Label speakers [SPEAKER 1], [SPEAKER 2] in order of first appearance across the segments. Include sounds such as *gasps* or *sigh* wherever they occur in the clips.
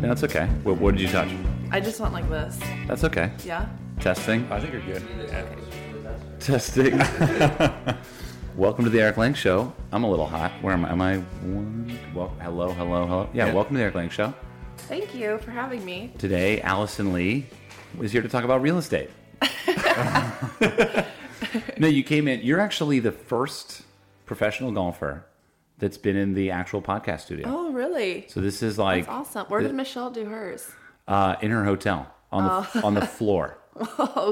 [SPEAKER 1] No, that's okay. What, what did you touch?
[SPEAKER 2] I just went like this.
[SPEAKER 1] That's okay.
[SPEAKER 2] Yeah?
[SPEAKER 1] Testing.
[SPEAKER 3] I think you're good.
[SPEAKER 1] Testing. *laughs* welcome to the Eric Lang Show. I'm a little hot. Where am I? Am I one? Well, hello, hello, hello. Yeah,
[SPEAKER 3] Yeah.
[SPEAKER 1] welcome to the Eric Lang Show.
[SPEAKER 2] Thank you for having me.
[SPEAKER 1] Today, Allison Lee is here to talk about real estate. *laughs* no, you came in. You're actually the first professional golfer that's been in the actual podcast studio.
[SPEAKER 2] Oh, really?
[SPEAKER 1] So this is like
[SPEAKER 2] It's awesome. Where did Michelle do hers?
[SPEAKER 1] uh, in her hotel on the on the
[SPEAKER 2] *laughs*
[SPEAKER 1] floor.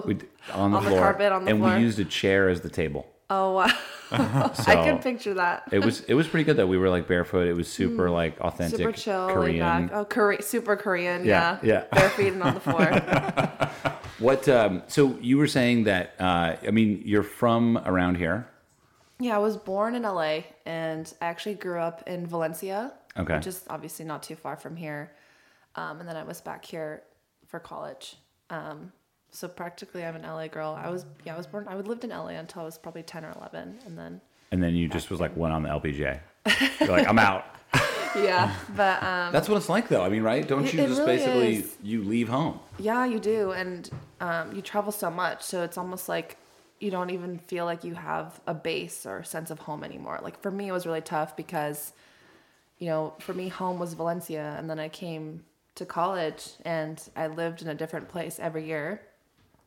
[SPEAKER 1] We d- on the
[SPEAKER 2] Oh. On the
[SPEAKER 1] floor,
[SPEAKER 2] carpet, on the
[SPEAKER 1] and
[SPEAKER 2] floor.
[SPEAKER 1] we used a chair as the table.
[SPEAKER 2] Oh, wow.
[SPEAKER 1] Uh-huh. So
[SPEAKER 2] *laughs* I could picture that.
[SPEAKER 1] it was it was pretty good though. We were like barefoot. It was super like authentic
[SPEAKER 2] Mm. Super chill, laid
[SPEAKER 1] Korean.
[SPEAKER 2] back. Oh, Kore- super Korean.
[SPEAKER 1] Yeah,
[SPEAKER 2] Yeah.
[SPEAKER 1] yeah.
[SPEAKER 2] *laughs* Bare feet and on
[SPEAKER 1] *laughs*
[SPEAKER 2] the floor.
[SPEAKER 1] What? Um, so you were saying that? Uh, I mean, you're from around here.
[SPEAKER 2] yeah, I was born in LA and I actually grew up in Valencia,
[SPEAKER 1] Okay.
[SPEAKER 2] which is obviously not too far from here. Um, and then I was back here for college. Um, so practically, I'm an LA girl. I was, yeah, I was born, I lived in LA until I was probably 10 or 11. And then
[SPEAKER 1] And then you just was like went on the LPGA. You're like, I'm
[SPEAKER 2] *laughs*
[SPEAKER 1] out.
[SPEAKER 2] yeah *laughs* but um
[SPEAKER 1] That's what it's like though. I mean, right? Don't
[SPEAKER 2] It-
[SPEAKER 1] you
[SPEAKER 2] it
[SPEAKER 1] just
[SPEAKER 2] really
[SPEAKER 1] basically
[SPEAKER 2] is.
[SPEAKER 1] you leave home?
[SPEAKER 2] yeah you do and um you travel so much so it's almost like you don't even feel like you have a base or sense of home anymore like for me it was really tough because you know for me home was valencia and then i came to college and i lived in a different place every year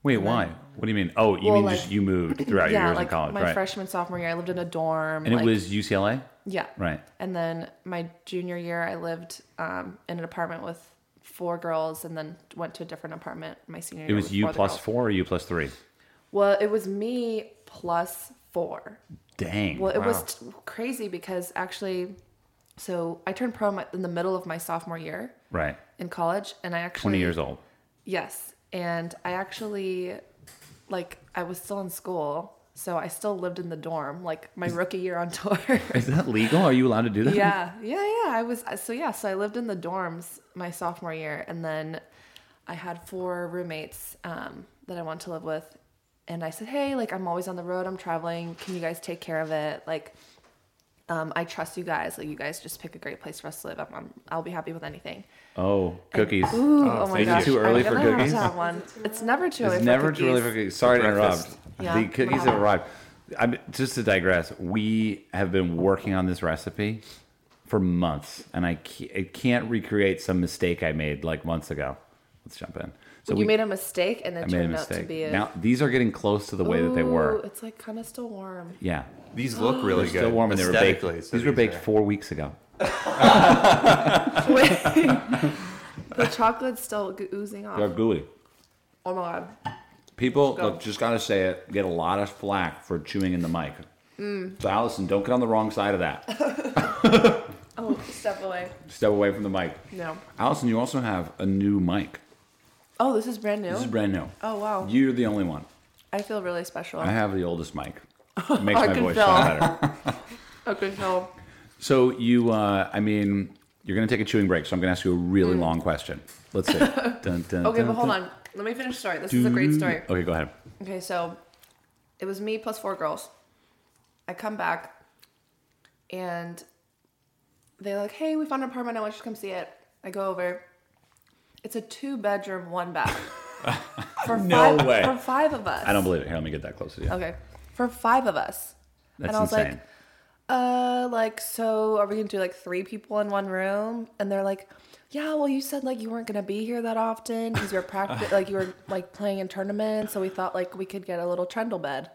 [SPEAKER 1] Wait, why? What do you mean? Oh, you
[SPEAKER 2] Well,
[SPEAKER 1] mean
[SPEAKER 2] like-
[SPEAKER 1] just you moved throughout your
[SPEAKER 2] yeah
[SPEAKER 1] years
[SPEAKER 2] like
[SPEAKER 1] in college,
[SPEAKER 2] my
[SPEAKER 1] right?
[SPEAKER 2] freshman sophomore year i lived in a dorm
[SPEAKER 1] and
[SPEAKER 2] like-
[SPEAKER 1] it was UCLA,
[SPEAKER 2] yeah
[SPEAKER 1] right?
[SPEAKER 2] And then my junior year, I lived um, in an apartment with four girls, and then went to a different apartment my senior
[SPEAKER 1] It
[SPEAKER 2] year.
[SPEAKER 1] was
[SPEAKER 2] with
[SPEAKER 1] you
[SPEAKER 2] four other
[SPEAKER 1] plus
[SPEAKER 2] girls.
[SPEAKER 1] four or you plus three?
[SPEAKER 2] Well, it was me plus four.
[SPEAKER 1] Dang.
[SPEAKER 2] Well, it was t- crazy because actually, so I turned pro my, in the middle of my sophomore year
[SPEAKER 1] right.
[SPEAKER 2] in college, and I actually
[SPEAKER 1] Twenty years old.
[SPEAKER 2] Yes, and I actually, like, I was still in school, so I still lived in the dorm, like my rookie year on *laughs* tour.
[SPEAKER 1] Is that legal? Are you allowed to do that? *laughs*
[SPEAKER 2] yeah yeah yeah i was uh, so yeah so i lived in the dorms my sophomore year and then i had four roommates um, that i wanted to live with and i said hey like i'm always on the road i'm traveling can you guys take care of it like um, i trust you guys like you guys just pick a great place for us to live I'm, I'm, i'll be happy with anything
[SPEAKER 1] Oh, cookies.
[SPEAKER 2] Ooh, oh, my
[SPEAKER 1] thank
[SPEAKER 2] gosh
[SPEAKER 1] you. Too early
[SPEAKER 2] I'm
[SPEAKER 1] for
[SPEAKER 2] gonna have
[SPEAKER 1] cookies?
[SPEAKER 2] to
[SPEAKER 1] *laughs*
[SPEAKER 2] have one. it's never too early
[SPEAKER 1] It's
[SPEAKER 2] for
[SPEAKER 1] never
[SPEAKER 2] cookies.
[SPEAKER 1] too early for cookies. Sorry to
[SPEAKER 3] breakfast.
[SPEAKER 1] interrupt.
[SPEAKER 2] Yeah.
[SPEAKER 1] The cookies have arrived. I'm, just to digress, we have been working on this recipe for months, and I ca- I can't recreate some mistake I made like months ago. Let's jump in. So
[SPEAKER 2] you
[SPEAKER 1] we
[SPEAKER 2] made a mistake and it
[SPEAKER 1] I made a
[SPEAKER 2] turned out to
[SPEAKER 1] mistake.
[SPEAKER 2] be a
[SPEAKER 1] Now these are getting close to the way that they
[SPEAKER 2] Ooh,
[SPEAKER 1] were.
[SPEAKER 2] it's like kind of still warm
[SPEAKER 1] Yeah,
[SPEAKER 3] These look really good.
[SPEAKER 1] still warm and they were baked.
[SPEAKER 3] aesthetically,
[SPEAKER 1] These
[SPEAKER 3] so
[SPEAKER 1] were baked
[SPEAKER 3] are-
[SPEAKER 1] four weeks ago.
[SPEAKER 2] Wait. *laughs* the chocolate's still g- oozing off.
[SPEAKER 1] They're gooey.
[SPEAKER 2] Oh my god.
[SPEAKER 1] People
[SPEAKER 2] Go.
[SPEAKER 1] look, just gotta say it. Get a lot of flack for chewing in the mic.
[SPEAKER 2] Mm.
[SPEAKER 1] So Allison, don't get on the wrong side of
[SPEAKER 2] *laughs*
[SPEAKER 1] that.
[SPEAKER 2] Oh, step away.
[SPEAKER 1] Step away from the mic.
[SPEAKER 2] No.
[SPEAKER 1] Allison, you also have a new mic.
[SPEAKER 2] Oh, this is brand new.
[SPEAKER 1] This is brand new.
[SPEAKER 2] oh wow.
[SPEAKER 1] You're the only one.
[SPEAKER 2] I feel really special.
[SPEAKER 1] I have the oldest
[SPEAKER 2] *laughs*
[SPEAKER 1] mic. It makes
[SPEAKER 2] I
[SPEAKER 1] my
[SPEAKER 2] can
[SPEAKER 1] voice
[SPEAKER 2] tell.
[SPEAKER 1] sound better.
[SPEAKER 2] okay, so
[SPEAKER 1] So you, uh, I mean, you're gonna take a chewing break. So I'm gonna ask you a really long question. Let's
[SPEAKER 2] *laughs*
[SPEAKER 1] see. Dun, dun,
[SPEAKER 2] Mm. okay,
[SPEAKER 1] dun,
[SPEAKER 2] but hold
[SPEAKER 1] dun. uh,
[SPEAKER 2] on. Let me finish the story. This is a great story.
[SPEAKER 1] Okay, go ahead.
[SPEAKER 2] Okay, so it was me plus four girls. I come back and they're like, hey, we found an apartment. I want you to come see it. I go over. It's a two bedroom,
[SPEAKER 1] *laughs*
[SPEAKER 2] one bath. For
[SPEAKER 1] No
[SPEAKER 2] five,
[SPEAKER 1] way.
[SPEAKER 2] For five of us.
[SPEAKER 1] I don't believe it. Here, let me get that close to you.
[SPEAKER 2] Okay. For five of us.
[SPEAKER 1] That's
[SPEAKER 2] and I was
[SPEAKER 1] insane.
[SPEAKER 2] like, uh, like, so are we gonna do like three people in one room? And they're like, yeah, well, you said like you weren't gonna be here that often because you're practice, like you were like playing in tournaments, so we thought like we could get a little trundle bed,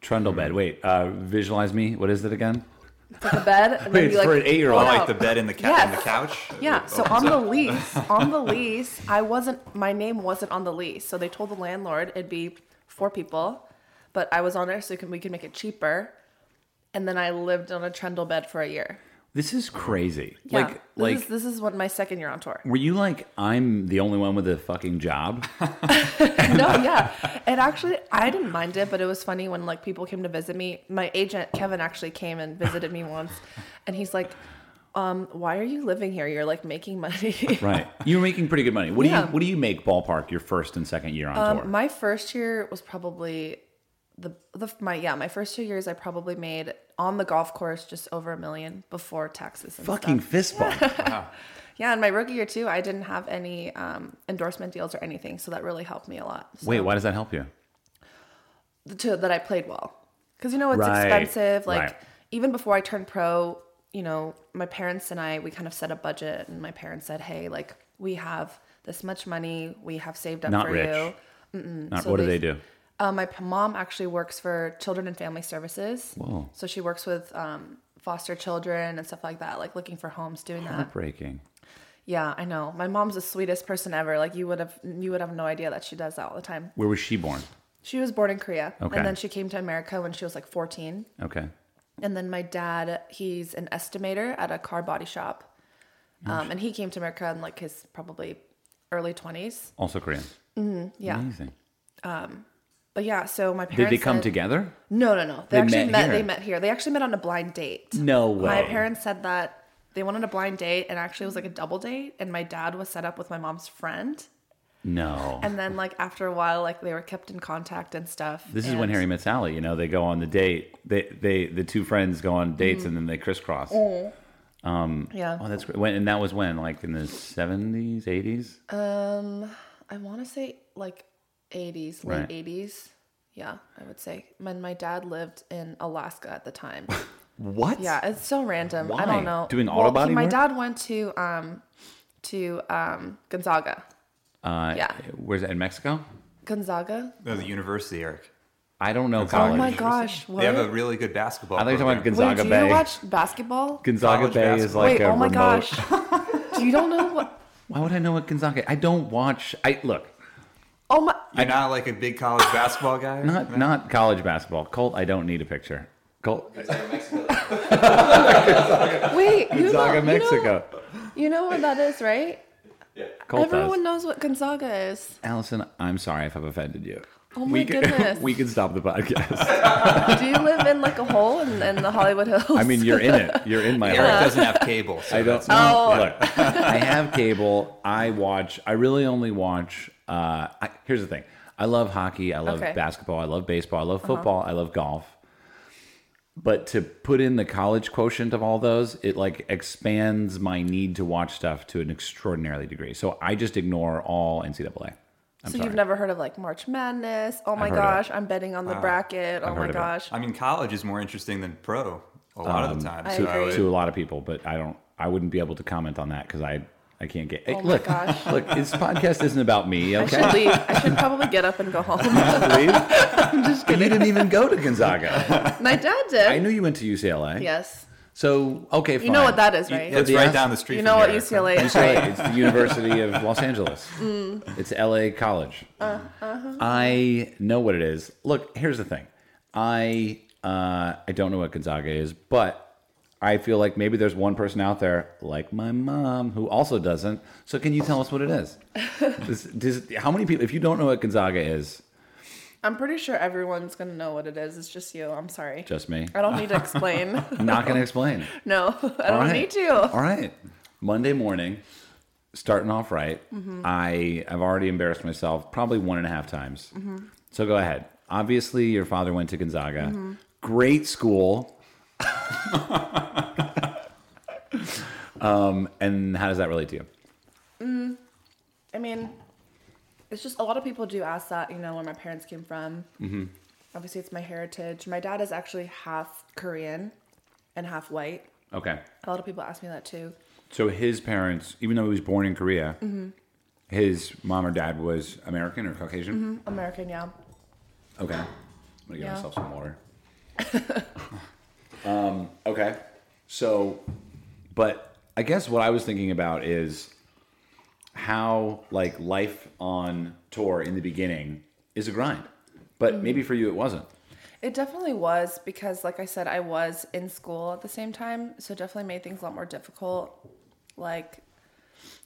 [SPEAKER 1] Trundle bed. Wait, uh, visualize me. What is it again?
[SPEAKER 2] It's like a bed, and then
[SPEAKER 1] Wait,
[SPEAKER 2] you like
[SPEAKER 1] for an eight-year-old,
[SPEAKER 2] pull it
[SPEAKER 1] like
[SPEAKER 2] out.
[SPEAKER 3] Like the bed and the, ca- and
[SPEAKER 2] Yes.
[SPEAKER 3] the couch.
[SPEAKER 2] Yeah, so
[SPEAKER 3] Oh,
[SPEAKER 2] on the lease, on the lease, I wasn't my name wasn't on the lease. So they told the landlord it'd be four people, but I was on there so we can, we could make it cheaper. And then I lived on a trundle bed for a year.
[SPEAKER 1] This is crazy.
[SPEAKER 2] Yeah,
[SPEAKER 1] Like,
[SPEAKER 2] this
[SPEAKER 1] like,
[SPEAKER 2] is, this is what my second year on tour.
[SPEAKER 1] were you like, I'm the only one with a fucking job?
[SPEAKER 2] *laughs* *laughs* no, yeah, and actually I didn't mind it, but it was funny when like people came to visit me. My agent Kevin actually came and visited me once, and he's like, um, "Why are you living here? You're like making money." *laughs*
[SPEAKER 1] right. You were making pretty good money. What do
[SPEAKER 2] Yeah. Um,
[SPEAKER 1] you What do you make ballpark your first and second year on tour?
[SPEAKER 2] My first year was probably the the my yeah my first two years I probably made on the golf course just over a million before taxes and
[SPEAKER 1] Fucking
[SPEAKER 2] stuff.
[SPEAKER 1] fist bump.
[SPEAKER 2] *laughs* Yeah, in my rookie year too, I didn't have any um, endorsement deals or anything, so that really helped me a lot. So,
[SPEAKER 1] Wait, why does that help you?
[SPEAKER 2] to, that I played well, because you know it's
[SPEAKER 1] Right,
[SPEAKER 2] expensive. Like
[SPEAKER 1] right.
[SPEAKER 2] even before I turned pro, you know, my parents and I we kind of set a budget, and my parents said, "Hey, like we have this much money, we have saved up
[SPEAKER 1] Not
[SPEAKER 2] for
[SPEAKER 1] rich.
[SPEAKER 2] you."
[SPEAKER 1] Not,
[SPEAKER 2] so
[SPEAKER 1] what do they
[SPEAKER 2] they-
[SPEAKER 1] do?
[SPEAKER 2] Uh, my p- mom actually works for Children and Family Services.
[SPEAKER 1] Whoa.
[SPEAKER 2] So she works with um, foster children and stuff like that, like looking for homes,
[SPEAKER 1] *laughs*
[SPEAKER 2] doing that.
[SPEAKER 1] Heartbreaking.
[SPEAKER 2] Yeah, I know. My mom's the sweetest person ever. Like you would have, you would have no idea that she does that all the time.
[SPEAKER 1] Where was she born?
[SPEAKER 2] She was born in Korea,
[SPEAKER 1] Okay.
[SPEAKER 2] and then she came to America when she was like 14.
[SPEAKER 1] Okay.
[SPEAKER 2] And then my dad, he's an estimator at a car body shop, um, and he came to America in like his probably early 20s.
[SPEAKER 1] Also Korean.
[SPEAKER 2] Yeah,
[SPEAKER 1] Amazing.
[SPEAKER 2] but yeah. So my
[SPEAKER 1] Did
[SPEAKER 2] parents
[SPEAKER 1] they come
[SPEAKER 2] said-
[SPEAKER 1] together?
[SPEAKER 2] No, no, no. They,
[SPEAKER 1] They
[SPEAKER 2] actually
[SPEAKER 1] met
[SPEAKER 2] met.
[SPEAKER 1] here.
[SPEAKER 2] They met here. They actually met on a blind date.
[SPEAKER 1] No
[SPEAKER 2] My
[SPEAKER 1] way.
[SPEAKER 2] parents said that they went on a blind date, and actually it was like a double date. And my dad was set up with my mom's friend,
[SPEAKER 1] No.
[SPEAKER 2] and then like after a while, like they were kept in contact and stuff.
[SPEAKER 1] This is when
[SPEAKER 2] and-
[SPEAKER 1] Harry met Sally. You know, they go on the date. They they the two friends go on dates
[SPEAKER 2] Mm-hmm.
[SPEAKER 1] and then they crisscross.
[SPEAKER 2] Oh. Yeah.
[SPEAKER 1] Oh, that's great. When and that was when, like in the seventies, eighties.
[SPEAKER 2] Um, I want to say like 80s, late
[SPEAKER 1] Right.
[SPEAKER 2] 80s. Yeah, I would say. When my dad lived in Alaska at the time.
[SPEAKER 1] *laughs* What?
[SPEAKER 2] yeah, it's so random. I
[SPEAKER 1] Why?
[SPEAKER 2] don't know.
[SPEAKER 1] Doing
[SPEAKER 2] he-
[SPEAKER 1] auto body
[SPEAKER 2] My
[SPEAKER 1] work?
[SPEAKER 2] dad went to um to um Gonzaga.
[SPEAKER 1] Uh,
[SPEAKER 2] Yeah.
[SPEAKER 1] Where's that in Mexico?
[SPEAKER 2] Gonzaga?
[SPEAKER 3] No, the university, Eric.
[SPEAKER 1] I don't know
[SPEAKER 3] Gonzaga
[SPEAKER 2] Oh
[SPEAKER 1] college.
[SPEAKER 2] my
[SPEAKER 3] University.
[SPEAKER 2] gosh, what?
[SPEAKER 3] They have a really good basketball.
[SPEAKER 1] I thought you were talking about
[SPEAKER 2] Wait,
[SPEAKER 3] program.
[SPEAKER 1] Gonzaga
[SPEAKER 2] do you
[SPEAKER 1] Bay.
[SPEAKER 2] watch basketball?
[SPEAKER 1] Gonzaga
[SPEAKER 3] College
[SPEAKER 1] Bay is
[SPEAKER 3] basketball.
[SPEAKER 1] like
[SPEAKER 2] Wait,
[SPEAKER 1] a
[SPEAKER 2] oh my
[SPEAKER 1] remote.
[SPEAKER 2] gosh. *laughs* do you don't know what
[SPEAKER 1] Why would I know what Gonzaga? I don't watch. I look
[SPEAKER 2] Oh my
[SPEAKER 3] You're not like a big college basketball guy.
[SPEAKER 1] not not college basketball. Colt, I don't need a picture. *laughs* Colt,
[SPEAKER 2] Wait, you know,
[SPEAKER 1] Gonzaga,
[SPEAKER 2] you know-
[SPEAKER 1] Mexico.
[SPEAKER 2] You know what that is, right?
[SPEAKER 1] Colt does.
[SPEAKER 2] Everyone knows what Gonzaga is.
[SPEAKER 1] Allison, I'm sorry if I've offended you.
[SPEAKER 2] Oh my
[SPEAKER 1] we can, *laughs*
[SPEAKER 2] goodness.
[SPEAKER 1] we can stop the podcast. *laughs*
[SPEAKER 2] Do you live in like a hole in, in the Hollywood Hills?
[SPEAKER 1] I mean, you're in it. You're in my
[SPEAKER 3] Eric
[SPEAKER 1] heart.
[SPEAKER 3] doesn't have cable. So
[SPEAKER 1] *laughs* I don't.
[SPEAKER 3] that's-
[SPEAKER 2] Oh.
[SPEAKER 1] Look, *laughs* I have cable. I watch. I really only watch. Uh, I, here's the thing. I love hockey. I love
[SPEAKER 2] Okay. Uh-huh.
[SPEAKER 1] basketball. I love baseball. I love football. I love golf. But to put in the college quotient of all those, it like expands my need to watch stuff to an extraordinary degree. So I just ignore all NCAA. I'm
[SPEAKER 2] so
[SPEAKER 1] sorry.
[SPEAKER 2] you've never heard of like March Madness? Oh
[SPEAKER 1] heard
[SPEAKER 2] my
[SPEAKER 1] of it.
[SPEAKER 2] gosh, I'm betting on the bracket. Oh
[SPEAKER 1] I've heard
[SPEAKER 2] my
[SPEAKER 1] of it.
[SPEAKER 2] gosh.
[SPEAKER 3] I mean, college is more interesting than pro a lot of the time.
[SPEAKER 2] I
[SPEAKER 3] so
[SPEAKER 2] agree.
[SPEAKER 3] would-
[SPEAKER 1] Um, to a lot of people, but I don't. I wouldn't be able to comment on that because I I can't get. Hey,
[SPEAKER 2] Oh my
[SPEAKER 1] look,
[SPEAKER 2] gosh.
[SPEAKER 1] look, this podcast isn't about me.
[SPEAKER 2] I
[SPEAKER 1] Okay, *laughs*
[SPEAKER 2] should leave. I should probably get up and go home. *laughs*
[SPEAKER 1] You didn't even go to Gonzaga.
[SPEAKER 2] my dad
[SPEAKER 1] I
[SPEAKER 2] did.
[SPEAKER 1] knew you went to UCLA.
[SPEAKER 2] Yes.
[SPEAKER 1] So okay, fine.
[SPEAKER 2] You know what that is, right?
[SPEAKER 3] it's
[SPEAKER 1] the
[SPEAKER 3] right
[SPEAKER 1] ass-
[SPEAKER 3] down the street.
[SPEAKER 2] you
[SPEAKER 3] from
[SPEAKER 2] know what
[SPEAKER 3] here.
[SPEAKER 2] UCLA is, right?
[SPEAKER 1] UCLA. It's the University of Los Angeles.
[SPEAKER 2] *laughs* Mm.
[SPEAKER 1] It's LA College.
[SPEAKER 2] Uh-huh.
[SPEAKER 1] I know what it is. Look, here's the thing. I uh, I don't know what Gonzaga is, but I feel like maybe there's one person out there, like my mom, who also doesn't. So can you tell us what it
[SPEAKER 2] *laughs*
[SPEAKER 1] is? This- does- how many people? If you don't know what Gonzaga is,
[SPEAKER 2] I'm pretty sure everyone's gonna know what it is. It's just you. I'm sorry.
[SPEAKER 1] just me.
[SPEAKER 2] I don't
[SPEAKER 1] *laughs*
[SPEAKER 2] need to explain.
[SPEAKER 1] Not going to explain.
[SPEAKER 2] no, *laughs* I don't
[SPEAKER 1] All right.
[SPEAKER 2] need to.
[SPEAKER 1] All right. Monday morning, starting off right. I have already embarrassed myself probably one and a half times. So go ahead. Obviously, your father went to Gonzaga. Great school. um, and how does that relate to you?
[SPEAKER 2] I mean, it's just a lot of people do ask that, you know, where my parents came from. Mm-hmm. Obviously, it's my heritage. My dad is actually half Korean and half white.
[SPEAKER 1] Okay.
[SPEAKER 2] A lot of people ask me that too.
[SPEAKER 1] So his parents, even though he was born in Korea, his mom or dad was American or Caucasian.
[SPEAKER 2] American, yeah.
[SPEAKER 1] Okay. I'm gonna get
[SPEAKER 2] Yeah.
[SPEAKER 1] myself some
[SPEAKER 2] *laughs*
[SPEAKER 1] water. um, okay. So, but I guess what I was thinking about is how like life on tour in the beginning is a grind, but
[SPEAKER 2] Mm-hmm.
[SPEAKER 1] maybe for you it wasn't.
[SPEAKER 2] It definitely was because, like I said, I was in school at the same time, so it definitely made things a lot more difficult. Like,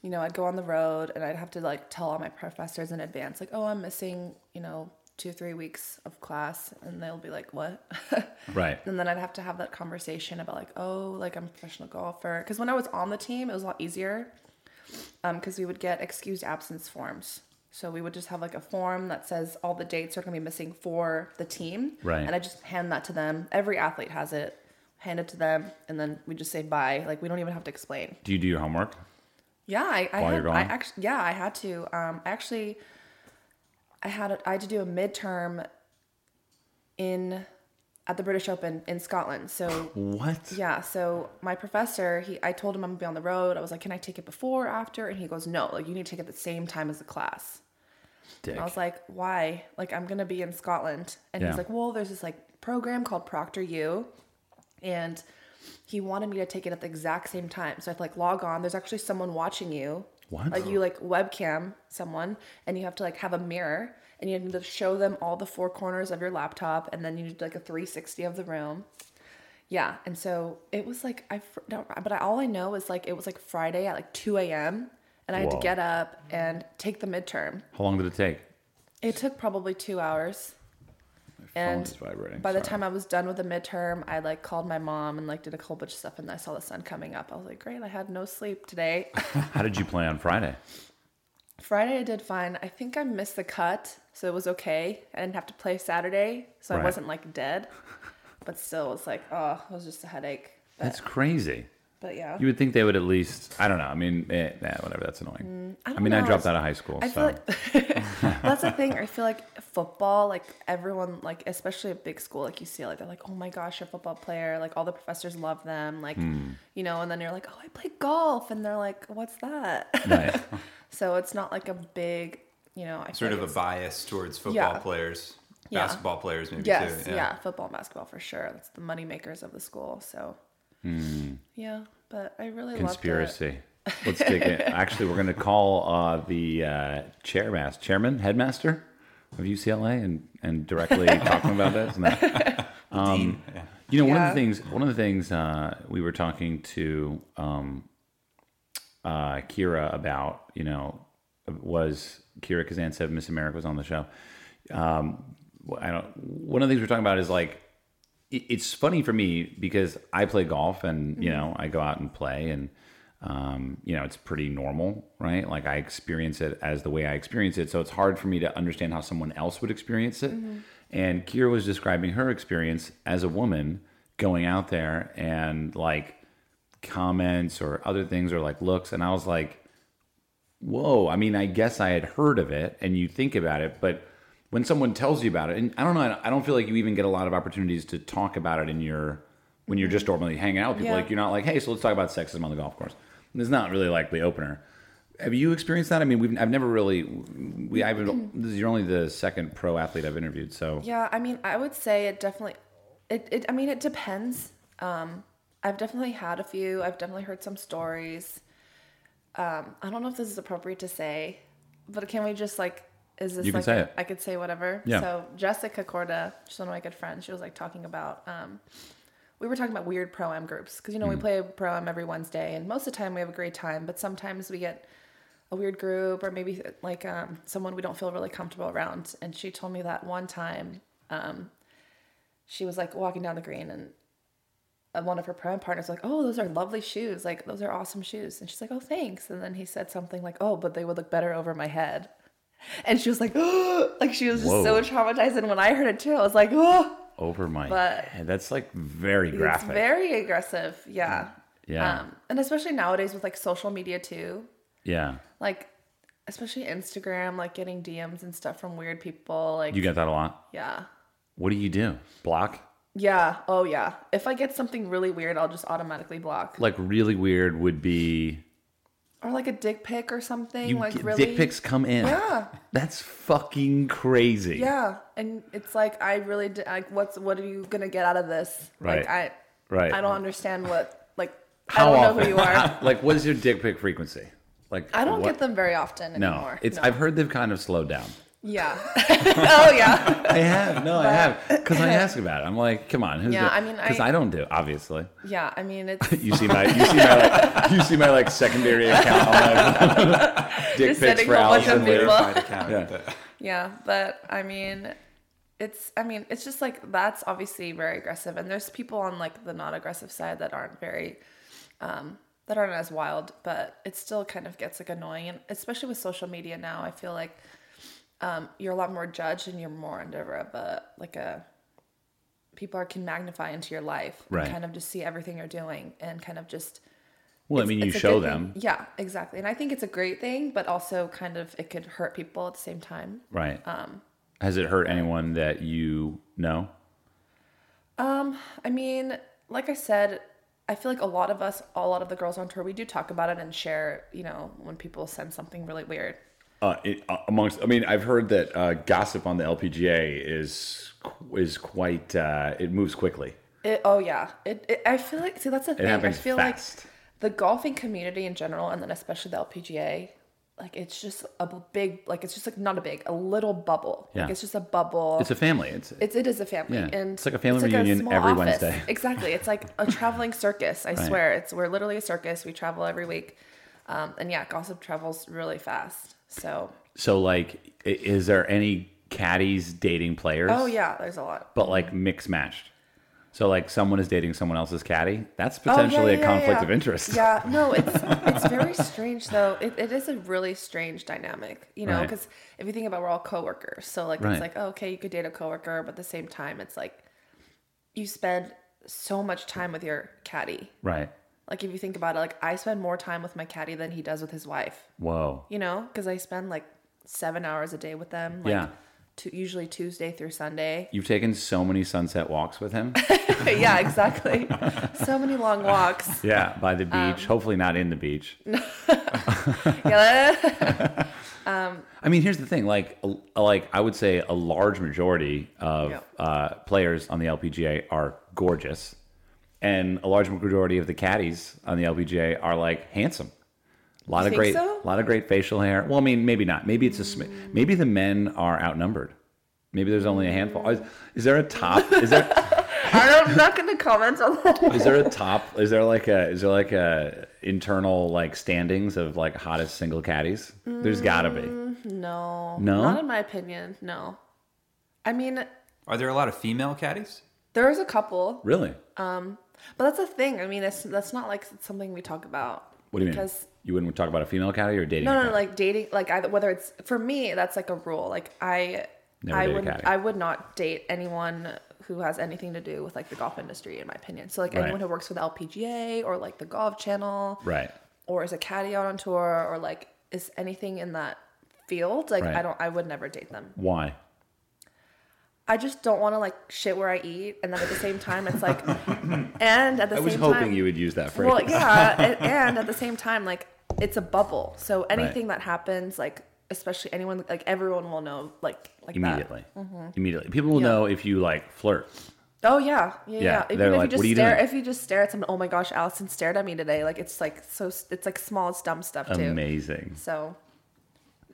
[SPEAKER 2] you know, I'd go on the road and I'd have to like tell all my professors in advance, like, "Oh, I'm missing," you know, two three weeks of class, and they'll be like, "What?" *laughs*
[SPEAKER 1] Right.
[SPEAKER 2] and then I'd have to have that conversation about like, "Oh, like I'm a professional golfer," because um, when I was on the team, it was a lot easier because we would get excused absence forms So we would just have like a form that says all the dates are going to be missing for the team.
[SPEAKER 1] Right.
[SPEAKER 2] And I just hand that to them. Every athlete has it. Hand it to them, and then we just say bye. Like we don't even have to explain.
[SPEAKER 1] Do you do your homework?
[SPEAKER 2] Yeah, I, I,
[SPEAKER 1] While
[SPEAKER 2] had,
[SPEAKER 1] you're
[SPEAKER 2] I
[SPEAKER 1] gone?
[SPEAKER 2] actually, yeah, I had to. Um, I actually, I had, a, I had to do a midterm in at the British Open in Scotland. So
[SPEAKER 1] What?
[SPEAKER 2] yeah, so my professor, he, I told him I'm gonna be on the road. I was like, can I take it before, or after? And he goes, no, like you need to take it the same time as the class.
[SPEAKER 1] Dick.
[SPEAKER 2] And I was like, why? Like, I'm going to be in Scotland. And
[SPEAKER 1] Yeah.
[SPEAKER 2] he's like, well, there's this like program called Proctor U. And he wanted me to take it at the exact same time. So I have to like log on. There's actually someone watching you.
[SPEAKER 1] What?
[SPEAKER 2] Like you like webcam someone and you have to like have a mirror and you have to show them all the four corners of your laptop and then you need like a 360 of the room. Yeah, and so it was like I fr- don't, but I, all I know is like it was like Friday at like 2 a.m. and I had
[SPEAKER 1] Whoa.
[SPEAKER 2] to get up and take the midterm.
[SPEAKER 1] How long did it take?
[SPEAKER 2] It took probably two hours. and
[SPEAKER 1] is vibrating,
[SPEAKER 2] by the
[SPEAKER 1] sorry.
[SPEAKER 2] time I was done with the midterm, I like called my mom and like did a whole bunch of stuff, and I saw the sun coming up. I was like, great, I had no sleep today. *laughs*
[SPEAKER 1] How did you play on Friday?
[SPEAKER 2] Friday I did fine. I think I missed the cut, so it was okay. I didn't have to play Saturday, so
[SPEAKER 1] Right.
[SPEAKER 2] I wasn't like dead. But still, it's like, oh, it was just a headache.
[SPEAKER 1] That's crazy.
[SPEAKER 2] But yeah,
[SPEAKER 1] You would think they would at least. I don't know. I mean, eh, nah, whatever. That's annoying.
[SPEAKER 2] Mm, I
[SPEAKER 1] I,
[SPEAKER 2] don't
[SPEAKER 1] mean, I
[SPEAKER 2] know.
[SPEAKER 1] dropped out of high school,
[SPEAKER 2] I
[SPEAKER 1] so
[SPEAKER 2] feel like *laughs* that's the thing. I feel like football, like everyone, like especially at big school, like you see, like they're like, oh my gosh, you're a football player. Like all the professors love them, like
[SPEAKER 3] Hmm.
[SPEAKER 2] you know. And then you're like, oh, I play golf, and they're like, what's that? *laughs*
[SPEAKER 1] Right.
[SPEAKER 2] so it's not like a big, you know, I feel
[SPEAKER 3] Sort
[SPEAKER 2] like
[SPEAKER 3] of a
[SPEAKER 2] it's-
[SPEAKER 3] bias towards football
[SPEAKER 2] Yeah.
[SPEAKER 3] players,
[SPEAKER 2] Yeah.
[SPEAKER 3] basketball players, maybe
[SPEAKER 2] yes,
[SPEAKER 3] too.
[SPEAKER 2] yeah. football and basketball for sure. That's the money makers of the school. So
[SPEAKER 3] Hmm.
[SPEAKER 2] yeah, but I really loved it.
[SPEAKER 1] conspiracy. Let's take it. Actually, we're going to call uh, the uh, chairmaster, chairman, headmaster of UCLA, and and directly talking about this. No.
[SPEAKER 3] Dean, yeah.
[SPEAKER 1] You know, one of
[SPEAKER 2] Yeah.
[SPEAKER 1] the things one of the things uh, we were talking to um, uh, Kira about, you know, was Kira Kazan said Miss America was on the show. Um, I don't. One of the things we're talking about is like it- it's funny for me because I play golf and you know I go out and play and um, you know it's pretty normal, right? Like I experience it as the way I experience it, so it's hard for me to understand how someone else would experience it. And Kira was describing her experience as a woman going out there and like comments or other things or like looks, and I was like, whoa i mean i guess i had heard of it and you think about it but when someone tells you about it and i don't know i don't feel like you even get a lot of opportunities to talk about it in your when you're just normally hanging out with people
[SPEAKER 2] Yeah.
[SPEAKER 1] like you're not like hey so let's talk about sexism on the golf course and it's not really like the opener have you experienced that i mean we've, i've never really we i've
[SPEAKER 2] *clears throat*
[SPEAKER 1] this is- you're only the second pro athlete i've interviewed so
[SPEAKER 2] Yeah, I mean, I would say it definitely. It, it I mean, it depends. Um, I've definitely had a few. I've definitely heard some stories. Um, I don't know if this is appropriate to say, but can we just like? Is this
[SPEAKER 1] You can
[SPEAKER 2] like
[SPEAKER 1] say
[SPEAKER 2] a-
[SPEAKER 1] it.
[SPEAKER 2] I could say whatever.
[SPEAKER 1] Yeah.
[SPEAKER 2] So Jessica Corda, she's one of my good friends. She was like talking about. Um, we were talking about weird pro am groups because you know we play pro am every Wednesday, and most of the time we have a great time. But sometimes we get a weird group or maybe like um, someone we don't feel really comfortable around. And she told me that one time um, she was like walking down the green and uh, one of her prime partners like, oh, those are lovely shoes. Like those are awesome shoes. And she's like, oh, thanks. And then he said something like, oh, but they would look better over my head. *laughs* And she was like, *gasps* oh, like she was just
[SPEAKER 1] Whoa.
[SPEAKER 2] so traumatized. And when I heard it too, I was like, oh,
[SPEAKER 1] over my
[SPEAKER 2] But-
[SPEAKER 1] head that's like very graphic Mm.
[SPEAKER 2] it's very aggressive. Yeah.
[SPEAKER 1] Yeah.
[SPEAKER 2] Um, and especially nowadays with like social media too,
[SPEAKER 1] yeah
[SPEAKER 2] like especially Instagram, like getting DMs and stuff from weird people. Like,
[SPEAKER 1] you get that a lot
[SPEAKER 2] yeah,
[SPEAKER 1] what do you do block
[SPEAKER 2] yeah, oh yeah. If I get something really weird, I'll just automatically block
[SPEAKER 1] like really weird would be
[SPEAKER 2] or like a dick pic or something.
[SPEAKER 1] You
[SPEAKER 2] like
[SPEAKER 1] get-
[SPEAKER 2] really,
[SPEAKER 1] dick pics come in.
[SPEAKER 2] Yeah.
[SPEAKER 1] That's fucking crazy.
[SPEAKER 2] Yeah, and it's like I really d- like what's what are you gonna get out of this?
[SPEAKER 1] Right.
[SPEAKER 2] Like I,
[SPEAKER 1] Right.
[SPEAKER 2] I don't understand what like
[SPEAKER 1] How
[SPEAKER 2] I don't
[SPEAKER 1] often?
[SPEAKER 2] know who you
[SPEAKER 1] *laughs*
[SPEAKER 2] are.
[SPEAKER 1] like, what is your dick pic frequency? Like,
[SPEAKER 2] I don't
[SPEAKER 1] what-
[SPEAKER 2] get them very often
[SPEAKER 1] No,
[SPEAKER 2] anymore.
[SPEAKER 1] it's.
[SPEAKER 2] No.
[SPEAKER 1] I've heard they've kind of slowed down.
[SPEAKER 2] yeah. *laughs* oh yeah.
[SPEAKER 1] I have. No, I
[SPEAKER 2] *laughs*
[SPEAKER 1] have. Because I ask about it. I'm like, come on, who's?
[SPEAKER 2] Yeah, I mean, I-
[SPEAKER 1] because I, don't do obviously.
[SPEAKER 2] Yeah. I mean, it's
[SPEAKER 1] You see my, you see my, like, you see my like secondary account. On my *laughs* dick
[SPEAKER 2] Just
[SPEAKER 1] pics
[SPEAKER 2] sending
[SPEAKER 1] for
[SPEAKER 2] a whole bunch
[SPEAKER 1] Allison
[SPEAKER 2] of
[SPEAKER 1] Lee.
[SPEAKER 2] people.
[SPEAKER 3] Verified
[SPEAKER 1] *laughs*
[SPEAKER 3] account.
[SPEAKER 1] Yeah.
[SPEAKER 3] but-
[SPEAKER 2] Yeah, but I mean, it's I mean, it's just like that's obviously very aggressive, and there's people on like the not aggressive side that aren't very, um, that aren't as wild, but it still kind of gets like annoying, and especially with social media now, I feel like um, you're a lot more judged and you're more under of a uh, like a people are can magnify into your life
[SPEAKER 1] Right.
[SPEAKER 2] and kind of just see everything you're doing and kind of just
[SPEAKER 1] Well, I mean, you
[SPEAKER 2] it's a
[SPEAKER 1] show
[SPEAKER 2] good thing.
[SPEAKER 1] them,
[SPEAKER 2] Yeah, exactly. And I think it's a great thing, but also kind of it could hurt people at the same time.
[SPEAKER 1] right?
[SPEAKER 2] Um,
[SPEAKER 1] Has it hurt anyone that you know?
[SPEAKER 2] I mean, like I said, I feel like a lot of us, a lot of the girls on tour, we do talk about it and share, you know, when people send something really weird.
[SPEAKER 4] uh, it, uh, amongst i mean i've heard that uh, gossip on the lpga is qu- is quite uh, it moves quickly
[SPEAKER 2] It, oh yeah, it, it. I feel like see that's the thing.
[SPEAKER 1] happens
[SPEAKER 2] I feel
[SPEAKER 1] fast.
[SPEAKER 2] like the golfing community in general, and then especially the LPGA, like it's just a b- big, like it's just like not a big, a little bubble.
[SPEAKER 1] Yeah.
[SPEAKER 2] Like it's just a bubble.
[SPEAKER 1] It's a family. It's
[SPEAKER 2] It's it is a family,
[SPEAKER 1] Yeah.
[SPEAKER 2] and
[SPEAKER 1] It's like a family reunion every Wednesday.
[SPEAKER 2] *laughs* Exactly, it's like a traveling
[SPEAKER 1] *laughs*
[SPEAKER 2] circus. I swear, it's we're literally a circus. We travel every week, um, and yeah, gossip travels really fast. So,
[SPEAKER 1] so like, i- is there any caddies dating players?
[SPEAKER 2] oh yeah, there's a lot.
[SPEAKER 1] but like mix matched. So like someone is dating someone else's caddy. That's potentially
[SPEAKER 2] oh, yeah, yeah,
[SPEAKER 1] a
[SPEAKER 2] yeah,
[SPEAKER 1] conflict
[SPEAKER 2] yeah.
[SPEAKER 1] of interest.
[SPEAKER 2] Yeah, no, it's it's very strange though. It, it is a really strange dynamic, you know,
[SPEAKER 1] Right.
[SPEAKER 2] because if you think about, it, we're all coworkers. So like,
[SPEAKER 1] Right.
[SPEAKER 2] it's like, oh, okay, you could date a coworker, but at the same time, it's like you spend so much time with your caddy.
[SPEAKER 1] *laughs* Right.
[SPEAKER 2] Like if you think about it, like I spend more time with my caddy than he does with his wife.
[SPEAKER 1] Whoa.
[SPEAKER 2] You know, because I spend like seven hours a day with them. Like,
[SPEAKER 1] Yeah.
[SPEAKER 2] tu- usually Tuesday through Sunday. *laughs*
[SPEAKER 1] You've taken so many sunset walks with him.
[SPEAKER 2] yeah, exactly. *laughs* so many long walks. *laughs*
[SPEAKER 1] yeah. By the beach.
[SPEAKER 2] Um,
[SPEAKER 1] Hopefully not in the beach.
[SPEAKER 2] Yeah.
[SPEAKER 1] I mean, here's the thing. Like, a- like I would say a large majority of
[SPEAKER 2] Yeah.
[SPEAKER 1] uh, players on the LPGA are gorgeous, and a large majority of the caddies on the LPGA are like handsome. A lot
[SPEAKER 2] You
[SPEAKER 1] of
[SPEAKER 2] think
[SPEAKER 1] great,
[SPEAKER 2] so? Mm.
[SPEAKER 1] lot of great facial hair. Well, I mean, maybe not. Maybe it's a sm- maybe the men are outnumbered. Maybe there's only a handful. Is, is there a top? Is there
[SPEAKER 2] I don't, I'm not going to comment on that.
[SPEAKER 1] is there a top? Is there like a is there like a internal like standings of like hottest single caddies? There's gotta be. No?
[SPEAKER 2] No. Mm. Not in my opinion. No. I mean,
[SPEAKER 3] Are there a lot of female caddies?
[SPEAKER 2] there is a couple,
[SPEAKER 1] Really?
[SPEAKER 2] but that's a thing. I mean, that's that's not like something we talk about.
[SPEAKER 1] What do you mean?
[SPEAKER 2] Because
[SPEAKER 1] You wouldn't talk about a female caddy or dating? a
[SPEAKER 2] no, no,
[SPEAKER 1] caddy?
[SPEAKER 2] no, like dating, like I, whether it's for me, that's like a rule. Like I,
[SPEAKER 1] Never
[SPEAKER 2] I
[SPEAKER 1] date a
[SPEAKER 2] would,
[SPEAKER 1] caddy.
[SPEAKER 2] I would not date anyone who has anything to do with like the golf industry, in my opinion. So like
[SPEAKER 1] Right.
[SPEAKER 2] anyone who works for the LPGA or like the Golf Channel,
[SPEAKER 1] Right.
[SPEAKER 2] or is a caddy out on tour, or like is anything in that field, like
[SPEAKER 1] Right.
[SPEAKER 2] I don't, I would never date them.
[SPEAKER 1] Why?
[SPEAKER 2] I just don't want to like shit where I eat, and then at the same time,
[SPEAKER 1] *laughs*
[SPEAKER 2] it's like, and at
[SPEAKER 4] i
[SPEAKER 2] the same
[SPEAKER 4] was hoping
[SPEAKER 2] time,
[SPEAKER 4] you would use that phrase
[SPEAKER 2] well, yeah, and, and at the same time, like it's a bubble. So anything that happens, like especially anyone, like everyone will know, like like
[SPEAKER 1] Immediately. Immediately. People will
[SPEAKER 2] Mm-hmm. Yeah.
[SPEAKER 1] know if you like flirt.
[SPEAKER 2] That. Oh yeah, yeah. yeah. Even
[SPEAKER 1] they're
[SPEAKER 2] if
[SPEAKER 1] like,
[SPEAKER 2] you just
[SPEAKER 1] "What are you
[SPEAKER 2] stare,
[SPEAKER 1] doing?"
[SPEAKER 2] if you just stare at someone, oh my gosh, Allison stared at me today. Like it's like so, it's like small, it's dumb stuff too.
[SPEAKER 1] Amazing.
[SPEAKER 2] So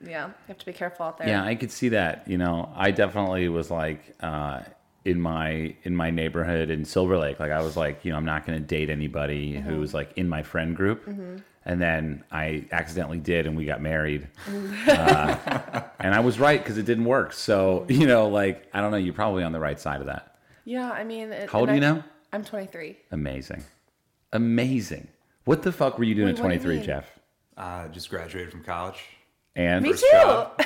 [SPEAKER 2] yeah, you have to be careful out there.
[SPEAKER 1] Yeah, I could see that. You know, I definitely was like uh, in my in my neighborhood in Silver Lake. Like I was like, you know, I'm not going to date anybody
[SPEAKER 2] Mm-hmm.
[SPEAKER 1] who was like in my friend group. And then I accidentally did, and we got married.
[SPEAKER 2] Mm-hmm.
[SPEAKER 1] uh, and I was right because it didn't work. So you know, like I don't know, you're probably on the right side of that.
[SPEAKER 2] Yeah, I mean, it,
[SPEAKER 1] How old
[SPEAKER 2] and
[SPEAKER 1] are you
[SPEAKER 2] I-
[SPEAKER 1] now?
[SPEAKER 2] I'm 23.
[SPEAKER 1] Amazing. Amazing. What the fuck were you doing
[SPEAKER 2] Wait,
[SPEAKER 1] at
[SPEAKER 2] what do you
[SPEAKER 1] 23,
[SPEAKER 2] mean?
[SPEAKER 1] Jeff?
[SPEAKER 3] Uh, just graduated from college.
[SPEAKER 1] And
[SPEAKER 2] Me too.
[SPEAKER 1] so *laughs*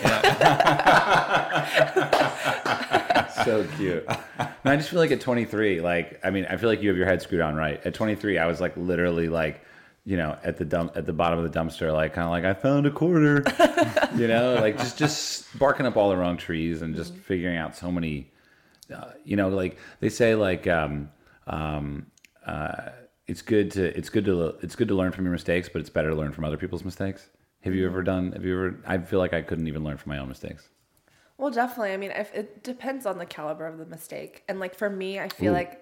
[SPEAKER 1] cute. And I just feel like at 23, like I mean, I feel like you have your head screwed on right. At 23, I was like literally like, you know, at the dump at the bottom of the dumpster, like kind of like I found a *laughs* quarter, you know, like just just barking up all the wrong trees and just figuring out so many, uh, you know, like they say like um um uh it's good to it's good to it's good to learn from your mistakes, but it's better to learn from other people's mistakes. Have you ever done? Have you ever? I feel like I couldn't even learn from my own mistakes.
[SPEAKER 2] Well, definitely. I mean, if, it depends on the caliber of the mistake. And like for me, I feel like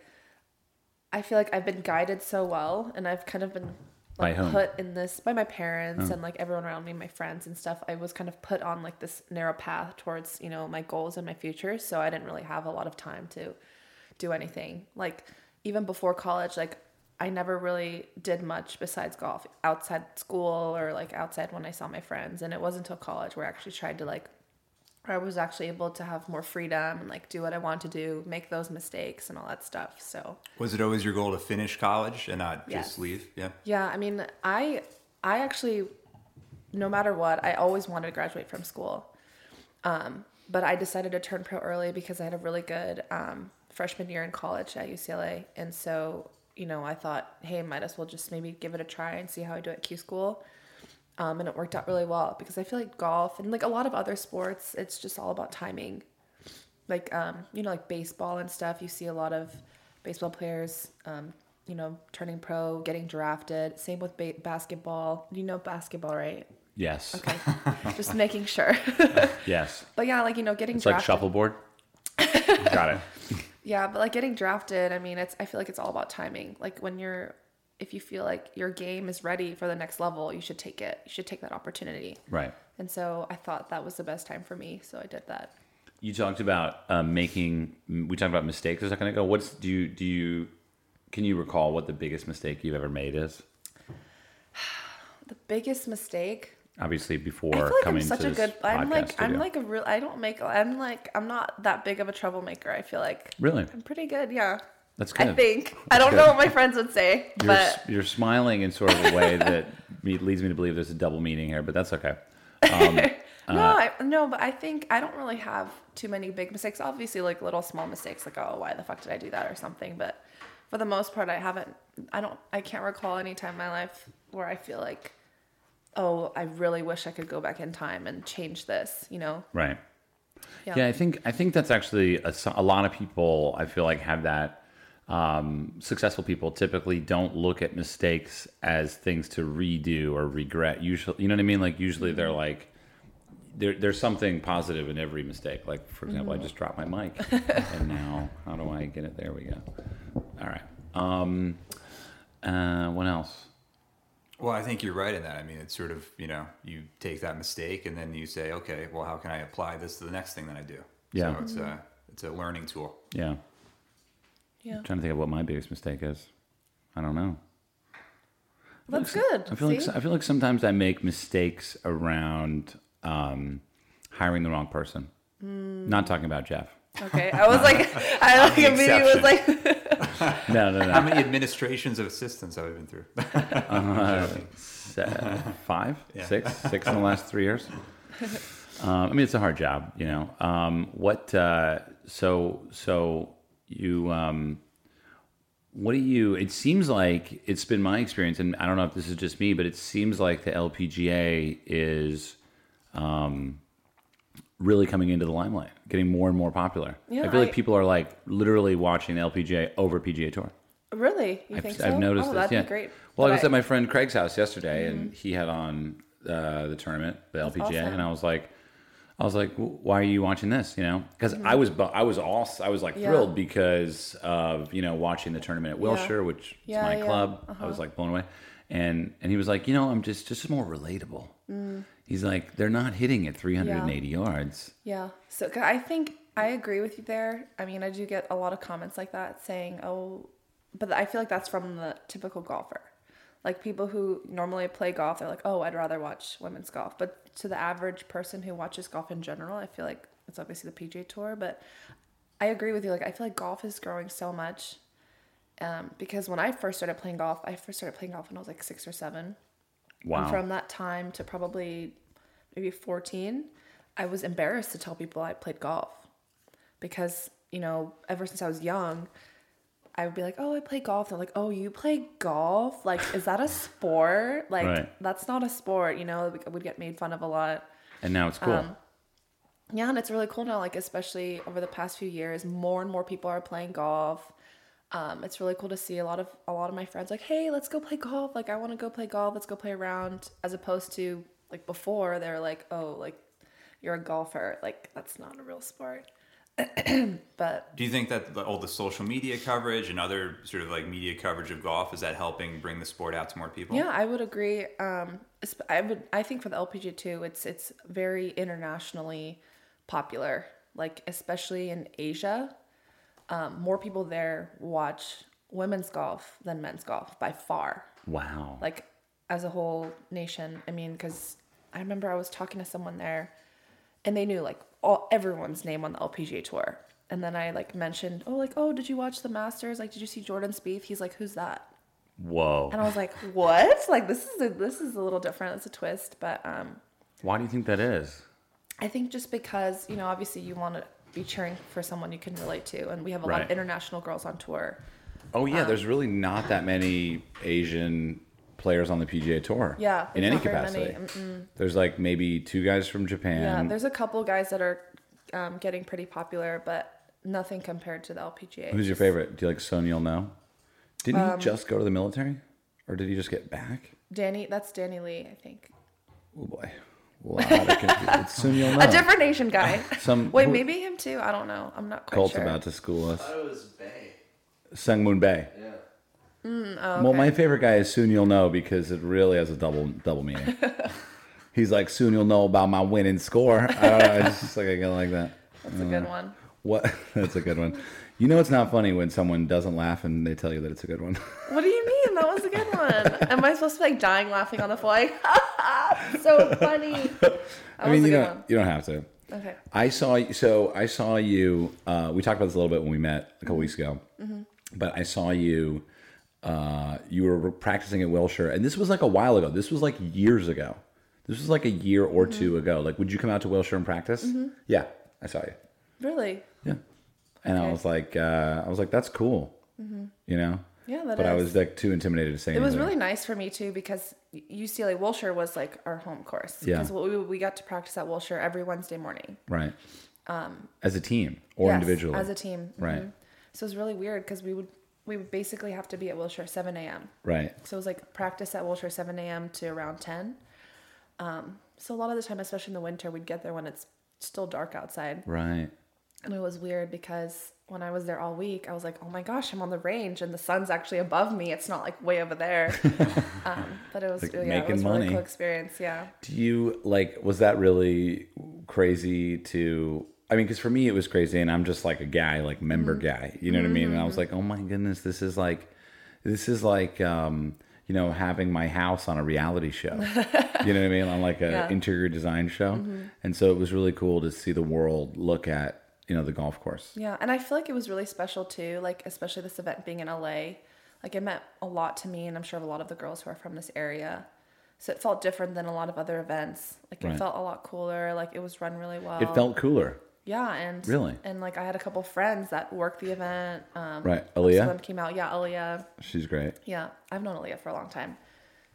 [SPEAKER 2] I feel like I've been guided so well, and I've kind of been
[SPEAKER 1] By
[SPEAKER 2] like
[SPEAKER 1] whom? Oh.
[SPEAKER 2] put in this by my parents and like everyone around me, my friends and stuff. I was kind of put on like this narrow path towards you know my goals and my future, so I didn't really have a lot of time to do anything. Like even before college, like I never really did much besides golf outside school or like outside when I saw my friends. And it wasn't until college where I actually tried to like where I was actually able to have more freedom and like do what I want to do, make those mistakes and all that stuff. So
[SPEAKER 3] Was it always your goal to finish college and not
[SPEAKER 2] Yes.
[SPEAKER 3] just leave? Yeah.
[SPEAKER 2] yeah, I mean, I I actually, no matter what, I always wanted to graduate from school. Um, But I decided to turn pro early because I had a really good um, freshman year in college at UCLA, and so you know I thought, hey, might as well just maybe give it a try and see how I do at Q school. Um, and it worked out really well because I feel like golf and like a lot of other sports, it's just all about timing like um, you know, like baseball and stuff. You see a lot of baseball players, um, you know, turning pro, getting drafted. Same with ba- basketball. You know basketball, right?
[SPEAKER 1] Yes.
[SPEAKER 2] Okay,
[SPEAKER 1] *laughs*
[SPEAKER 2] just making sure. *laughs*
[SPEAKER 1] Yes.
[SPEAKER 2] but yeah, like you know, getting
[SPEAKER 1] It's like
[SPEAKER 2] drafted. *laughs*
[SPEAKER 1] shuffleboard.
[SPEAKER 4] Got it.
[SPEAKER 2] Yeah, but like getting drafted. I mean, it's. I feel like it's all about timing. Like when you're, if you feel like your game is ready for the next level, you should take it. You should take that opportunity.
[SPEAKER 1] Right.
[SPEAKER 2] And so I thought that was the best time for me, so I did that.
[SPEAKER 1] You talked about um, making. We talked about mistakes a second ago. What's do you do you can you recall what the biggest mistake you've ever made is?
[SPEAKER 2] The biggest mistake
[SPEAKER 1] Obviously, before
[SPEAKER 2] I feel like
[SPEAKER 1] coming
[SPEAKER 2] I'm such
[SPEAKER 1] to
[SPEAKER 2] a
[SPEAKER 1] this
[SPEAKER 2] good. I'm
[SPEAKER 1] podcast
[SPEAKER 2] like I'm
[SPEAKER 1] studio.
[SPEAKER 2] like a real. I don't make. I'm like I'm not that big of a troublemaker. I feel like
[SPEAKER 1] really.
[SPEAKER 2] I'm pretty good. Yeah,
[SPEAKER 1] That's good.
[SPEAKER 2] I think. I don't know what my friends would say,
[SPEAKER 1] You're, s-
[SPEAKER 2] but
[SPEAKER 1] you're smiling in sort of a
[SPEAKER 2] *laughs*
[SPEAKER 1] way that me, leads me to believe there's a double meaning here, but that's okay. uh,
[SPEAKER 2] no, I, no. But I think I don't really have too many big mistakes. Obviously, like little small mistakes, like oh, why the fuck did I do that or something. But for the most part, I haven't. I don't. I can't recall any time in my life where I feel like, oh, I really wish I could go back in time and change this. You know?
[SPEAKER 1] Right. Yeah. I think I think that's actually a, so- a lot of people. I feel like have that. Um, successful people typically don't look at mistakes as things to redo or regret. Usually, you know what I mean. Like usually they're like, there, there's something positive in every mistake. Like for example, I just dropped my mic, and now how do I get it? There we go. All right. Um, uh, what else?
[SPEAKER 3] Well, I think you're right in that. I mean, it's sort of, you know, you take that mistake and then you say, okay, well, how can I apply this to the next thing that I do?
[SPEAKER 1] Yeah.
[SPEAKER 3] So it's a, it's a
[SPEAKER 1] *laughs*
[SPEAKER 3] learning tool.
[SPEAKER 1] Yeah.
[SPEAKER 2] Yeah.
[SPEAKER 1] I'm trying to think of what my biggest mistake is. I don't know.
[SPEAKER 2] That's good.
[SPEAKER 1] I feel like
[SPEAKER 2] See?
[SPEAKER 1] I feel like sometimes I make mistakes around um, hiring the wrong person.
[SPEAKER 2] Hmm.
[SPEAKER 1] Not talking about Jeff.
[SPEAKER 2] Okay, I was like, *laughs* I like
[SPEAKER 3] the
[SPEAKER 2] immediately was like,
[SPEAKER 1] No, no,
[SPEAKER 3] How
[SPEAKER 1] no.
[SPEAKER 3] many administrations of assistants have I been through? *laughs*
[SPEAKER 1] Se- *laughs* Five,
[SPEAKER 3] Yeah.
[SPEAKER 1] six, six in the last three
[SPEAKER 2] *laughs*
[SPEAKER 1] years. Um, I mean, it's a hard job, you know. Um, what? Uh, so, so you. Um, what do you? It seems like it's been my experience, and I don't know if this is just me, but it seems like the LPGA is. um, really coming into the limelight, getting more and more popular.
[SPEAKER 2] Yeah,
[SPEAKER 1] I feel like
[SPEAKER 2] I-
[SPEAKER 1] people are like literally watching the LPGA over PGA Tour.
[SPEAKER 2] *laughs* really? You think so?
[SPEAKER 1] I've noticed
[SPEAKER 2] oh,
[SPEAKER 1] this.
[SPEAKER 2] That'd
[SPEAKER 1] yeah.
[SPEAKER 2] be great.
[SPEAKER 1] Well,
[SPEAKER 2] But
[SPEAKER 1] I was at my friend Craig's house yesterday, and he had on uh, the tournament, the LPGA,
[SPEAKER 2] awesome.
[SPEAKER 1] and I was like, I was like, "W- why are you watching this? You know, because I was, bu- I was all, I was like
[SPEAKER 2] Mm-hmm. Yeah.
[SPEAKER 1] thrilled because of you know watching the tournament at Wilshire, which
[SPEAKER 2] Yeah,
[SPEAKER 1] is my
[SPEAKER 2] yeah. Uh-huh.
[SPEAKER 1] club. I was like blown away, and and he was like, you know, I'm just just more relatable. He's like, they're not hitting at 380 yards.
[SPEAKER 2] Mm. Yeah. So 'cause I think I agree with you there. I mean, I do get a lot of comments like that saying, "Oh," but I feel like that's from the typical golfer. Like people who normally play golf, they're like, "Oh, I'd rather watch women's golf." But to the average person who watches golf in general, I feel like it's obviously the PGA Tour, but I agree with you. Like I feel like golf is growing so much. Um, because when I first started playing golf, I first started playing golf when I was like six or seven.
[SPEAKER 1] Wow.
[SPEAKER 2] And from that time to probably maybe 14, I was embarrassed to tell people I played golf because, you know, ever since I was young, I would be like, oh, I play golf. They're like, oh, you play golf? Like, is that a sport? Like,
[SPEAKER 1] Right.
[SPEAKER 2] that's not a sport. You know, I would get made fun of a lot.
[SPEAKER 1] and now it's cool.
[SPEAKER 2] um, Yeah, and it's really cool now, like, especially over the past few years, more and more people are playing golf. Um, it's really cool to see a lot of a lot of my friends like, hey, let's go play golf. Like, I want to go play golf. Let's go play around. As opposed to like before, they're like, oh, like you're a golfer. Like that's not a real sport. *clears throat* but
[SPEAKER 3] Do you think that the- all the social media coverage and other sort of like media coverage of golf is that helping bring the sport out to more people?
[SPEAKER 2] yeah, I would agree. Um, esp- I would I think for the LPG too, it's it's very internationally popular. Like especially in Asia, um, more people there watch women's golf than men's golf by far.
[SPEAKER 1] Wow.
[SPEAKER 2] like as a whole nation. I mean, because I remember I was talking to someone there, and they knew like all everyone's name on the LPGA tour. And then I like mentioned, oh, like oh, did you watch the Masters? Like, did you see Jordan Spieth? He's like, who's that?
[SPEAKER 1] Whoa.
[SPEAKER 2] And I was like, what? Like this is a, this is a little different. It's a twist, but um,
[SPEAKER 1] Why do you think that is?
[SPEAKER 2] I think just because you know, obviously, you want to be cheering for someone you can relate to, and we have a lot of
[SPEAKER 5] Right.
[SPEAKER 2] international girls on tour.
[SPEAKER 1] Oh yeah,
[SPEAKER 2] Um,
[SPEAKER 1] there's really not that many Asian players on the PGA Tour.
[SPEAKER 2] Yeah,
[SPEAKER 1] in
[SPEAKER 2] there's
[SPEAKER 1] any
[SPEAKER 2] not very many.
[SPEAKER 1] capacity. There's like maybe two guys from
[SPEAKER 2] Yeah,
[SPEAKER 1] Japan.
[SPEAKER 2] there's a couple guys that are um, getting pretty popular, but nothing compared to the LPGA.
[SPEAKER 1] Who's your favorite? Do you like Sun You'll Know? Didn't
[SPEAKER 2] Um,
[SPEAKER 1] he just go to the military, or did he just get back?
[SPEAKER 2] Danny, that's Danny Lee, I think.
[SPEAKER 1] Oh boy, well, I had a confu- *laughs* it's Sun You'll Know.
[SPEAKER 2] A different
[SPEAKER 1] *laughs*
[SPEAKER 2] nation guy.
[SPEAKER 1] Some-
[SPEAKER 2] Wait,
[SPEAKER 1] who-
[SPEAKER 2] maybe him too. I don't know. I'm not quite
[SPEAKER 1] Colt's
[SPEAKER 2] sure.
[SPEAKER 1] about to school us.
[SPEAKER 6] That was Bay.
[SPEAKER 1] Sung Moon Bay.
[SPEAKER 6] Yeah.
[SPEAKER 2] Mm, oh,
[SPEAKER 1] Well, my favorite guy is Soon You'll Know because it really has a double double
[SPEAKER 2] *laughs*
[SPEAKER 1] meaning. He's like Soon You'll Know about my winning score. I don't know. It's just like I go like that.
[SPEAKER 2] That's a good one.
[SPEAKER 1] What? *laughs* That's a good one. You know, it's not funny when someone doesn't laugh and they tell you that it's a good one.
[SPEAKER 2] What do you mean? That was a good one. Am I supposed to be like dying laughing on the fly? *laughs* so funny. That
[SPEAKER 1] *laughs* *laughs* I
[SPEAKER 2] was
[SPEAKER 1] mean, you
[SPEAKER 2] a good
[SPEAKER 1] don't
[SPEAKER 2] one.
[SPEAKER 1] you don't have to.
[SPEAKER 2] Okay.
[SPEAKER 1] I saw you. So I saw you. Uh, we talked about this a little bit when we met
[SPEAKER 2] Mm-hmm.
[SPEAKER 1] a couple weeks ago. But I saw you. Uh, you were practicing at Wilshire, and this was like a while ago. This was like years ago. This was like a year or
[SPEAKER 2] Mm-hmm.
[SPEAKER 1] two ago. Like, would you come out to Wilshire and practice? Yeah, I saw you.
[SPEAKER 2] Really?
[SPEAKER 1] Yeah, and I
[SPEAKER 2] Okay. Mm-hmm.
[SPEAKER 1] was like, uh, I was like, that's cool. You know.
[SPEAKER 2] Yeah, that
[SPEAKER 1] but I
[SPEAKER 2] is.
[SPEAKER 1] was like too intimidated to say
[SPEAKER 2] It
[SPEAKER 1] anything.
[SPEAKER 2] was really nice for me too because UCLA Wilshire was like our home course.
[SPEAKER 1] Yeah.
[SPEAKER 2] Because we, we got to practice at Wilshire every Wednesday morning.
[SPEAKER 1] Right. as a team or
[SPEAKER 2] um, Yes,
[SPEAKER 1] individually.
[SPEAKER 2] As a team.
[SPEAKER 1] Right.
[SPEAKER 2] Mhm. So it was really weird because we would we would basically have to be at Wilshire 7 a.m.
[SPEAKER 1] Right.
[SPEAKER 2] So it was like practice at Wilshire 7 a.m. to around 10. Um, so a lot of the time, especially in the winter, we'd get there when it's still dark outside.
[SPEAKER 1] Right.
[SPEAKER 2] And it was weird because when I was there all week, I was like, oh my gosh, I'm on the range and the sun's actually above me. It's not like way
[SPEAKER 1] *laughs*
[SPEAKER 2] over there. um, but it was,
[SPEAKER 1] Like
[SPEAKER 2] yeah, it
[SPEAKER 1] making
[SPEAKER 2] was a
[SPEAKER 1] money.
[SPEAKER 2] really cool experience. Yeah.
[SPEAKER 1] Do you like was that really crazy to I mean cuz for me it was crazy and I'm just like a guy like member
[SPEAKER 2] Mm-hmm.
[SPEAKER 1] guy, you know what I mean? And I was like, "Oh my goodness, this is like this is like um you know, having my house on a reality
[SPEAKER 2] *laughs*
[SPEAKER 1] show. you know what I mean? On like an
[SPEAKER 2] Yeah. Mm-hmm.
[SPEAKER 1] interior design show. And so it was really cool to see the world look at, you know, the golf course.
[SPEAKER 2] Yeah, and I feel like it was really special too, like especially this event being in LA. Like it meant a lot to me and I'm sure a lot of the girls who are from this area. So it felt different than a lot of other events. Like it
[SPEAKER 1] Right.
[SPEAKER 2] felt a lot cooler, like it was run really well.
[SPEAKER 1] It felt cooler.
[SPEAKER 2] Yeah, and
[SPEAKER 1] Really?
[SPEAKER 2] and like I had a couple friends that worked the event. Um
[SPEAKER 1] Right. Oh,
[SPEAKER 2] some of them
[SPEAKER 1] Aaliyah,
[SPEAKER 2] came out. Yeah, Aaliyah.
[SPEAKER 1] she's great.
[SPEAKER 2] Yeah, I've known Aaliyah for a long time.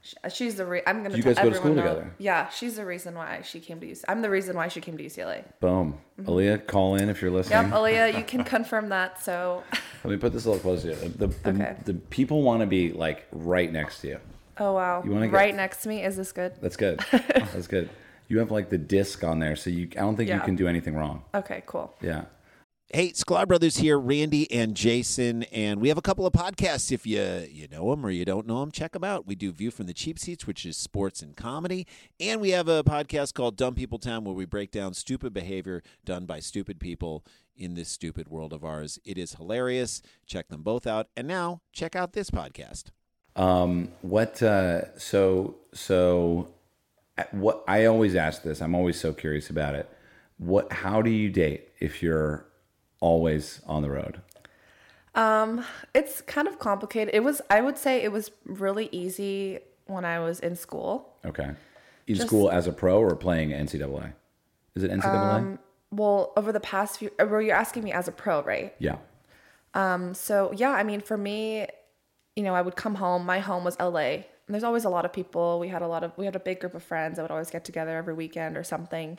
[SPEAKER 2] Sh- uh, She's the re- I'm gonna.
[SPEAKER 1] You
[SPEAKER 2] tell
[SPEAKER 1] guys go to
[SPEAKER 2] everyone
[SPEAKER 1] school
[SPEAKER 2] now-
[SPEAKER 1] together?
[SPEAKER 2] Yeah, she's the reason why she came to UC. I'm the reason why she came to UCLA.
[SPEAKER 1] Boom. Aaliyah, call in if you're listening.
[SPEAKER 2] Mm-hmm.
[SPEAKER 1] *laughs*
[SPEAKER 2] Yep, Aaliyah, you can confirm that. So, *laughs*
[SPEAKER 1] Let me put this a little closer. to you. The, the,
[SPEAKER 2] Okay.
[SPEAKER 1] the people want to be like right next to you.
[SPEAKER 2] oh wow,
[SPEAKER 1] You wanna get-
[SPEAKER 2] right next to me. Is this good?
[SPEAKER 1] That's
[SPEAKER 2] *laughs*
[SPEAKER 1] good. That's good. You have like the disc on there, so you. I don't think you
[SPEAKER 2] Yeah.
[SPEAKER 1] can do anything wrong.
[SPEAKER 2] Okay, cool.
[SPEAKER 1] Yeah.
[SPEAKER 7] Hey, Sklar Brothers here, Randy and Jason, and we have a couple of podcasts. If you you know them or you don't know them, check them out. We do View from the Cheap Seats, which is sports and comedy, and we have a podcast called Dumb People Town, where we break down stupid behavior done by stupid people in this stupid world of ours. It is hilarious. Check them both out, and now check out this podcast.
[SPEAKER 1] Um. What? Uh, so so. at What I always ask this. I'm always so curious about it. What? How do you date if you're always on the road?
[SPEAKER 2] Um, It's kind of complicated. It was. I would say it was really easy when I was in school.
[SPEAKER 1] Okay. In
[SPEAKER 2] Just-
[SPEAKER 1] school as a pro or playing NCAA? Is it NCAA?
[SPEAKER 2] Um, Well, over the past few, uh, well, you're asking me as a pro, right?
[SPEAKER 1] yeah.
[SPEAKER 2] So yeah, I mean, for me, you know, I would come home. My home was LA. And there's always a lot of people. We had a lot of we had a big group of friends that would always get together every weekend or something.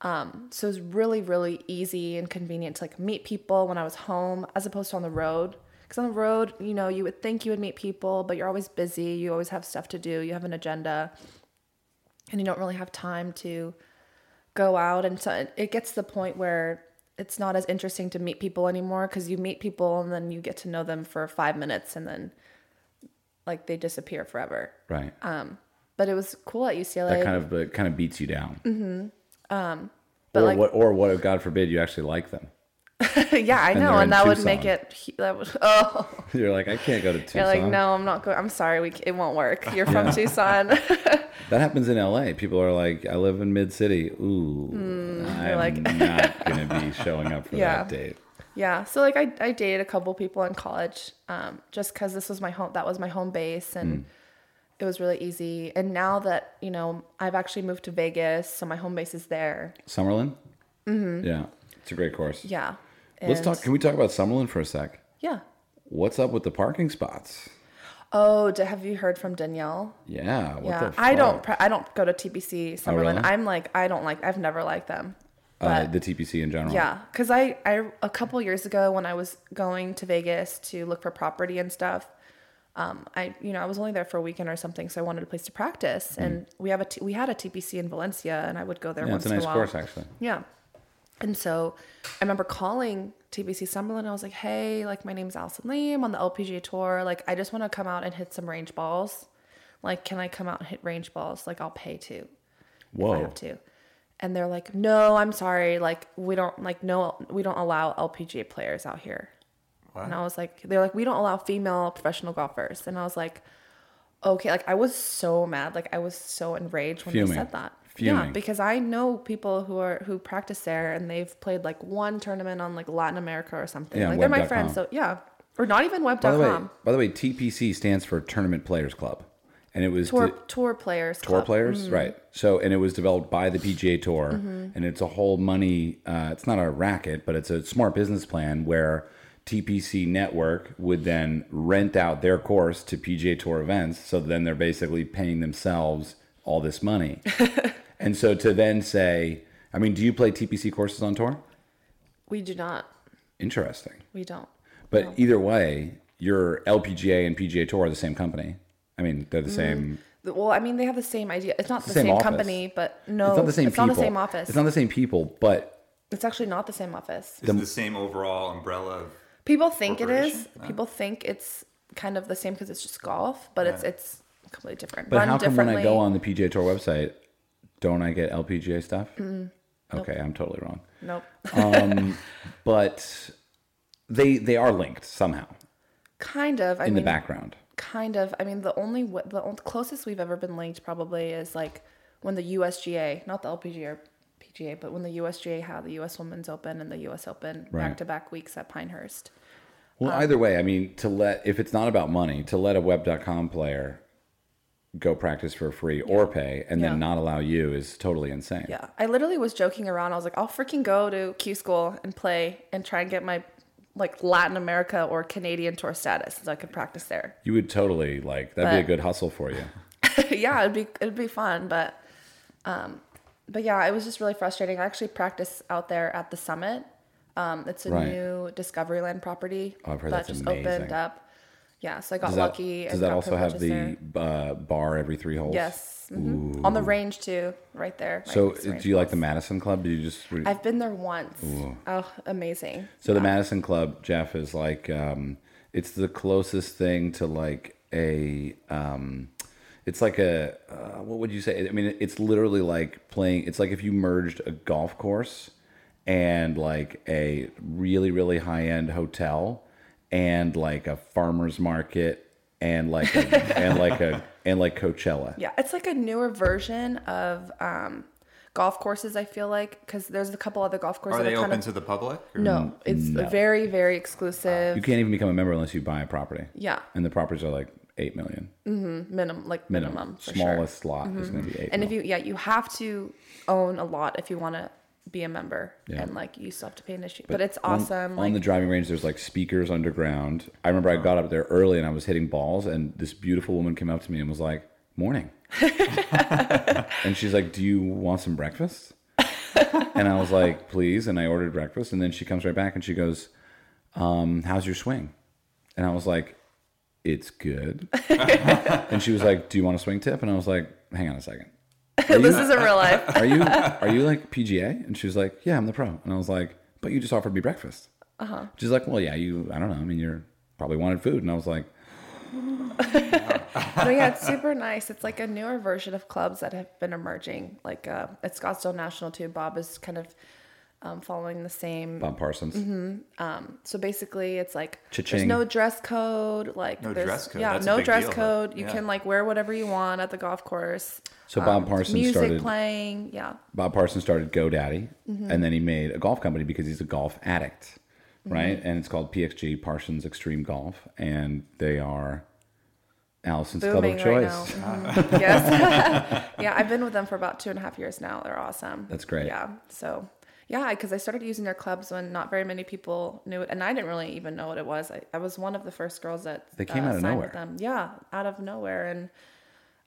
[SPEAKER 2] Um, so it was really, really easy and convenient to like meet people when I was home as opposed to on the road. Because on the road, you know, you would think you would meet people, but you're always busy. You always have stuff to do. You have an agenda, and you don't really have time to go out and so it gets to the point where it's not as interesting to meet people anymore because you meet people and then you get to know them for five minutes and then like they disappear forever
[SPEAKER 1] Right.
[SPEAKER 2] but it was cool at ucla
[SPEAKER 1] that kind of uh, kind of beats you down. Mm-hmm. Um,
[SPEAKER 2] but
[SPEAKER 1] or
[SPEAKER 2] like-
[SPEAKER 1] what? Or what? if, God forbid you actually like them.
[SPEAKER 2] *laughs*
[SPEAKER 1] *laughs*
[SPEAKER 2] yeah i know
[SPEAKER 1] they're
[SPEAKER 2] and,
[SPEAKER 1] in
[SPEAKER 2] that would
[SPEAKER 1] Tucson.
[SPEAKER 2] make it he- that would *laughs* oh
[SPEAKER 1] You're like, I can't go to
[SPEAKER 2] you're
[SPEAKER 1] Tucson.
[SPEAKER 2] like no i'm not going i'm sorry we, c- it won't work you're
[SPEAKER 1] *laughs*
[SPEAKER 2] from tucson *laughs*
[SPEAKER 1] That happens in L.A. People are like, I live in Mid City. Ooh, I'm
[SPEAKER 2] Hmm, like- *laughs*
[SPEAKER 1] not gonna be showing up for
[SPEAKER 2] Yeah.
[SPEAKER 1] that date.
[SPEAKER 2] yeah so like i, I
[SPEAKER 1] Mm.
[SPEAKER 2] dated a couple people in college um, just because this was my home that was my home base and it was really easy. And now that, you know, I've actually moved to Vegas, so my home base is there.
[SPEAKER 1] Summerlin? Mm-hmm. Yeah. It's a great course.
[SPEAKER 2] Yeah.
[SPEAKER 1] Let's
[SPEAKER 2] And-
[SPEAKER 1] talk. Can we talk about Summerlin for a sec?
[SPEAKER 2] Yeah.
[SPEAKER 1] What's up with the parking spots?
[SPEAKER 2] Oh, d- have you heard from Danielle?
[SPEAKER 1] Yeah. What
[SPEAKER 2] yeah.
[SPEAKER 1] The
[SPEAKER 2] I don't
[SPEAKER 1] fuck? Oh,
[SPEAKER 2] pre- I don't go to TBC Summerlin.
[SPEAKER 1] really?
[SPEAKER 2] I'm like I don't like I've never liked them.
[SPEAKER 1] uh, the TPC in general.
[SPEAKER 2] Yeah, because I, I a couple years ago when I was going to Vegas to look for property and stuff, um, I you know I was only there for a weekend or something, so I wanted a place to practice, and we have a t- we had a TPC in Valencia, and I would go there
[SPEAKER 1] Mm-hmm. Yeah,
[SPEAKER 2] once
[SPEAKER 1] it's a
[SPEAKER 2] in
[SPEAKER 1] nice
[SPEAKER 2] a while.
[SPEAKER 1] course actually.
[SPEAKER 2] Yeah, and so I remember calling TBC Summerlin. I was like, hey, like my name's Allison Lee. I'm on the LPGA tour. Like I just want to come out and hit some range balls. Like, can I come out and hit range balls? Like I'll pay to if I
[SPEAKER 1] Whoa.
[SPEAKER 2] have to. And they're like, no, I'm sorry. Like, we don't like no, we don't allow LPGA players out here. And I was like, they're like, we don't allow female professional golfers. And I was like, okay. Like, I was so mad. Like, I was so enraged when they
[SPEAKER 1] Fuming.
[SPEAKER 2] said that. Yeah,
[SPEAKER 1] Fuming.
[SPEAKER 2] because I know people who are who practice there, and they've played like one tournament on like Latin America or something.
[SPEAKER 1] Yeah,
[SPEAKER 2] like they're my
[SPEAKER 1] web.com.
[SPEAKER 2] friends. So yeah, or not even
[SPEAKER 1] By the way,
[SPEAKER 2] web.com.
[SPEAKER 1] by the way, TPC stands for Tournament Players Club, and it was
[SPEAKER 2] Tour
[SPEAKER 1] de-
[SPEAKER 2] tour players.
[SPEAKER 1] tour
[SPEAKER 2] club.
[SPEAKER 1] players, right? So, and it was developed by the PGA Tour,
[SPEAKER 2] Mm-hmm.
[SPEAKER 1] and it's a whole money. Uh, it's not a racket, but it's a smart business plan where TPC Network would then rent out their course to PGA Tour events. So then they're basically paying themselves all this
[SPEAKER 2] *laughs*
[SPEAKER 1] money, and so to then say, I mean, do you play TPC courses on tour?
[SPEAKER 2] We do not.
[SPEAKER 1] Interesting.
[SPEAKER 2] We don't.
[SPEAKER 1] But either way, your LPGA and PGA Tour are the same company. I mean, they're
[SPEAKER 2] Mm.
[SPEAKER 1] the same.
[SPEAKER 2] Well, I mean, they have the same idea. It's not the,
[SPEAKER 1] the
[SPEAKER 2] same,
[SPEAKER 1] same office.
[SPEAKER 2] company, but no,
[SPEAKER 1] it's not the same
[SPEAKER 2] Oh, It's
[SPEAKER 1] people.
[SPEAKER 2] not the same office.
[SPEAKER 1] It's not the same people, but
[SPEAKER 2] It's actually not the same office.
[SPEAKER 3] Is it the same overall umbrella of
[SPEAKER 2] People think it is.
[SPEAKER 3] Corporation?
[SPEAKER 2] People think it's kind of the same because it's just golf, but it's it's completely different.
[SPEAKER 1] but
[SPEAKER 2] Run
[SPEAKER 1] how come when I go
[SPEAKER 2] differently.
[SPEAKER 1] on the PGA Tour website, don't I get LPGA stuff?
[SPEAKER 2] Mm-hmm.
[SPEAKER 1] Okay, I'm totally
[SPEAKER 2] *laughs*
[SPEAKER 1] wrong. Um,
[SPEAKER 2] Nope.
[SPEAKER 1] But they they are linked somehow
[SPEAKER 2] kind of. I
[SPEAKER 1] in
[SPEAKER 2] mean,
[SPEAKER 1] the background.
[SPEAKER 2] Kind of. I mean, the only w- the on- closest we've ever been linked probably is like when the USGA, not the LPGA or PGA, but when the USGA had the US Women's Open and the US Open
[SPEAKER 1] Right.
[SPEAKER 2] back to back weeks at Pinehurst. uh,
[SPEAKER 1] Well, either way, I mean, to let if it's not about money, to let a web.com player go practice for free or pay and
[SPEAKER 2] Yeah.
[SPEAKER 1] then not allow you is totally insane.
[SPEAKER 2] Yeah, I literally was joking around. I was like, I'll freaking go to Q school and play and try and get my like Latin America or Canadian tour status so I could practice there. *laughs*
[SPEAKER 1] You would totally like that'd be
[SPEAKER 2] But-
[SPEAKER 1] a good hustle for
[SPEAKER 2] *laughs*
[SPEAKER 1] you.
[SPEAKER 2] yeah, it'd be it'd be fun, but um, but yeah, it was just really frustrating. I actually practice out there at the summit. Um, it's a
[SPEAKER 1] Right.
[SPEAKER 2] new Discoveryland property
[SPEAKER 1] Oh, I've heard
[SPEAKER 2] that
[SPEAKER 1] that's
[SPEAKER 2] just opened
[SPEAKER 1] amazing.
[SPEAKER 2] up. Yeah, so I got
[SPEAKER 1] Does that-
[SPEAKER 2] lucky.
[SPEAKER 1] Does
[SPEAKER 2] and
[SPEAKER 1] that
[SPEAKER 2] got
[SPEAKER 1] also have the
[SPEAKER 2] privileges
[SPEAKER 1] uh, bar every three holes?
[SPEAKER 2] there. yes mhm. on the range too, right there? right
[SPEAKER 1] So, uh,
[SPEAKER 2] next to
[SPEAKER 1] do
[SPEAKER 2] range.
[SPEAKER 1] you like the Madison Club? Do you just re-
[SPEAKER 2] I've been there once. Oh, amazing.
[SPEAKER 1] so the Madison Club, Jeff, is like um, it's the closest thing to like a um, it's like a uh, what would you say? I mean, it's literally like playing. It's like if you merged a golf course and like a really really high end hotel and like a farmers market and like a, and like
[SPEAKER 2] *laughs*
[SPEAKER 1] a and like Coachella.
[SPEAKER 2] Yeah, it's like a newer version of um, golf courses. I feel like because there's a couple other golf courses.
[SPEAKER 3] are they
[SPEAKER 2] that
[SPEAKER 3] open
[SPEAKER 2] kind of,
[SPEAKER 3] to the public? or-
[SPEAKER 2] No, it's very very exclusive.
[SPEAKER 1] You can't even become a member unless you buy a property.
[SPEAKER 2] Yeah.
[SPEAKER 1] And the properties are like eight million.
[SPEAKER 2] minimum like minimum,
[SPEAKER 1] Minimum.
[SPEAKER 2] for
[SPEAKER 1] Smallest
[SPEAKER 2] sure. Mm-hmm.
[SPEAKER 1] lot is gonna be eight
[SPEAKER 2] And if you yeah, you have to own a lot if you want to be a member, and like you still have to pay an issue. But, it's awesome.
[SPEAKER 1] On,
[SPEAKER 2] like
[SPEAKER 1] on the driving range, there's like speakers underground. I remember I got up there early and I was hitting balls, and this beautiful woman came up to me and was like, "Morning,"
[SPEAKER 2] *laughs*
[SPEAKER 1] and she's like, "Do you want some breakfast?" and I was like, "Please," and I ordered breakfast, and then she comes right back and she goes, um, "How's your swing?" And I was like, "It's
[SPEAKER 2] *laughs*
[SPEAKER 1] good," and she was like, "Do you want a swing tip?" And I was like, "Hang on a second. Are you-
[SPEAKER 2] this isn't
[SPEAKER 1] *laughs*
[SPEAKER 2] real life.
[SPEAKER 1] are
[SPEAKER 2] *laughs*
[SPEAKER 1] you are you like PGA? And she was like, Yeah, I'm the pro. And I was like, But you just offered me breakfast. Uh-huh. She's like, Well, yeah, you. I don't know. I mean, you're probably wanted food. And I was like,
[SPEAKER 2] no, yeah, it's super nice. It's like a newer version of clubs that have been emerging. Like uh, at Scottsdale National too, Bob is kind of um, following the same.
[SPEAKER 1] Bob Parsons.
[SPEAKER 2] Mm-hmm. So basically, it's like there's
[SPEAKER 1] Cha-ching.
[SPEAKER 2] no dress code. Like
[SPEAKER 3] No
[SPEAKER 2] there's,
[SPEAKER 3] dress code.
[SPEAKER 2] Yeah,
[SPEAKER 3] That's a
[SPEAKER 2] no
[SPEAKER 3] big
[SPEAKER 2] dress
[SPEAKER 3] deal, though.
[SPEAKER 2] code. You
[SPEAKER 3] Yeah.
[SPEAKER 2] can like wear whatever you want at the golf course. Um,
[SPEAKER 1] So Bob Parsons
[SPEAKER 2] Uh, Music
[SPEAKER 1] started.
[SPEAKER 2] playing. Yeah.
[SPEAKER 1] Bob Parsons started GoDaddy,
[SPEAKER 2] Mm-hmm.
[SPEAKER 1] and then he made a golf company because he's a golf addict,
[SPEAKER 2] Mm-hmm.
[SPEAKER 1] right? And it's called PXG Parsons Extreme Golf, and they are Allison's Club
[SPEAKER 2] booming
[SPEAKER 1] of
[SPEAKER 2] right now.
[SPEAKER 1] Choice.
[SPEAKER 2] Mhm. yes. yeah, I've been with them for about two and a half years now. They're awesome.
[SPEAKER 1] That's great.
[SPEAKER 2] Yeah. So, yeah, because I started using their clubs when not very many people knew it, and I didn't really even know what it was. I, I was one of the first girls that uh,
[SPEAKER 1] They came out of
[SPEAKER 2] signed
[SPEAKER 1] nowhere.
[SPEAKER 2] with them. Yeah, out of nowhere, and um,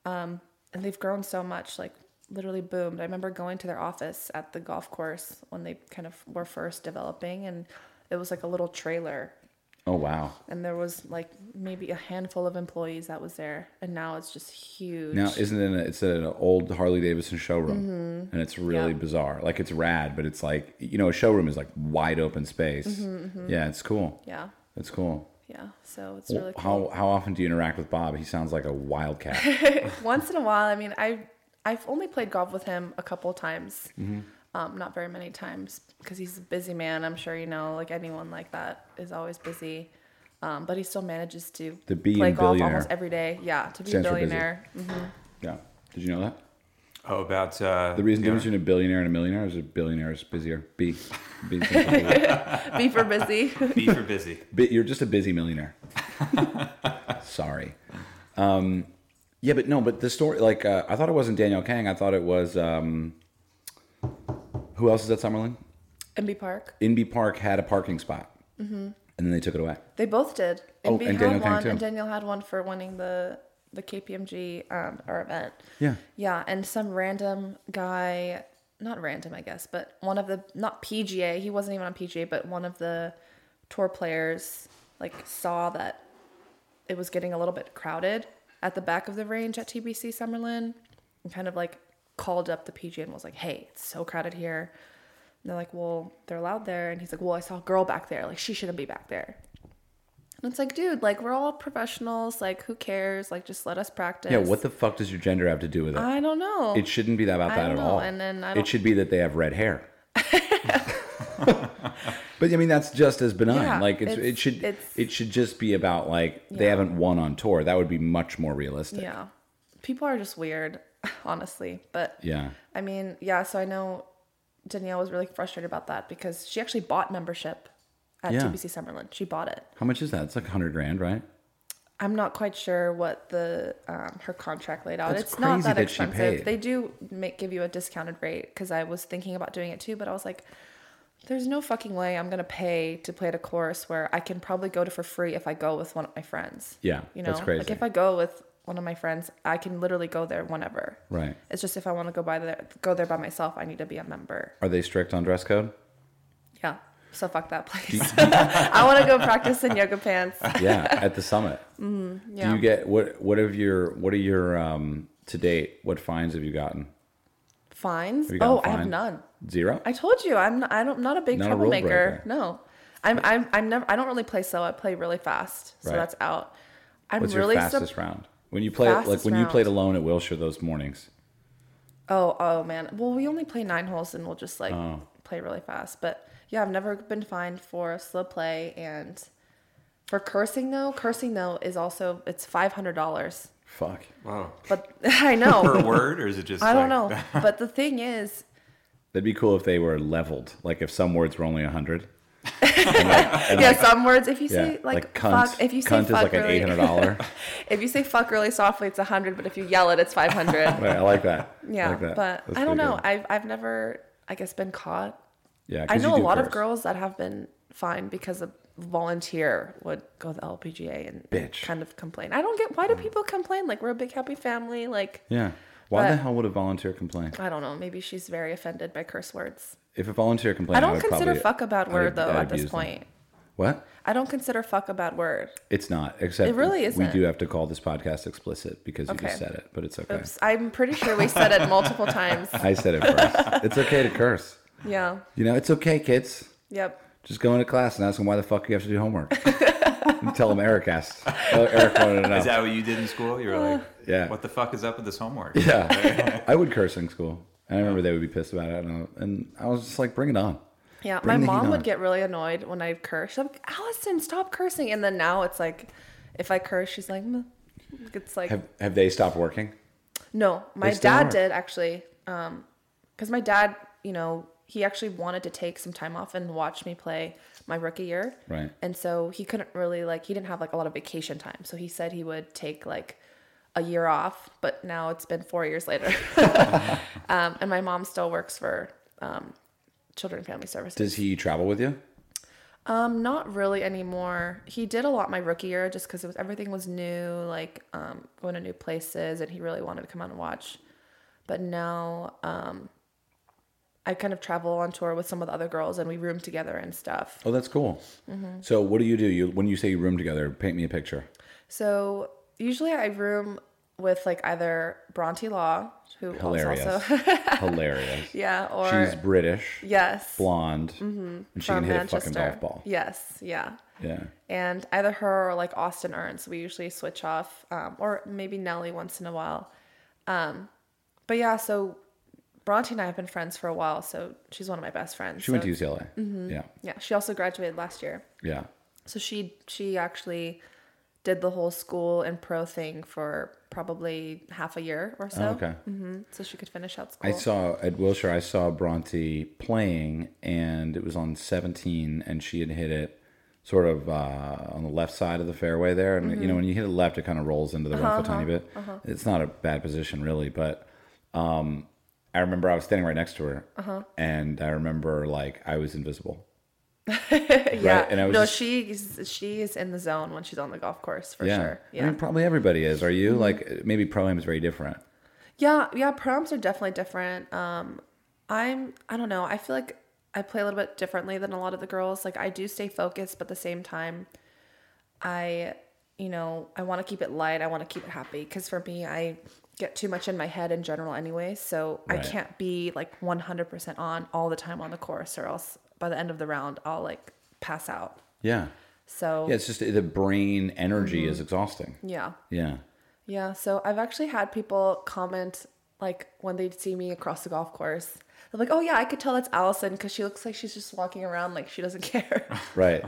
[SPEAKER 2] and they've grown so much, like literally boomed. I remember going to their office at the golf course when they kind of were first developing, and it was like a little trailer
[SPEAKER 1] *laughs* Oh wow!
[SPEAKER 2] and there was like maybe a handful of employees that was there and now it's just huge
[SPEAKER 1] Now isn't it? A, it's an old Harley Davidson showroom, and it's really
[SPEAKER 2] Mm-hmm. Yeah.
[SPEAKER 1] bizarre. Like it's rad, but it's like you know a showroom is like wide open space. Yeah, it's cool.
[SPEAKER 2] Mm-hmm, yeah
[SPEAKER 1] It's cool.
[SPEAKER 2] yeah so it's really cool
[SPEAKER 1] How how often do you interact with Bob? He sounds like a
[SPEAKER 2] *laughs*
[SPEAKER 1] wildcat.
[SPEAKER 2] once in a while i mean i i've only played golf with him a couple times
[SPEAKER 1] Mm-hmm.
[SPEAKER 2] um, not very many times because he's a busy man i'm sure you know like anyone like that is always busy um, but he still manages to,
[SPEAKER 1] To be
[SPEAKER 2] play
[SPEAKER 1] a
[SPEAKER 2] golf
[SPEAKER 1] billionaire.
[SPEAKER 2] almost every day yeah to be
[SPEAKER 1] Stands
[SPEAKER 2] a
[SPEAKER 1] for busy.
[SPEAKER 2] billionaire *laughs* Mhm.
[SPEAKER 1] yeah. Did you know that?
[SPEAKER 3] Oh, about uh,
[SPEAKER 1] The reason
[SPEAKER 3] you know,
[SPEAKER 1] difference between a billionaire and a millionaire is a billionaire is busier. B. B B-
[SPEAKER 2] be for busy *laughs*
[SPEAKER 3] be for busy.
[SPEAKER 1] you're just a busy millionaire. Sorry. Um, yeah, but no, but the story, like, uh, I thought it wasn't Daniel Kang. I thought it was, um, who else is at Summerlin?
[SPEAKER 2] mb park
[SPEAKER 1] Inby Park had a parking spot,
[SPEAKER 2] Mm-hmm.
[SPEAKER 1] and then they took it away.
[SPEAKER 2] They both did.
[SPEAKER 1] Oh,
[SPEAKER 2] And we
[SPEAKER 1] and
[SPEAKER 2] had
[SPEAKER 1] Daniel Kang
[SPEAKER 2] one,
[SPEAKER 1] too.
[SPEAKER 2] and Daniel had one for winning the the KPMG um, our event.
[SPEAKER 1] Yeah.
[SPEAKER 2] Yeah, and some random guy, not random, I guess, but one of the not PGA. He wasn't even on PGA, but one of the tour players like saw that it was getting a little bit crowded at the back of the range at TBC Summerlin, and kind of like called up the PGA and was like, "Hey, it's so crowded here." And they're like, "Well, they're allowed there," and he's like, "Well, I saw a girl back there. Like, she shouldn't be back there." And it's like, dude, like we're all professionals. Like, who cares? Like, just let us practice.
[SPEAKER 1] Yeah, what the fuck does your gender have to do with it?
[SPEAKER 2] I don't know.
[SPEAKER 1] it shouldn't be that about
[SPEAKER 2] I
[SPEAKER 1] that
[SPEAKER 2] don't
[SPEAKER 1] at
[SPEAKER 2] know,
[SPEAKER 1] all.
[SPEAKER 2] and then I
[SPEAKER 1] it
[SPEAKER 2] don't-
[SPEAKER 1] should be that they have red
[SPEAKER 2] *laughs*
[SPEAKER 1] hair. but I mean, that's just as benign.
[SPEAKER 2] Yeah,
[SPEAKER 1] like it's,
[SPEAKER 2] it's-
[SPEAKER 1] it should
[SPEAKER 2] it's-
[SPEAKER 1] it should just be about like they haven't won on tour. That would be much more realistic.
[SPEAKER 2] yeah, people are just weird, *laughs* honestly. But
[SPEAKER 1] Yeah.
[SPEAKER 2] I mean, yeah. So I know Danielle was really frustrated about that because she actually bought membership at
[SPEAKER 1] Yeah.
[SPEAKER 2] TBC Summerlin. She bought it.
[SPEAKER 1] How much is that? It's like hundred grand, right?
[SPEAKER 2] I'm not quite sure what the um, her contract laid out.
[SPEAKER 1] That's
[SPEAKER 2] it's not
[SPEAKER 1] crazy
[SPEAKER 2] that
[SPEAKER 1] that she
[SPEAKER 2] expensive.
[SPEAKER 1] paid.
[SPEAKER 2] They do make give you a discounted rate because I was thinking about doing it too, but I was like, there's no fucking way I'm gonna pay to play at a course where I can probably go to for free if I go with one of my friends.
[SPEAKER 1] Yeah,
[SPEAKER 2] you know,
[SPEAKER 1] that's crazy.
[SPEAKER 2] like if I go with one of my friends, I can literally go there whenever.
[SPEAKER 1] Right.
[SPEAKER 2] It's just if I want to go by there, go there by myself, I need to be a member.
[SPEAKER 1] Are they strict on dress code?
[SPEAKER 2] Yeah. So fuck that place. *laughs* I want to go practice in
[SPEAKER 1] *laughs*
[SPEAKER 2] yoga pants. *laughs*
[SPEAKER 1] Yeah, at the summit.
[SPEAKER 2] Yeah.
[SPEAKER 1] Do you get what? What have your? What are your um to date? What fines have you gotten?
[SPEAKER 2] fines?
[SPEAKER 1] you gotten
[SPEAKER 2] Oh, I have
[SPEAKER 1] fined?
[SPEAKER 2] none.
[SPEAKER 1] Zero.
[SPEAKER 2] I told you I'm not, I don't not a big
[SPEAKER 1] Not a rule
[SPEAKER 2] troublemaker.
[SPEAKER 1] breaker.
[SPEAKER 2] no, I'm I'm I'm never. I don't really play slow. I play really fast, so
[SPEAKER 1] Right.
[SPEAKER 2] that's out. I'm
[SPEAKER 1] What's
[SPEAKER 2] really
[SPEAKER 1] your
[SPEAKER 2] sup-
[SPEAKER 1] fastest round? When you play like
[SPEAKER 2] Fastest
[SPEAKER 1] when you
[SPEAKER 2] round.
[SPEAKER 1] played alone at Wilshire those mornings.
[SPEAKER 2] oh oh man. Well, we only play nine holes, and we'll just like
[SPEAKER 1] Oh.
[SPEAKER 2] play really fast. But yeah, I've never been fined for slow play and for cursing though. Cursing though is also it's five hundred dollars.
[SPEAKER 1] Fuck.
[SPEAKER 3] Wow.
[SPEAKER 2] But *laughs* I know
[SPEAKER 3] Per word, or is it just?
[SPEAKER 2] Oh. I don't
[SPEAKER 3] like-
[SPEAKER 2] know. But the
[SPEAKER 1] *laughs*
[SPEAKER 2] thing is,
[SPEAKER 1] That'd be cool if they were leveled. Like if some words were only hundred.
[SPEAKER 2] yeah, some words if you
[SPEAKER 1] Yeah.
[SPEAKER 2] say like,
[SPEAKER 1] cunt.
[SPEAKER 2] fuck, if you say
[SPEAKER 1] cunt
[SPEAKER 2] fuck
[SPEAKER 1] is like an
[SPEAKER 2] really,
[SPEAKER 1] eight hundred
[SPEAKER 2] *laughs*
[SPEAKER 1] dollar.
[SPEAKER 2] If you say fuck really softly, it's 100, but if you yell it,
[SPEAKER 1] *laughs*
[SPEAKER 2] it's 500.
[SPEAKER 1] I like that.
[SPEAKER 2] yeah,
[SPEAKER 1] I like that.
[SPEAKER 2] but
[SPEAKER 1] That's
[SPEAKER 2] I don't
[SPEAKER 1] pretty
[SPEAKER 2] know.
[SPEAKER 1] good.
[SPEAKER 2] I've, I've never, I guess, been caught.
[SPEAKER 1] yeah,
[SPEAKER 2] I
[SPEAKER 1] 'cause
[SPEAKER 2] know
[SPEAKER 1] you
[SPEAKER 2] a
[SPEAKER 1] do
[SPEAKER 2] lot of
[SPEAKER 1] curse.
[SPEAKER 2] girls that have been fined because a volunteer would go to the LPGA and
[SPEAKER 1] Bitch. Mm.
[SPEAKER 2] kind of complain. I don't get why do people complain? Like, we're a big happy family. Like,
[SPEAKER 1] Yeah. Why the
[SPEAKER 2] but-
[SPEAKER 1] hell would a volunteer complain?
[SPEAKER 2] I don't know. Maybe she's very offended by curse words.
[SPEAKER 1] If a volunteer complained,
[SPEAKER 2] I don't
[SPEAKER 1] would
[SPEAKER 2] consider
[SPEAKER 1] probably-
[SPEAKER 2] fuck a bad
[SPEAKER 1] I'd-
[SPEAKER 2] word, though,
[SPEAKER 1] I'd
[SPEAKER 2] at this
[SPEAKER 1] abuse them.
[SPEAKER 2] point.
[SPEAKER 1] What?
[SPEAKER 2] I don't consider fuck a bad word.
[SPEAKER 1] It's not. Except
[SPEAKER 2] It really
[SPEAKER 1] We
[SPEAKER 2] isn't.
[SPEAKER 1] do have to call this podcast explicit because you
[SPEAKER 2] Okay.
[SPEAKER 1] just said it, but it's okay.
[SPEAKER 2] Oops. I'm pretty sure we said
[SPEAKER 1] *laughs*
[SPEAKER 2] it multiple times.
[SPEAKER 1] I said it
[SPEAKER 2] *laughs*
[SPEAKER 1] first. it's okay to curse.
[SPEAKER 2] Yeah.
[SPEAKER 1] You know, it's okay, kids.
[SPEAKER 2] Yep.
[SPEAKER 1] Just go into class and ask them why the fuck you have to do
[SPEAKER 2] *laughs*
[SPEAKER 1] homework. and tell them Eric asked. Oh, Eric wanted to know.
[SPEAKER 3] Is that what you did in school? You were like,
[SPEAKER 2] Uh,
[SPEAKER 1] Yeah.
[SPEAKER 3] What the fuck is up with this
[SPEAKER 1] *laughs*
[SPEAKER 3] homework? *laughs*
[SPEAKER 1] Yeah, I would curse in school. And I remember they would be pissed about it, and I, and I was just like, "Bring it on!"
[SPEAKER 2] Yeah,
[SPEAKER 1] Bring the
[SPEAKER 2] my
[SPEAKER 1] heat
[SPEAKER 2] mom
[SPEAKER 1] on.
[SPEAKER 2] would get really annoyed when I curse. She's like, Allison, stop cursing. And then now it's like, if I curse, she's like, "Mm." it's like,
[SPEAKER 1] Have Have they stopped working?
[SPEAKER 2] no, my
[SPEAKER 1] still
[SPEAKER 2] dad
[SPEAKER 1] are.
[SPEAKER 2] did actually. um, Because my dad, you know, he actually wanted to take some time off and watch me play my rookie year.
[SPEAKER 1] Right.
[SPEAKER 2] And so he couldn't really like he didn't have like a lot of vacation time. So he said he would take like a year off, but now it's been four years later. *laughs*
[SPEAKER 1] *laughs*
[SPEAKER 2] um, and my mom still works for um, Children and Family Services.
[SPEAKER 1] Does he travel with you?
[SPEAKER 2] Um, not really anymore. He did a lot my rookie year just because it was everything was new, like um, going to new places, and he really wanted to come out and watch. But now, um, I kind of travel on tour with some of the other girls, and we room together and stuff.
[SPEAKER 1] Oh, that's cool.
[SPEAKER 2] Mm-hmm.
[SPEAKER 1] So, what do you do? You when you say you room together, paint me a picture.
[SPEAKER 2] So usually I room with like either Bronte Law, who was
[SPEAKER 1] Hilarious,
[SPEAKER 2] also
[SPEAKER 1] *laughs* hilarious.
[SPEAKER 2] *laughs* yeah, or
[SPEAKER 1] She's British,
[SPEAKER 2] yes,
[SPEAKER 1] blonde, and she can
[SPEAKER 2] Mm-hmm. from
[SPEAKER 1] hit
[SPEAKER 2] Manchester.
[SPEAKER 1] a fucking golf ball.
[SPEAKER 2] Yes, yeah.
[SPEAKER 1] Yeah.
[SPEAKER 2] and either her or like Austin Ernst. We usually switch off, um, or maybe Nelly once in a while. Um, but yeah, so Bronte and I have been friends for a while, so she's one of my best friends.
[SPEAKER 1] She went to UCLA.
[SPEAKER 2] Mm-hmm.
[SPEAKER 1] Yeah.
[SPEAKER 2] yeah. She also graduated last year,
[SPEAKER 1] Yeah.
[SPEAKER 2] so she she actually did the whole school and pro thing for probably half a year or so.
[SPEAKER 1] Oh, okay.
[SPEAKER 2] hmm So she could finish out school.
[SPEAKER 1] I saw at Wilshire, I saw Bronte playing, and it was on 17, and she had hit it sort of uh, on the left side of the fairway there. And,
[SPEAKER 2] Mm-hmm.
[SPEAKER 1] you know, when you hit it left, it kind of rolls into the
[SPEAKER 2] Uh-huh,
[SPEAKER 1] rough a tiny bit. It's not a bad position, really, but. Um, I remember I was standing right next to her,
[SPEAKER 2] Uh-huh.
[SPEAKER 1] and I remember like I was invisible.
[SPEAKER 2] yeah.
[SPEAKER 1] right, and I was
[SPEAKER 2] no,
[SPEAKER 1] just-
[SPEAKER 2] she's she is in the zone when she's on the golf course for
[SPEAKER 1] yeah,
[SPEAKER 2] sure. Mm-hmm.
[SPEAKER 1] I mean, probably everybody is. Are you like maybe pro am is very different?
[SPEAKER 2] Yeah, yeah, proms are definitely different. Um I'm I don't know. I feel like I play a little bit differently than a lot of the girls. Like I do stay focused, but at the same time I you know, I want to keep it light. I want to keep it happy cuz for me I get too much in my head in general anyway, so I
[SPEAKER 1] Right.
[SPEAKER 2] can't be like 100% on all the time on the course or else by the end of the round I'll like pass out.
[SPEAKER 1] Yeah,
[SPEAKER 2] So
[SPEAKER 1] yeah. It's just the brain energy
[SPEAKER 2] Mm-hmm.
[SPEAKER 1] is exhausting.
[SPEAKER 2] yeah.
[SPEAKER 1] Yeah,
[SPEAKER 2] Yeah, so I've actually had people comment like when they'd see me across the golf course. They're like, "Oh yeah, I could tell that's Allison because she looks like she's just walking around like she doesn't *laughs* care." *laughs*
[SPEAKER 1] right,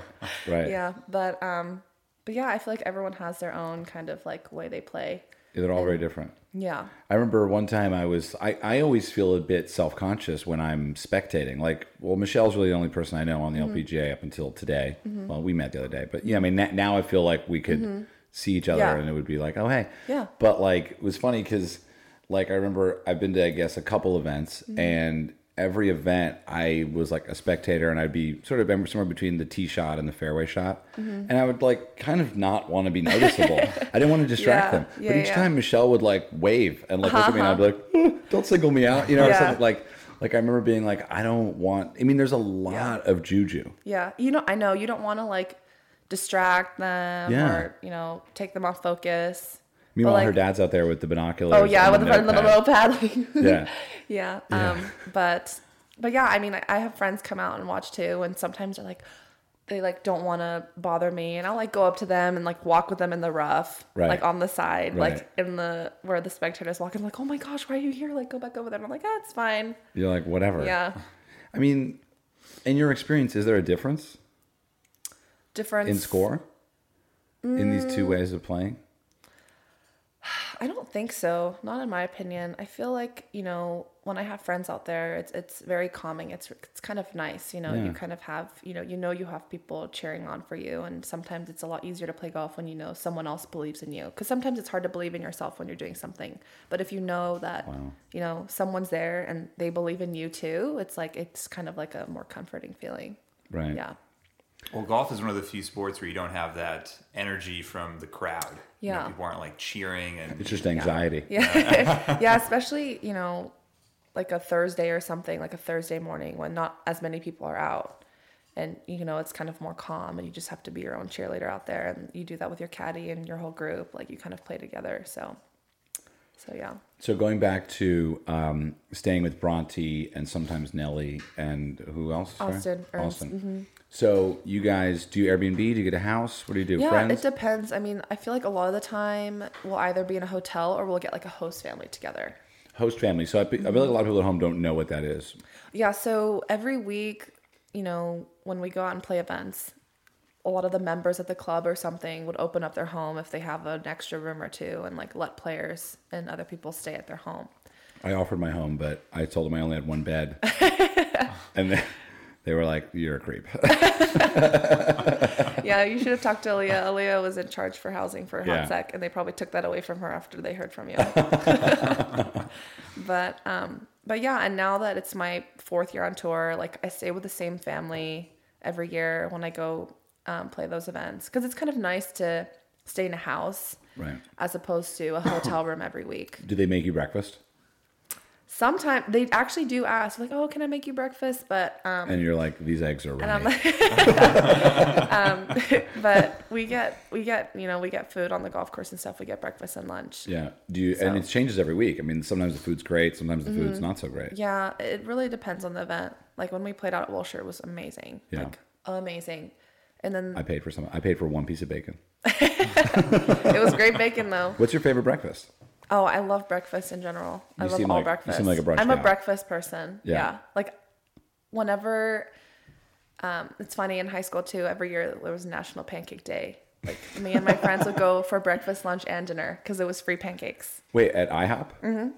[SPEAKER 1] right.
[SPEAKER 2] yeah, but um, but yeah, I feel like everyone has their own kind of like way they play.
[SPEAKER 1] They're all very different.
[SPEAKER 2] Yeah,
[SPEAKER 1] I remember one time I was I, I always feel a bit self conscious when I'm spectating. Like, well, Michelle's really the only person I know on the
[SPEAKER 2] Mm-hmm.
[SPEAKER 1] LPGA up until today. Well, we met the other day, but yeah, I mean na- now I feel like we could see each other
[SPEAKER 2] Mm-hmm. Yeah.
[SPEAKER 1] and it would be like, oh hey,
[SPEAKER 2] Yeah.
[SPEAKER 1] But like it was funny because like I remember I've been to I guess a couple events
[SPEAKER 2] Mm-hmm.
[SPEAKER 1] and every event I was like a spectator and I'd be sort of somewhere between the tee shot and the fairway shot
[SPEAKER 2] Mm-hmm.
[SPEAKER 1] and I would like kind of not want to be
[SPEAKER 2] *laughs*
[SPEAKER 1] noticeable. I didn't want to distract
[SPEAKER 2] Yeah,
[SPEAKER 1] them, but
[SPEAKER 2] yeah,
[SPEAKER 1] each
[SPEAKER 2] yeah.
[SPEAKER 1] time. Michelle would like wave and like look at me and I'd be like, "Oh, don't single me out, you know,
[SPEAKER 2] Uh-huh. Yeah.
[SPEAKER 1] or something like like I remember being like, I don't want I mean there's a lot of juju.
[SPEAKER 2] yeah. You know, I know you don't want to like distract them
[SPEAKER 1] Yeah.
[SPEAKER 2] or you know take them off focus. But,
[SPEAKER 1] Meanwhile her
[SPEAKER 2] like-
[SPEAKER 1] dad's out there with the binoculars.
[SPEAKER 2] Oh yeah,
[SPEAKER 1] and
[SPEAKER 2] with the
[SPEAKER 1] notepad.
[SPEAKER 2] little little *laughs* paddling.
[SPEAKER 1] Yeah.
[SPEAKER 2] yeah. Um, but but yeah, I mean, I, I have friends come out and watch too, and sometimes they're like, they like don't want to bother me, and I'll like go up to them and like walk with them in the rough,
[SPEAKER 1] Right.
[SPEAKER 2] like on the side,
[SPEAKER 1] Right.
[SPEAKER 2] like in the where the spectators walk, and like, oh my gosh, why are you here? Like, go back over there. And I'm like, ah, it's fine.
[SPEAKER 1] You're like, whatever.
[SPEAKER 2] Yeah,
[SPEAKER 1] I mean, in your experience, is there a difference
[SPEAKER 2] difference
[SPEAKER 1] in score? In these
[SPEAKER 2] Mm.
[SPEAKER 1] two ways of playing?
[SPEAKER 2] I don't think so. Not in my opinion. I feel like you know when I have friends out there, it's it's very calming. It's it's kind of nice. You know, you kind of have you know you know you have people cheering on for you, and sometimes it's a lot easier to play golf when you know someone else believes in you. Because sometimes it's hard to believe in yourself when you're doing something, but if you know that you know someone's there and they believe in you too, it's like it's kind of like a more comforting feeling.
[SPEAKER 1] Right.
[SPEAKER 2] Yeah.
[SPEAKER 3] Well, golf is one of the few sports where you don't have that energy from the crowd. You know,
[SPEAKER 2] Yeah.
[SPEAKER 3] people aren't like cheering and
[SPEAKER 1] It's just anxiety.
[SPEAKER 2] Yeah. *laughs* yeah, especially, you know, like a Thursday or something, like a Thursday morning when not as many people are out. And you know, it's kind of more calm and you just have to be your own cheerleader out there and you do that with your caddy and your whole group, like you kind of play together. So so yeah.
[SPEAKER 1] So going back to um, staying with Bronte and sometimes Nelly and who else? Sorry?
[SPEAKER 2] Austin Ernst, mm-hmm.
[SPEAKER 1] Austin. So you guys do you Airbnb? Do you get a house? What do you do?
[SPEAKER 2] Yeah,
[SPEAKER 1] Friends?
[SPEAKER 2] it depends. I mean, I feel like a lot of the time we'll either be in a hotel or we'll get like a host family together.
[SPEAKER 1] host family. So I, be- I feel like a lot of people at home don't know what that is.
[SPEAKER 2] Yeah, so every week, you know, when we go out and play events, a lot of the members at the club or something would open up their home if they have an extra room or two and like let players and other people stay at their home. *laughs*
[SPEAKER 1] I offered my home, but I told them I only had one bed, and then They were like, "You're a creep." *laughs*
[SPEAKER 2] Yeah, you should have talked to Aaliyah. Aaliyah was in charge for housing for a hot
[SPEAKER 1] Yeah.
[SPEAKER 2] sec, and they probably took that away from her after they heard
[SPEAKER 1] *laughs*
[SPEAKER 2] from you. *laughs* but um, but yeah, and now that it's my fourth year on tour, like I stay with the same family every year when I go um, play those events because it's kind of nice to stay in a house
[SPEAKER 1] right?
[SPEAKER 2] as
[SPEAKER 1] *coughs*
[SPEAKER 2] opposed to a hotel room every week.
[SPEAKER 1] Do they make you breakfast?
[SPEAKER 2] Sometimes they actually do ask, like, "Oh, can I make you breakfast?" But um,
[SPEAKER 1] And you're like, "These eggs are runny."
[SPEAKER 2] *laughs*
[SPEAKER 1] *laughs*
[SPEAKER 2] um, but we get we get you know we get food on the golf course and stuff. We get breakfast and lunch.
[SPEAKER 1] yeah. Do you? And it changes every week. I mean, sometimes the food's great, sometimes the food's not so great.
[SPEAKER 2] Mm-hmm. Yeah, it really depends on the event. Like when we played out at Wilshire, it was amazing.
[SPEAKER 1] Yeah.
[SPEAKER 2] Like amazing. And then
[SPEAKER 1] I paid for some. I paid for one piece of bacon. *laughs*
[SPEAKER 2] it was great bacon though.
[SPEAKER 1] What's your favorite breakfast?
[SPEAKER 2] Oh, I love breakfast in general. I
[SPEAKER 1] You
[SPEAKER 2] love
[SPEAKER 1] seem
[SPEAKER 2] all
[SPEAKER 1] like- you
[SPEAKER 2] breakfast.
[SPEAKER 1] seem like a brunch
[SPEAKER 2] I'm a
[SPEAKER 1] guy.
[SPEAKER 2] breakfast person.
[SPEAKER 1] Yeah.
[SPEAKER 2] Yeah. Like whenever um, it's funny in high school too, every year there was National Pancake Day. Like me and my friends would go for breakfast, lunch, and dinner because it was free pancakes.
[SPEAKER 1] Wait, at IHOP?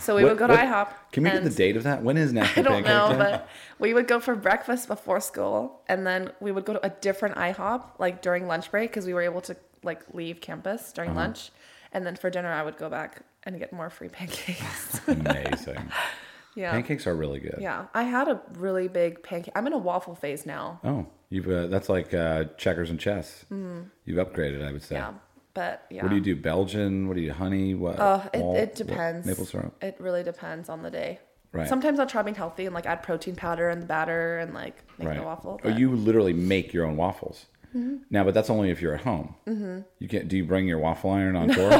[SPEAKER 2] So we
[SPEAKER 1] What-
[SPEAKER 2] would go to
[SPEAKER 1] what-
[SPEAKER 2] IHOP.
[SPEAKER 1] Can we get
[SPEAKER 2] Mm-hmm. and-
[SPEAKER 1] the date of that? When is
[SPEAKER 2] *laughs* I
[SPEAKER 1] National
[SPEAKER 2] don't
[SPEAKER 1] Pancake Day?
[SPEAKER 2] know, but we would go for breakfast before school, and then we would go to a different IHOP like during lunch break because we were able to like leave campus during
[SPEAKER 1] Uh-huh.
[SPEAKER 2] lunch, and then for dinner I would go back and get more
[SPEAKER 1] *laughs*
[SPEAKER 2] free *laughs* pancakes.
[SPEAKER 1] Amazing.
[SPEAKER 2] *laughs* yeah,
[SPEAKER 1] Pancakes are really good.
[SPEAKER 2] yeah. I had a really big pancake. I'm in a waffle phase now.
[SPEAKER 1] Oh, you've uh, that's like uh, checkers and chess. You've upgraded, I would say.
[SPEAKER 2] Mm-hmm. Yeah, but yeah.
[SPEAKER 1] What do you do? Belgian? What do you honey? What?
[SPEAKER 2] Uh, it,
[SPEAKER 1] malt?
[SPEAKER 2] it
[SPEAKER 1] What-
[SPEAKER 2] depends.
[SPEAKER 1] maple syrup.
[SPEAKER 2] It really depends on the day.
[SPEAKER 1] Right.
[SPEAKER 2] Sometimes I'll try being healthy and like add protein powder in the batter and like make
[SPEAKER 1] Right.
[SPEAKER 2] the waffle.
[SPEAKER 1] Oh,
[SPEAKER 2] but- Mm-hmm.
[SPEAKER 1] you literally make your own waffles. Now, but that's only if you're at home. Mm-hmm. You can't. Do you bring your waffle iron
[SPEAKER 2] *laughs*
[SPEAKER 1] on tour?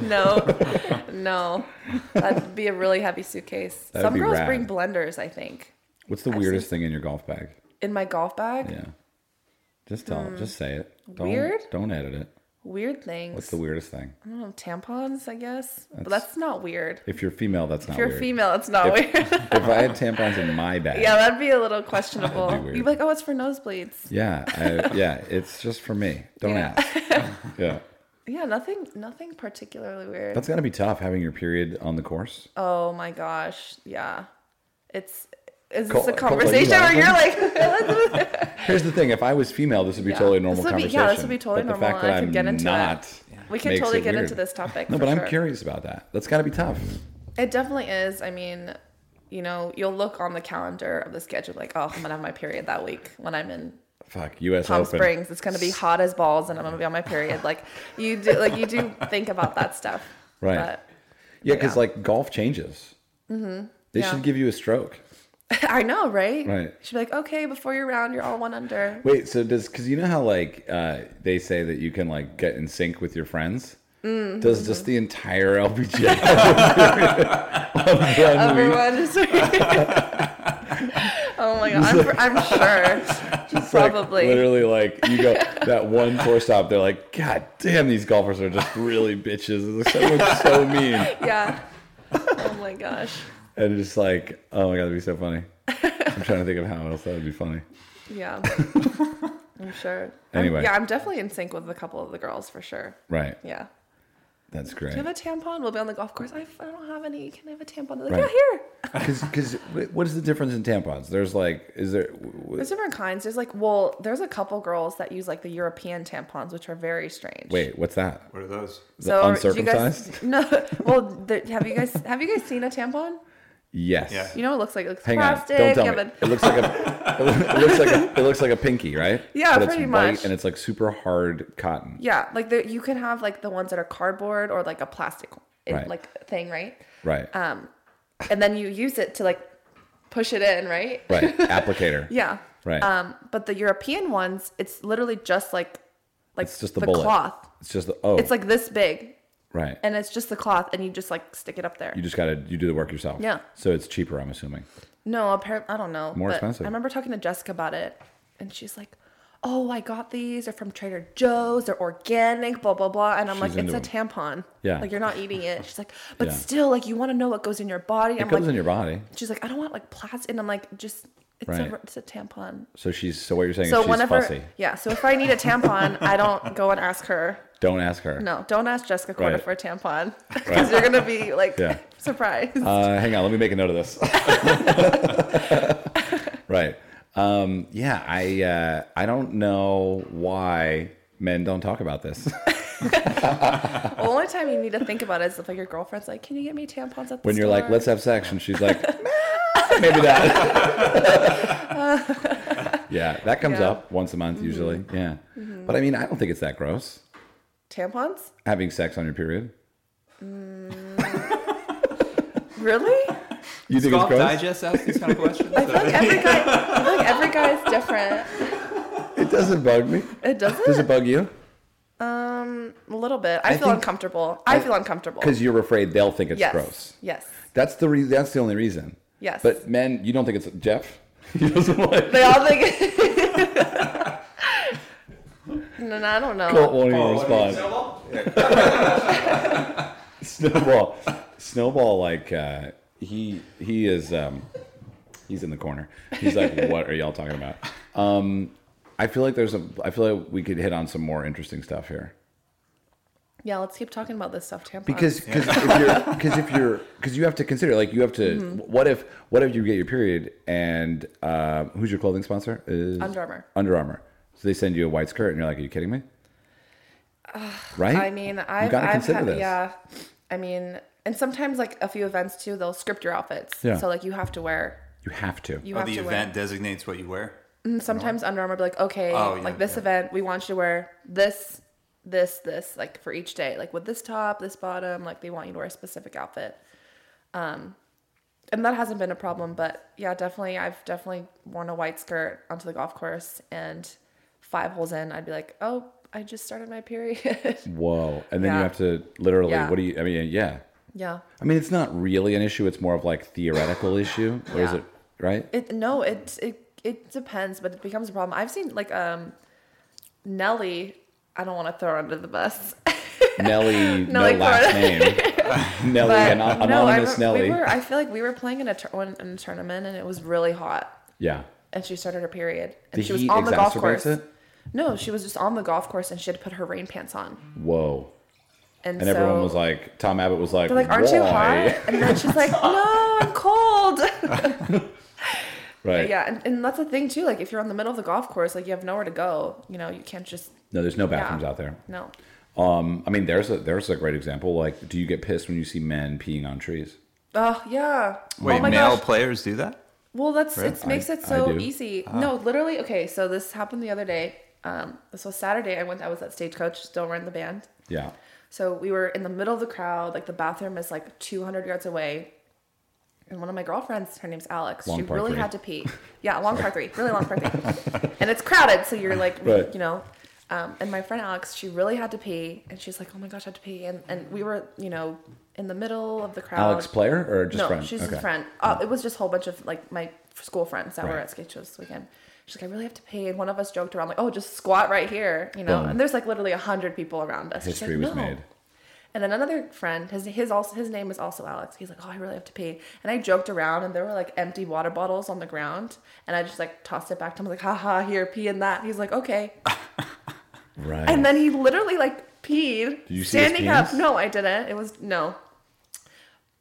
[SPEAKER 2] No, *laughs* no, that'd be a really heavy suitcase.
[SPEAKER 1] That would
[SPEAKER 2] Some
[SPEAKER 1] be
[SPEAKER 2] girls
[SPEAKER 1] rad.
[SPEAKER 2] bring blenders, I think,
[SPEAKER 1] What's the weirdest thing in your golf bag?
[SPEAKER 2] in my golf bag.
[SPEAKER 1] Yeah. Just tell. Just say it. Don't,
[SPEAKER 2] Hmm. Weird?
[SPEAKER 1] Don't edit it.
[SPEAKER 2] Weird things.
[SPEAKER 1] What's the weirdest thing?
[SPEAKER 2] I don't know, tampons, I guess. but that's not weird.
[SPEAKER 1] If you're female, that's not
[SPEAKER 2] If you're
[SPEAKER 1] weird.
[SPEAKER 2] female, it's
[SPEAKER 1] *laughs*
[SPEAKER 2] not weird.
[SPEAKER 1] if I had tampons in my bag,
[SPEAKER 2] yeah, that'd be a little questionable.
[SPEAKER 1] That'd be weird.
[SPEAKER 2] You'd be like, oh, it's for nosebleeds.
[SPEAKER 1] yeah, I, yeah, it's just for me. Don't
[SPEAKER 2] Yeah.
[SPEAKER 1] ask. Yeah,
[SPEAKER 2] Yeah, nothing, nothing particularly weird.
[SPEAKER 1] that's gotta be tough having your period on the course.
[SPEAKER 2] oh my gosh, yeah. It's is
[SPEAKER 1] Col-
[SPEAKER 2] this a
[SPEAKER 1] Col- are you
[SPEAKER 2] conversation where
[SPEAKER 1] laughing?
[SPEAKER 2] you're like,
[SPEAKER 1] Here's the thing: if I was female, this would be *laughs* totally a normal
[SPEAKER 2] *laughs* This would be-
[SPEAKER 1] conversation.
[SPEAKER 2] yeah, this would be totally
[SPEAKER 1] but the
[SPEAKER 2] normal,
[SPEAKER 1] fact
[SPEAKER 2] and
[SPEAKER 1] that
[SPEAKER 2] I could
[SPEAKER 1] I'm
[SPEAKER 2] get into it.
[SPEAKER 1] not
[SPEAKER 2] we can
[SPEAKER 1] makes
[SPEAKER 2] totally
[SPEAKER 1] it
[SPEAKER 2] get
[SPEAKER 1] weird.
[SPEAKER 2] into this topic.
[SPEAKER 1] No,
[SPEAKER 2] for
[SPEAKER 1] but I'm
[SPEAKER 2] sure.
[SPEAKER 1] curious about that. That's gotta be tough.
[SPEAKER 2] It definitely is. I mean, you know, you'll look on the calendar of the schedule like, oh, I'm gonna have my period that week when I'm in
[SPEAKER 1] Fuck, U.S.
[SPEAKER 2] Palm
[SPEAKER 1] Open.
[SPEAKER 2] Springs. It's gonna be hot as balls, and I'm gonna be on my period. Like you do, like you do think about that stuff,
[SPEAKER 1] Right. yeah, because
[SPEAKER 2] yeah. Mm-hmm.
[SPEAKER 1] like golf changes. They
[SPEAKER 2] yeah.
[SPEAKER 1] should give you a stroke.
[SPEAKER 2] But I know, right?
[SPEAKER 1] Right.
[SPEAKER 2] You should be like, okay, before your round, you're all
[SPEAKER 1] *laughs*
[SPEAKER 2] one under.
[SPEAKER 1] Wait, so does because you know how like uh, they say that you can like get in sync with your friends?
[SPEAKER 2] Mm-hmm.
[SPEAKER 1] Does just the
[SPEAKER 2] *laughs*
[SPEAKER 1] entire LPGA have a period of one week?
[SPEAKER 2] Everyone is. *laughs* oh my god, I'm, I'm sure.
[SPEAKER 1] Like,
[SPEAKER 2] Probably.
[SPEAKER 1] literally like you
[SPEAKER 2] *laughs*
[SPEAKER 1] go that one tour stop. They're like, God damn, these golfers are just really bitches. Everyone's
[SPEAKER 2] *laughs*
[SPEAKER 1] so mean,
[SPEAKER 2] yeah. Oh my gosh.
[SPEAKER 1] and it's just like, oh my god, that'd be so funny. I'm trying to think of how else that would be funny. *laughs*
[SPEAKER 2] Yeah. I'm sure. I'm-
[SPEAKER 1] Anyway.
[SPEAKER 2] yeah, I'm definitely in sync with a couple of the girls for sure.
[SPEAKER 1] Right,
[SPEAKER 2] Yeah.
[SPEAKER 1] that's great.
[SPEAKER 2] Do you have a tampon? We'll be on the golf course. I, I don't have any. Can I have a tampon? They're like,
[SPEAKER 1] Right.
[SPEAKER 2] yeah, here.
[SPEAKER 1] Because what is the difference in tampons? There's like, is there? w- w-
[SPEAKER 2] There's different kinds. There's like, well, there's a couple girls that use like the European tampons, which are very strange.
[SPEAKER 1] Wait, what's that?
[SPEAKER 3] What are those?
[SPEAKER 2] so
[SPEAKER 1] the
[SPEAKER 2] do you guys-
[SPEAKER 1] uncircumcised?
[SPEAKER 2] *laughs* no. Well, the, have you guys have you guys seen a tampon?
[SPEAKER 1] Yes.
[SPEAKER 3] Yeah.
[SPEAKER 2] You know what it looks like. It looks
[SPEAKER 1] Hang
[SPEAKER 2] plastic.
[SPEAKER 1] on, don't tell
[SPEAKER 2] you
[SPEAKER 1] me.
[SPEAKER 2] have
[SPEAKER 1] It looks like a, it loo- it looks like a, it looks like a pinky, right?
[SPEAKER 2] *laughs* Yeah,
[SPEAKER 1] but
[SPEAKER 2] pretty
[SPEAKER 1] it's
[SPEAKER 2] much.
[SPEAKER 1] white and it's like super hard cotton.
[SPEAKER 2] Yeah, like the, you can have like the ones that are cardboard or like a plastic in-
[SPEAKER 1] Right.
[SPEAKER 2] like thing, right?
[SPEAKER 1] Right.
[SPEAKER 2] Um, and then you use it to like push it in, right?
[SPEAKER 1] right. Applicator.
[SPEAKER 2] *laughs* Yeah.
[SPEAKER 1] Right.
[SPEAKER 2] Um, but the European ones, it's literally just like like
[SPEAKER 1] It's just the bullet.
[SPEAKER 2] cloth.
[SPEAKER 1] It's just the oh.
[SPEAKER 2] It's like this big,
[SPEAKER 1] right.
[SPEAKER 2] and it's just the cloth, and you just like stick it up there.
[SPEAKER 1] you just gotta you do the work yourself.
[SPEAKER 2] Yeah.
[SPEAKER 1] So it's cheaper, I'm assuming.
[SPEAKER 2] No, apparently I don't know.
[SPEAKER 1] More
[SPEAKER 2] but
[SPEAKER 1] expensive.
[SPEAKER 2] I remember talking to Jessica about it, and she's like, "Oh, I got these. They're from Trader Joe's. They're organic. Blah blah blah." And I'm
[SPEAKER 1] She's
[SPEAKER 2] like, "It's
[SPEAKER 1] into
[SPEAKER 2] a tampon.
[SPEAKER 1] Yeah.
[SPEAKER 2] like you're not eating it." She's like, "But
[SPEAKER 1] Yeah.
[SPEAKER 2] still, like you want to know what goes in your body." I'm
[SPEAKER 1] It goes
[SPEAKER 2] like,
[SPEAKER 1] in your body.
[SPEAKER 2] she's like, "I don't want like plastic," and I'm like, "Just." It's,
[SPEAKER 1] Right.
[SPEAKER 2] a, it's a tampon.
[SPEAKER 1] So she's so what you're saying
[SPEAKER 2] So
[SPEAKER 1] is she's
[SPEAKER 2] whenever,
[SPEAKER 1] fussy.
[SPEAKER 2] yeah. So if I need a tampon, I don't go and ask her.
[SPEAKER 1] Don't ask her.
[SPEAKER 2] No, don't ask Jessica Corda
[SPEAKER 1] Right.
[SPEAKER 2] for a tampon because
[SPEAKER 1] Right.
[SPEAKER 2] you're gonna be like
[SPEAKER 1] Yeah.
[SPEAKER 2] *laughs* surprised. *laughs*
[SPEAKER 1] Uh, hang on, let me make a note of this. *laughs* right. Um, yeah, I uh, I don't know why men don't talk about this.
[SPEAKER 2] The only time you need to think about it is if like your girlfriend's like, "Can you get me tampons at the
[SPEAKER 1] when you're like,
[SPEAKER 2] store?"
[SPEAKER 1] let's have sex, and she's
[SPEAKER 2] *laughs*
[SPEAKER 1] like, maybe that. yeah, that comes
[SPEAKER 2] Yeah. Mm-hmm.
[SPEAKER 1] up once a month usually. Yeah, but I mean, I don't think it's that gross
[SPEAKER 2] tampons?
[SPEAKER 1] having sex on your period.
[SPEAKER 2] Really?
[SPEAKER 1] You think it's
[SPEAKER 3] Golf
[SPEAKER 1] gross?
[SPEAKER 3] Digest asks these kind of questions.
[SPEAKER 2] *laughs* I feel like every guy, I feel like every guy is different.
[SPEAKER 1] It doesn't bug me.
[SPEAKER 2] It doesn't.
[SPEAKER 1] Does it bug you?
[SPEAKER 2] um, a little bit. I, feel
[SPEAKER 1] think-
[SPEAKER 2] uncomfortable. I, feel uncomfortable.
[SPEAKER 1] Because you're afraid they'll think it's
[SPEAKER 2] yes.
[SPEAKER 1] gross.
[SPEAKER 2] Yes.
[SPEAKER 1] That's the re- that's the only reason.
[SPEAKER 2] Yes.
[SPEAKER 1] But men, you don't think it's Jeff? He doesn't like.
[SPEAKER 2] They all
[SPEAKER 1] *laughs*
[SPEAKER 2] think. no, no, I don't know.
[SPEAKER 1] Don't want to respond. Snowball, Snowball, like uh, he he is um, he's in the corner. He's like,
[SPEAKER 2] *laughs*
[SPEAKER 1] what are y'all talking about? Um, I feel like there's a. I feel like we could hit on some more interesting stuff here
[SPEAKER 2] Yeah, let's keep talking about this stuff. Tampons.
[SPEAKER 1] because because if you're because if you're because you have to consider like you have to.
[SPEAKER 2] Mm-hmm.
[SPEAKER 1] What if what if you get your period and uh, who's your clothing sponsor is
[SPEAKER 2] Under Armour.
[SPEAKER 1] Under Armour. So they send you a white skirt and you're like, are you kidding me? right.
[SPEAKER 2] I mean, I've,
[SPEAKER 1] gotta
[SPEAKER 2] I've
[SPEAKER 1] consider
[SPEAKER 2] had,
[SPEAKER 1] this.
[SPEAKER 2] yeah. I mean, and sometimes like a few events too, they'll script your outfits.
[SPEAKER 1] Yeah.
[SPEAKER 2] So like you have to wear.
[SPEAKER 1] you have to.
[SPEAKER 2] You
[SPEAKER 3] Oh,
[SPEAKER 2] have
[SPEAKER 3] the
[SPEAKER 2] to
[SPEAKER 3] event
[SPEAKER 2] wear.
[SPEAKER 3] designates what you wear.
[SPEAKER 2] And sometimes Under Armour will be like, okay,
[SPEAKER 3] Oh, yeah,
[SPEAKER 2] like this
[SPEAKER 3] yeah.
[SPEAKER 2] event, we want you to wear this, this, this, like for each day, like with this top, this bottom, like they want you to wear a specific outfit. Um, and that hasn't been a problem, but yeah, definitely, I've definitely worn a white skirt onto the golf course, and five holes in, I'd be like, oh, I just started my period. *laughs*
[SPEAKER 1] Whoa. And then you
[SPEAKER 2] Yeah.
[SPEAKER 1] have to literally,
[SPEAKER 2] Yeah.
[SPEAKER 1] what do you, I mean, yeah.
[SPEAKER 2] yeah.
[SPEAKER 1] I mean, it's not really an issue. It's more of like theoretical issue. Or is
[SPEAKER 2] Yeah.
[SPEAKER 1] it, right?
[SPEAKER 2] *laughs* It no, it it it depends, but it becomes a problem. I've seen like um Nelly. I don't want to throw her under the bus.
[SPEAKER 1] Nelly, no
[SPEAKER 2] Nelly
[SPEAKER 1] last
[SPEAKER 2] *laughs* Corda.
[SPEAKER 1] name. Nelly,
[SPEAKER 2] But
[SPEAKER 1] an,
[SPEAKER 2] no, I,
[SPEAKER 1] anonymous
[SPEAKER 2] re-
[SPEAKER 1] Nelly.
[SPEAKER 2] we
[SPEAKER 1] *laughs*
[SPEAKER 2] were. I feel like we were playing in a, tur- in a tournament and it was really hot,
[SPEAKER 1] yeah.
[SPEAKER 2] and she started her period, and
[SPEAKER 1] The
[SPEAKER 2] she was
[SPEAKER 1] heat
[SPEAKER 2] on the golf
[SPEAKER 1] exacerbates
[SPEAKER 2] course.
[SPEAKER 1] it?
[SPEAKER 2] No, she was just on the golf course, and she had to put her rain pants on,
[SPEAKER 1] Whoa.
[SPEAKER 2] and,
[SPEAKER 1] And
[SPEAKER 2] so
[SPEAKER 1] everyone was like, Tom Abbott was like,
[SPEAKER 2] "They're like, aren't you hot?"
[SPEAKER 1] "Why?" *laughs*
[SPEAKER 2] And then she's like, "No, I'm cold."
[SPEAKER 1] Right.
[SPEAKER 2] yeah, and, and that's the thing too. Like, if you're on the middle of the golf course, like you have nowhere to go. You know, you can't just
[SPEAKER 1] No, there's no bathrooms
[SPEAKER 2] Yeah.
[SPEAKER 1] out there.
[SPEAKER 2] no.
[SPEAKER 1] Um, I mean, there's a there's a great example. Like, do you get pissed when you see men peeing on trees?
[SPEAKER 2] Oh yeah.
[SPEAKER 3] Wait,
[SPEAKER 2] oh my
[SPEAKER 3] male
[SPEAKER 2] gosh.
[SPEAKER 3] players do
[SPEAKER 2] *laughs*
[SPEAKER 3] that?
[SPEAKER 2] Well, that's it
[SPEAKER 1] I-
[SPEAKER 2] makes it
[SPEAKER 1] I
[SPEAKER 2] so
[SPEAKER 1] do. Ah.
[SPEAKER 2] easy. No, literally. Okay, so this happened the other day. Um, this was Saturday. I went. I was at Stagecoach. Still run the band.
[SPEAKER 1] Yeah.
[SPEAKER 2] So we were in the middle of the crowd. Like the bathroom is like 200 yards away. And one of my girlfriends, her name's Alex.
[SPEAKER 1] Long
[SPEAKER 2] she
[SPEAKER 1] par
[SPEAKER 2] really
[SPEAKER 1] three.
[SPEAKER 2] had to pee. Yeah, long par three, really long par three. and it's crowded, so you're like,
[SPEAKER 1] Right.
[SPEAKER 2] you know. Um, and my friend Alex, she really had to pee, and she's like, "Oh my gosh, I had to pee." And and we were, you know, in the middle of the crowd.
[SPEAKER 1] Alex Player or just
[SPEAKER 2] Oh. no,
[SPEAKER 1] friend?
[SPEAKER 2] she's
[SPEAKER 1] Okay.
[SPEAKER 2] a friend. Uh, It was just a whole bunch of like my school friends that were
[SPEAKER 1] Right.
[SPEAKER 2] at skate shows this weekend. She's like, I really have to pee. And one of us joked around like, oh, just squat right here, you know.
[SPEAKER 1] Boom.
[SPEAKER 2] And there's like literally a hundred people around us. She's
[SPEAKER 1] History
[SPEAKER 2] like,
[SPEAKER 1] was
[SPEAKER 2] "No."
[SPEAKER 1] made.
[SPEAKER 2] And then another friend, his his also his name is also Alex. He's like, oh, I really have to pee. And I joked around, and there were like empty water bottles on the ground, and I just like tossed it back to him. I was like, haha, here, pee in that. He's like, okay.
[SPEAKER 1] Oh. Right.
[SPEAKER 2] And then he literally like
[SPEAKER 1] Did
[SPEAKER 2] peed
[SPEAKER 1] you see his
[SPEAKER 2] standing
[SPEAKER 1] penis?
[SPEAKER 2] up. No, I didn't. It was no.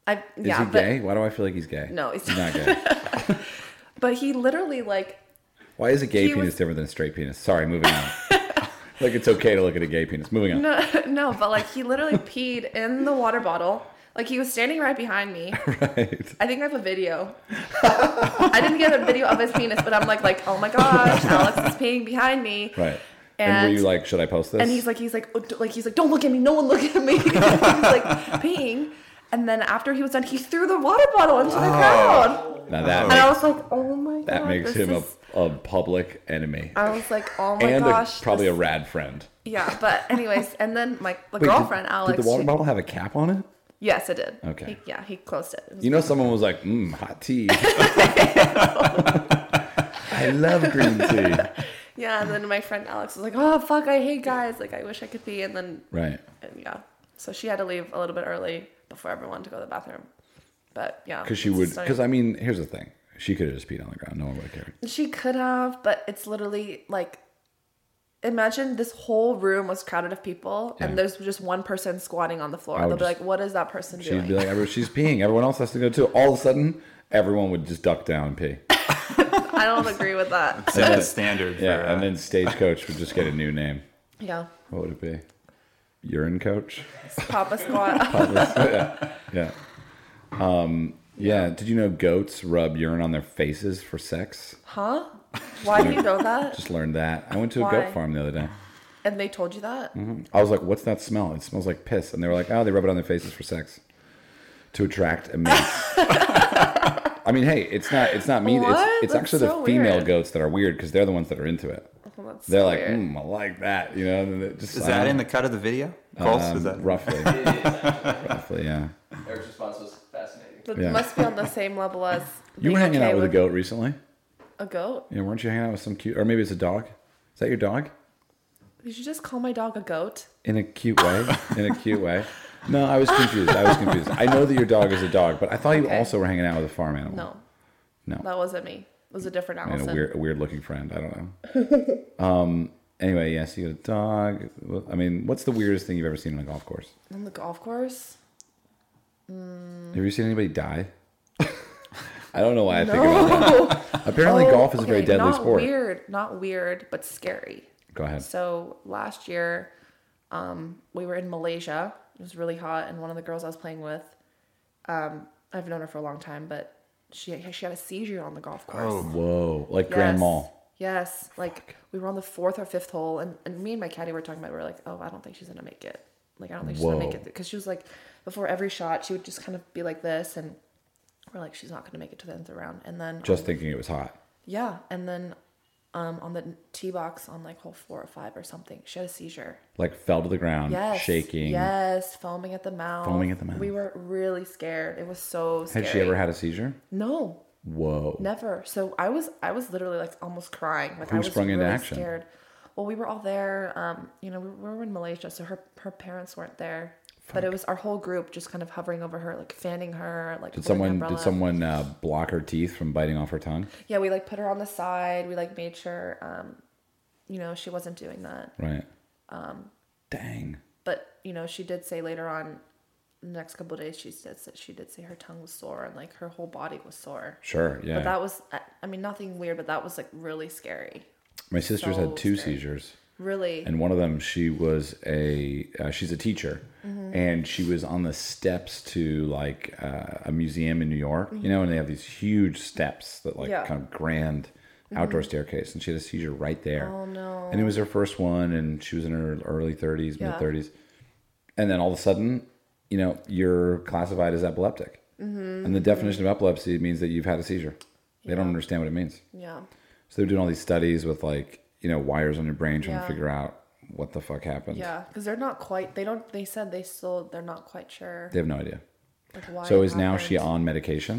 [SPEAKER 2] I
[SPEAKER 1] is
[SPEAKER 2] yeah,
[SPEAKER 1] he
[SPEAKER 2] but
[SPEAKER 1] gay? Why do I feel like he's gay?
[SPEAKER 2] No, he's
[SPEAKER 1] not gay.
[SPEAKER 2] but he literally like *laughs*
[SPEAKER 1] Why is a gay
[SPEAKER 2] He
[SPEAKER 1] penis
[SPEAKER 2] was-
[SPEAKER 1] different than a straight penis? Sorry, moving
[SPEAKER 2] *laughs*
[SPEAKER 1] on. like it's okay to look at a gay penis. Moving on.
[SPEAKER 2] No, no, but like he literally peed in the water bottle. Like he was standing right behind me.
[SPEAKER 1] *laughs* Right.
[SPEAKER 2] I think I have a video. I didn't get a video of his penis, but I'm like, like, oh my gosh, Alex is peeing behind me.
[SPEAKER 1] Right. And,
[SPEAKER 2] And,
[SPEAKER 1] were you like, should I post this?
[SPEAKER 2] and he's like, he's like, oh, d- like he's like, don't look at me, no one look at me. *laughs* he's like peeing, and then after he was done, he threw the water bottle into the crowd,
[SPEAKER 1] now that
[SPEAKER 2] and
[SPEAKER 1] makes,
[SPEAKER 2] I was like, oh my god,
[SPEAKER 1] that makes
[SPEAKER 2] this
[SPEAKER 1] him
[SPEAKER 2] is-
[SPEAKER 1] a, a public enemy
[SPEAKER 2] I was like, oh my
[SPEAKER 1] and
[SPEAKER 2] gosh,
[SPEAKER 1] a, probably
[SPEAKER 2] this-
[SPEAKER 1] a rad friend.
[SPEAKER 2] yeah. But anyways, and then my the
[SPEAKER 1] Wait, did-
[SPEAKER 2] girlfriend Alex,
[SPEAKER 1] Did the water
[SPEAKER 2] she-
[SPEAKER 1] bottle have a cap on it?
[SPEAKER 2] yes, it did.
[SPEAKER 1] Okay.
[SPEAKER 2] He- yeah, he closed it. It was
[SPEAKER 1] You know, someone was like, mmm, hot
[SPEAKER 2] *laughs*
[SPEAKER 1] tea. *laughs* I love green
[SPEAKER 2] *laughs*
[SPEAKER 1] tea.
[SPEAKER 2] Yeah, and then my friend Alex was like, "Oh fuck, I hate guys. Like, I wish I could pee." And then,
[SPEAKER 1] Right.
[SPEAKER 2] and yeah, so she had to leave a little bit early before everyone to go to the bathroom. But yeah,
[SPEAKER 1] Because she
[SPEAKER 2] it's
[SPEAKER 1] would.
[SPEAKER 2] just not-
[SPEAKER 1] Because I mean, here's the thing. She could have just peed on the ground. No one would have cared.
[SPEAKER 2] she could have, but it's literally like, imagine this whole room was crowded of people,
[SPEAKER 1] Yeah.
[SPEAKER 2] and there's just one person squatting on the floor.
[SPEAKER 1] I would
[SPEAKER 2] They'll be
[SPEAKER 1] just-
[SPEAKER 2] like, "What is that person
[SPEAKER 1] She'd
[SPEAKER 2] doing?"
[SPEAKER 1] be like, "Everyone- she's peeing. Everyone else has to go too. All of a sudden, everyone would just duck down and pee.
[SPEAKER 2] *laughs* I don't agree with that.
[SPEAKER 3] Set the standard.
[SPEAKER 1] Yeah,
[SPEAKER 3] for, uh,
[SPEAKER 1] and then Stagecoach would just get a new name.
[SPEAKER 2] Yeah.
[SPEAKER 1] What would it be? Urine Coach? *laughs*
[SPEAKER 2] Papa squat.
[SPEAKER 1] Yeah. Um, yeah. Did you know goats rub urine on their faces for sex?
[SPEAKER 2] Huh? Why do you know that?
[SPEAKER 1] Just learned that. I went to a
[SPEAKER 2] Why?
[SPEAKER 1] goat farm the other day.
[SPEAKER 2] And they told you that?
[SPEAKER 1] I was like, "What's that smell? It smells like piss." And they were like, "Oh, they rub it on their faces for sex to attract a
[SPEAKER 2] *laughs*
[SPEAKER 1] mate." I mean, hey, it's not it's not me.
[SPEAKER 2] What?
[SPEAKER 1] It's, it's
[SPEAKER 2] That's
[SPEAKER 1] actually
[SPEAKER 2] so
[SPEAKER 1] the female
[SPEAKER 2] weird.
[SPEAKER 1] goats that are weird because they're the ones that are into it.
[SPEAKER 2] Well, that's
[SPEAKER 1] They're
[SPEAKER 2] so
[SPEAKER 1] like,
[SPEAKER 2] weird.
[SPEAKER 1] mm, I like that, you know. and it Just Um,
[SPEAKER 3] is that in the cut of the video?
[SPEAKER 2] Um,
[SPEAKER 3] Pulse? is
[SPEAKER 2] *laughs*
[SPEAKER 3] that
[SPEAKER 1] roughly, roughly, yeah.
[SPEAKER 6] Eric's response was fascinating.
[SPEAKER 2] That
[SPEAKER 1] yeah.
[SPEAKER 2] must be on the same level as.
[SPEAKER 1] *laughs* You
[SPEAKER 2] being
[SPEAKER 1] were hanging
[SPEAKER 2] okay
[SPEAKER 1] out with a goat recently,
[SPEAKER 2] A goat?
[SPEAKER 1] yeah? Weren't you hanging out with some cute, or maybe it's a dog? Is that your dog?
[SPEAKER 2] Did you just call my dog a goat?
[SPEAKER 1] In a cute way. In a cute
[SPEAKER 2] *laughs*
[SPEAKER 1] way. No, I was confused. I was confused. I know that your dog is a dog, but I thought you
[SPEAKER 2] Okay.
[SPEAKER 1] also were hanging out with a farm animal.
[SPEAKER 2] No.
[SPEAKER 1] No.
[SPEAKER 2] That wasn't me. It was a different
[SPEAKER 1] and
[SPEAKER 2] Allison.
[SPEAKER 1] a weird, a weird looking friend. I don't know. um.
[SPEAKER 2] *laughs*
[SPEAKER 1] Anyway, yes, you got a dog. Well, I mean, what's the weirdest thing you've ever seen on a golf course?
[SPEAKER 2] On the golf course?
[SPEAKER 1] Mm-hmm. Have you seen anybody die? *laughs* I don't know why I think about
[SPEAKER 2] *laughs*
[SPEAKER 1] that. Apparently, golf is a very
[SPEAKER 2] Oh, okay,
[SPEAKER 1] deadly
[SPEAKER 2] not
[SPEAKER 1] sport.
[SPEAKER 2] Weird, not weird, but scary.
[SPEAKER 1] Go ahead.
[SPEAKER 2] So last year, um, we were in Malaysia. It was really hot, and one of the girls I was playing with, um, I've known her for a long time, but she she had a seizure on the golf course.
[SPEAKER 3] Oh,
[SPEAKER 1] Whoa, like Grand Mall.
[SPEAKER 2] Yes, like we were on the fourth or fifth hole, and, and me and my caddy were talking about. it. We were like, "Oh, I don't think she's gonna make it. Like, I don't think she's gonna make
[SPEAKER 1] Whoa.
[SPEAKER 2] it." Because she was like, before every shot, she would just kind of be like this, and we're like, "She's not gonna make it to the end of the round." And then
[SPEAKER 1] Just thinking it was hot.
[SPEAKER 2] yeah, and then um, on the tee box on like hole four or five or something, she had a seizure.
[SPEAKER 1] Like fell to the ground,
[SPEAKER 2] Yes,
[SPEAKER 1] shaking.
[SPEAKER 2] Yes, foaming at the mouth.
[SPEAKER 1] Foaming at the mouth.
[SPEAKER 2] We were really scared. It was so scary.
[SPEAKER 1] Had she ever had a seizure?
[SPEAKER 2] No,
[SPEAKER 1] Whoa.
[SPEAKER 2] never. So I was, I was literally like almost crying. Like
[SPEAKER 1] Who
[SPEAKER 2] I was
[SPEAKER 1] sprung
[SPEAKER 2] really
[SPEAKER 1] into action?
[SPEAKER 2] scared. Well, we were all there. Um, you know, we were in Malaysia, so her her parents weren't there. But it was our whole group just kind of hovering over her, like fanning her, like
[SPEAKER 1] Did
[SPEAKER 2] holding an
[SPEAKER 1] someone did
[SPEAKER 2] umbrella.
[SPEAKER 1] someone uh, block her teeth from biting off her tongue?
[SPEAKER 2] Yeah, we like put her on the side. We like made sure, um, you know, she wasn't doing that.
[SPEAKER 1] Right. Um. Dang.
[SPEAKER 2] but you know she did say later on the next couple of days she said that she did say her tongue was sore and like her whole body was sore
[SPEAKER 1] Sure. Yeah.
[SPEAKER 2] but that was I- i mean nothing weird but that was like really scary
[SPEAKER 1] My sister's
[SPEAKER 2] so
[SPEAKER 1] had two
[SPEAKER 2] scary.
[SPEAKER 1] seizures,
[SPEAKER 2] really
[SPEAKER 1] and one of them she was a uh, she's a teacher,
[SPEAKER 2] Mm-hmm.
[SPEAKER 1] and she was on the steps to like uh, a museum in New York, you know, and they have these huge steps that like
[SPEAKER 2] Yeah. Mm-hmm.
[SPEAKER 1] kind of grand outdoor staircase, and she had a seizure right there.
[SPEAKER 2] oh no
[SPEAKER 1] and it was her first one and she was in her early 30s
[SPEAKER 2] Yeah.
[SPEAKER 1] mid 30s and then all of a sudden you know you're classified as epileptic
[SPEAKER 2] Mm-hmm.
[SPEAKER 1] and the definition of epilepsy means that you've had a seizure they don't understand what it means
[SPEAKER 2] yeah
[SPEAKER 1] so they're doing all these studies with like you know wires on your brain trying
[SPEAKER 2] Yeah.
[SPEAKER 1] to figure out what the fuck happened
[SPEAKER 2] yeah because they're not quite they don't they said they still they're not quite sure
[SPEAKER 1] they have no idea
[SPEAKER 2] like why
[SPEAKER 1] so
[SPEAKER 2] it
[SPEAKER 1] is now she
[SPEAKER 2] happened.
[SPEAKER 1] on medication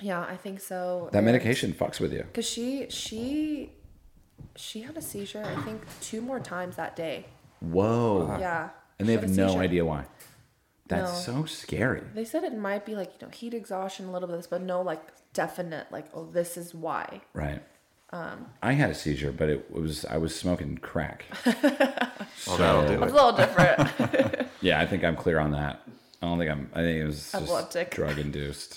[SPEAKER 2] yeah i think so
[SPEAKER 1] that medication fucks with you
[SPEAKER 2] because she she she had a seizure i think two more times that day
[SPEAKER 1] whoa
[SPEAKER 2] yeah
[SPEAKER 1] Uh, and they
[SPEAKER 2] She had
[SPEAKER 1] have
[SPEAKER 2] a
[SPEAKER 1] no
[SPEAKER 2] seizure.
[SPEAKER 1] idea why that's
[SPEAKER 2] No.
[SPEAKER 1] so scary
[SPEAKER 2] They said it might be like, you know, heat exhaustion, a little bit of this, but no like definite, like, oh, this is why.
[SPEAKER 1] Right.
[SPEAKER 2] Um.
[SPEAKER 1] I had a seizure, but it was I was smoking
[SPEAKER 2] *laughs*
[SPEAKER 1] crack.
[SPEAKER 3] well, that'll do it.
[SPEAKER 2] It's a little different.
[SPEAKER 1] yeah, I think I'm clear on that. I don't think I'm. I think it was just
[SPEAKER 2] Epileptic.
[SPEAKER 1] drug
[SPEAKER 2] *laughs*
[SPEAKER 1] induced.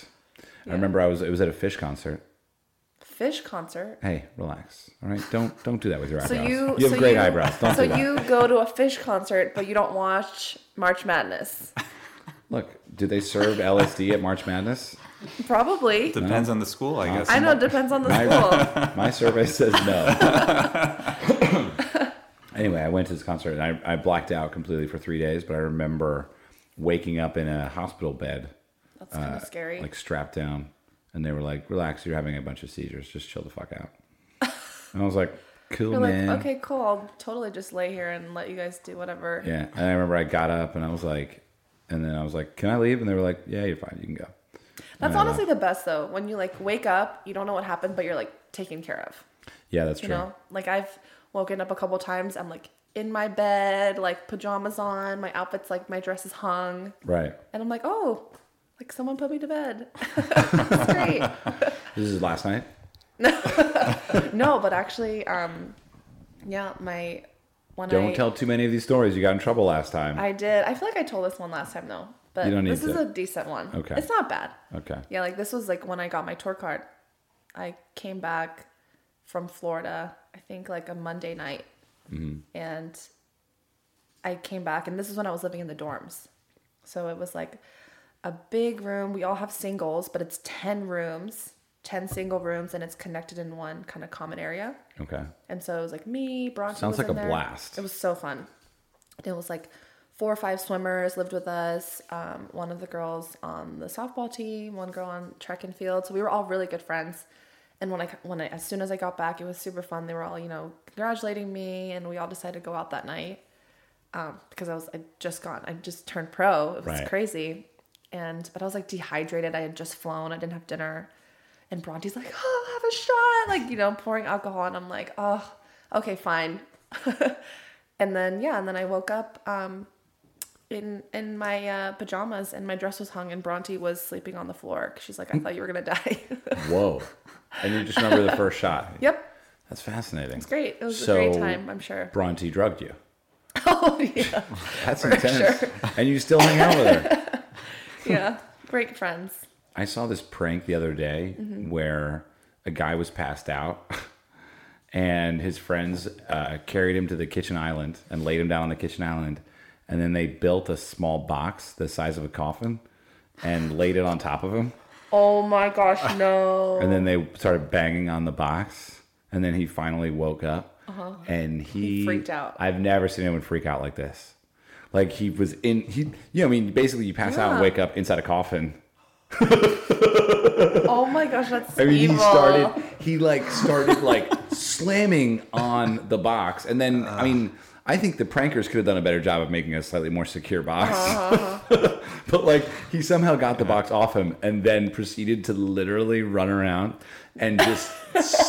[SPEAKER 1] I remember I was. It was at a fish concert.
[SPEAKER 2] *laughs* Fish concert.
[SPEAKER 1] Hey, relax. All right, don't don't do that with your
[SPEAKER 2] So
[SPEAKER 1] eyebrows.
[SPEAKER 2] you
[SPEAKER 1] have
[SPEAKER 2] so
[SPEAKER 1] great
[SPEAKER 2] you,
[SPEAKER 1] eyebrows. Don't
[SPEAKER 2] so
[SPEAKER 1] do that.
[SPEAKER 2] you go to a fish concert, but you don't watch March Madness.
[SPEAKER 1] Look, do they serve LSD at March Madness? *laughs*
[SPEAKER 2] Probably.
[SPEAKER 3] Depends on the school, I guess.
[SPEAKER 2] Uh-huh. I know it depends on the
[SPEAKER 1] I- *laughs*
[SPEAKER 2] school. *laughs*
[SPEAKER 1] My survey says no.
[SPEAKER 2] *coughs*
[SPEAKER 1] anyway, I went to this concert and I, I blacked out completely for three days, but I remember waking up in a hospital bed.
[SPEAKER 2] That's kind of scary.
[SPEAKER 1] Uh, like strapped down, and they were like, "Relax, you're having a bunch of seizures. Just chill the fuck
[SPEAKER 2] *laughs*
[SPEAKER 1] out." and I was like, "Cool,
[SPEAKER 2] You're
[SPEAKER 1] man."
[SPEAKER 2] like, okay, cool. I'll totally just lay here and let you guys do whatever.
[SPEAKER 1] Yeah, and I remember I got up and I was like, and then I was like, "Can I leave?" And they were like, "Yeah, you're fine. You can go."
[SPEAKER 2] That's honestly the best though. When you like wake up, you don't know what happened, but you're like taken care of.
[SPEAKER 1] Yeah, that's
[SPEAKER 2] you
[SPEAKER 1] true.
[SPEAKER 2] know like i've woken up a couple times i'm like in my bed like pajamas on my outfit's like my dress is hung
[SPEAKER 1] Right.
[SPEAKER 2] and i'm like oh like someone put me to bed *laughs* It's great
[SPEAKER 1] This is last night.
[SPEAKER 2] no but actually um yeah my when
[SPEAKER 1] Don't
[SPEAKER 2] I,
[SPEAKER 1] tell too many of these stories. You got in trouble last time.
[SPEAKER 2] i did i feel like i told this one last time though but
[SPEAKER 1] You don't need
[SPEAKER 2] this is
[SPEAKER 1] to.
[SPEAKER 2] a decent one
[SPEAKER 1] Okay.
[SPEAKER 2] it's not bad
[SPEAKER 1] okay.
[SPEAKER 2] yeah like this was like when i got my tour card I came back from Florida, I think like a Monday night. And I came back, and this is when I was living in the dorms. So it was like a big room. We all have singles, but it's 10 rooms, 10 single rooms, and it's connected in one kind of common area.
[SPEAKER 1] Okay.
[SPEAKER 2] And so it was like me, Bronco.
[SPEAKER 1] Sounds like
[SPEAKER 2] was in
[SPEAKER 1] a
[SPEAKER 2] there.
[SPEAKER 1] blast.
[SPEAKER 2] It was so fun. It was like four or five swimmers lived with us. Um, one of the girls on the softball team, one girl on track and field. So we were all really good friends. And when I when I, as soon as I got back, it was super fun. They were all you know congratulating me, and we all decided to go out that night um, because I was I just gone I just turned pro. It was
[SPEAKER 1] Right.
[SPEAKER 2] crazy, and but I was like dehydrated. I had just flown. I didn't have dinner, and Bronte's like, "Oh, have a shot!" Like you know, pouring alcohol, and I'm like, "Oh, okay, fine." *laughs* and then yeah, and then I woke up um, in in my uh, pajamas, and my dress was hung, and Bronte was sleeping on the floor. She's like, "I thought you were gonna die." *laughs*
[SPEAKER 1] Whoa. and you just remember the first shot.
[SPEAKER 2] yep,
[SPEAKER 1] That's fascinating. It's
[SPEAKER 2] great. It was
[SPEAKER 1] So-
[SPEAKER 2] a great time. I'm sure.
[SPEAKER 1] Bronte drugged you.
[SPEAKER 2] *laughs* oh yeah,
[SPEAKER 1] That's intense. And you still hang out with her.
[SPEAKER 2] yeah, great friends.
[SPEAKER 1] I saw this prank the other day where a guy was passed out *laughs* and his friends uh, carried him to the kitchen island and laid him down on the kitchen island. And then they built a small box the size of a coffin and laid it on top of him.
[SPEAKER 2] Oh my gosh, no.
[SPEAKER 1] And then they started banging on the box. And then he finally woke up. And he,
[SPEAKER 2] Uh-huh. freaked out.
[SPEAKER 1] I've never seen anyone freak out like this. Like he was in, he, you know, I mean, basically you pass out and
[SPEAKER 2] Yeah.
[SPEAKER 1] wake up inside a coffin.
[SPEAKER 2] Oh my gosh, that's
[SPEAKER 1] I mean,
[SPEAKER 2] evil.
[SPEAKER 1] he started. He like started like *laughs* slamming on the box, and then I mean, I think the prankers could have done a better job of making a slightly more secure box.
[SPEAKER 2] Uh-huh,
[SPEAKER 1] *laughs* but like, he somehow got the box off him, and then proceeded to literally run around and
[SPEAKER 2] *laughs*
[SPEAKER 1] just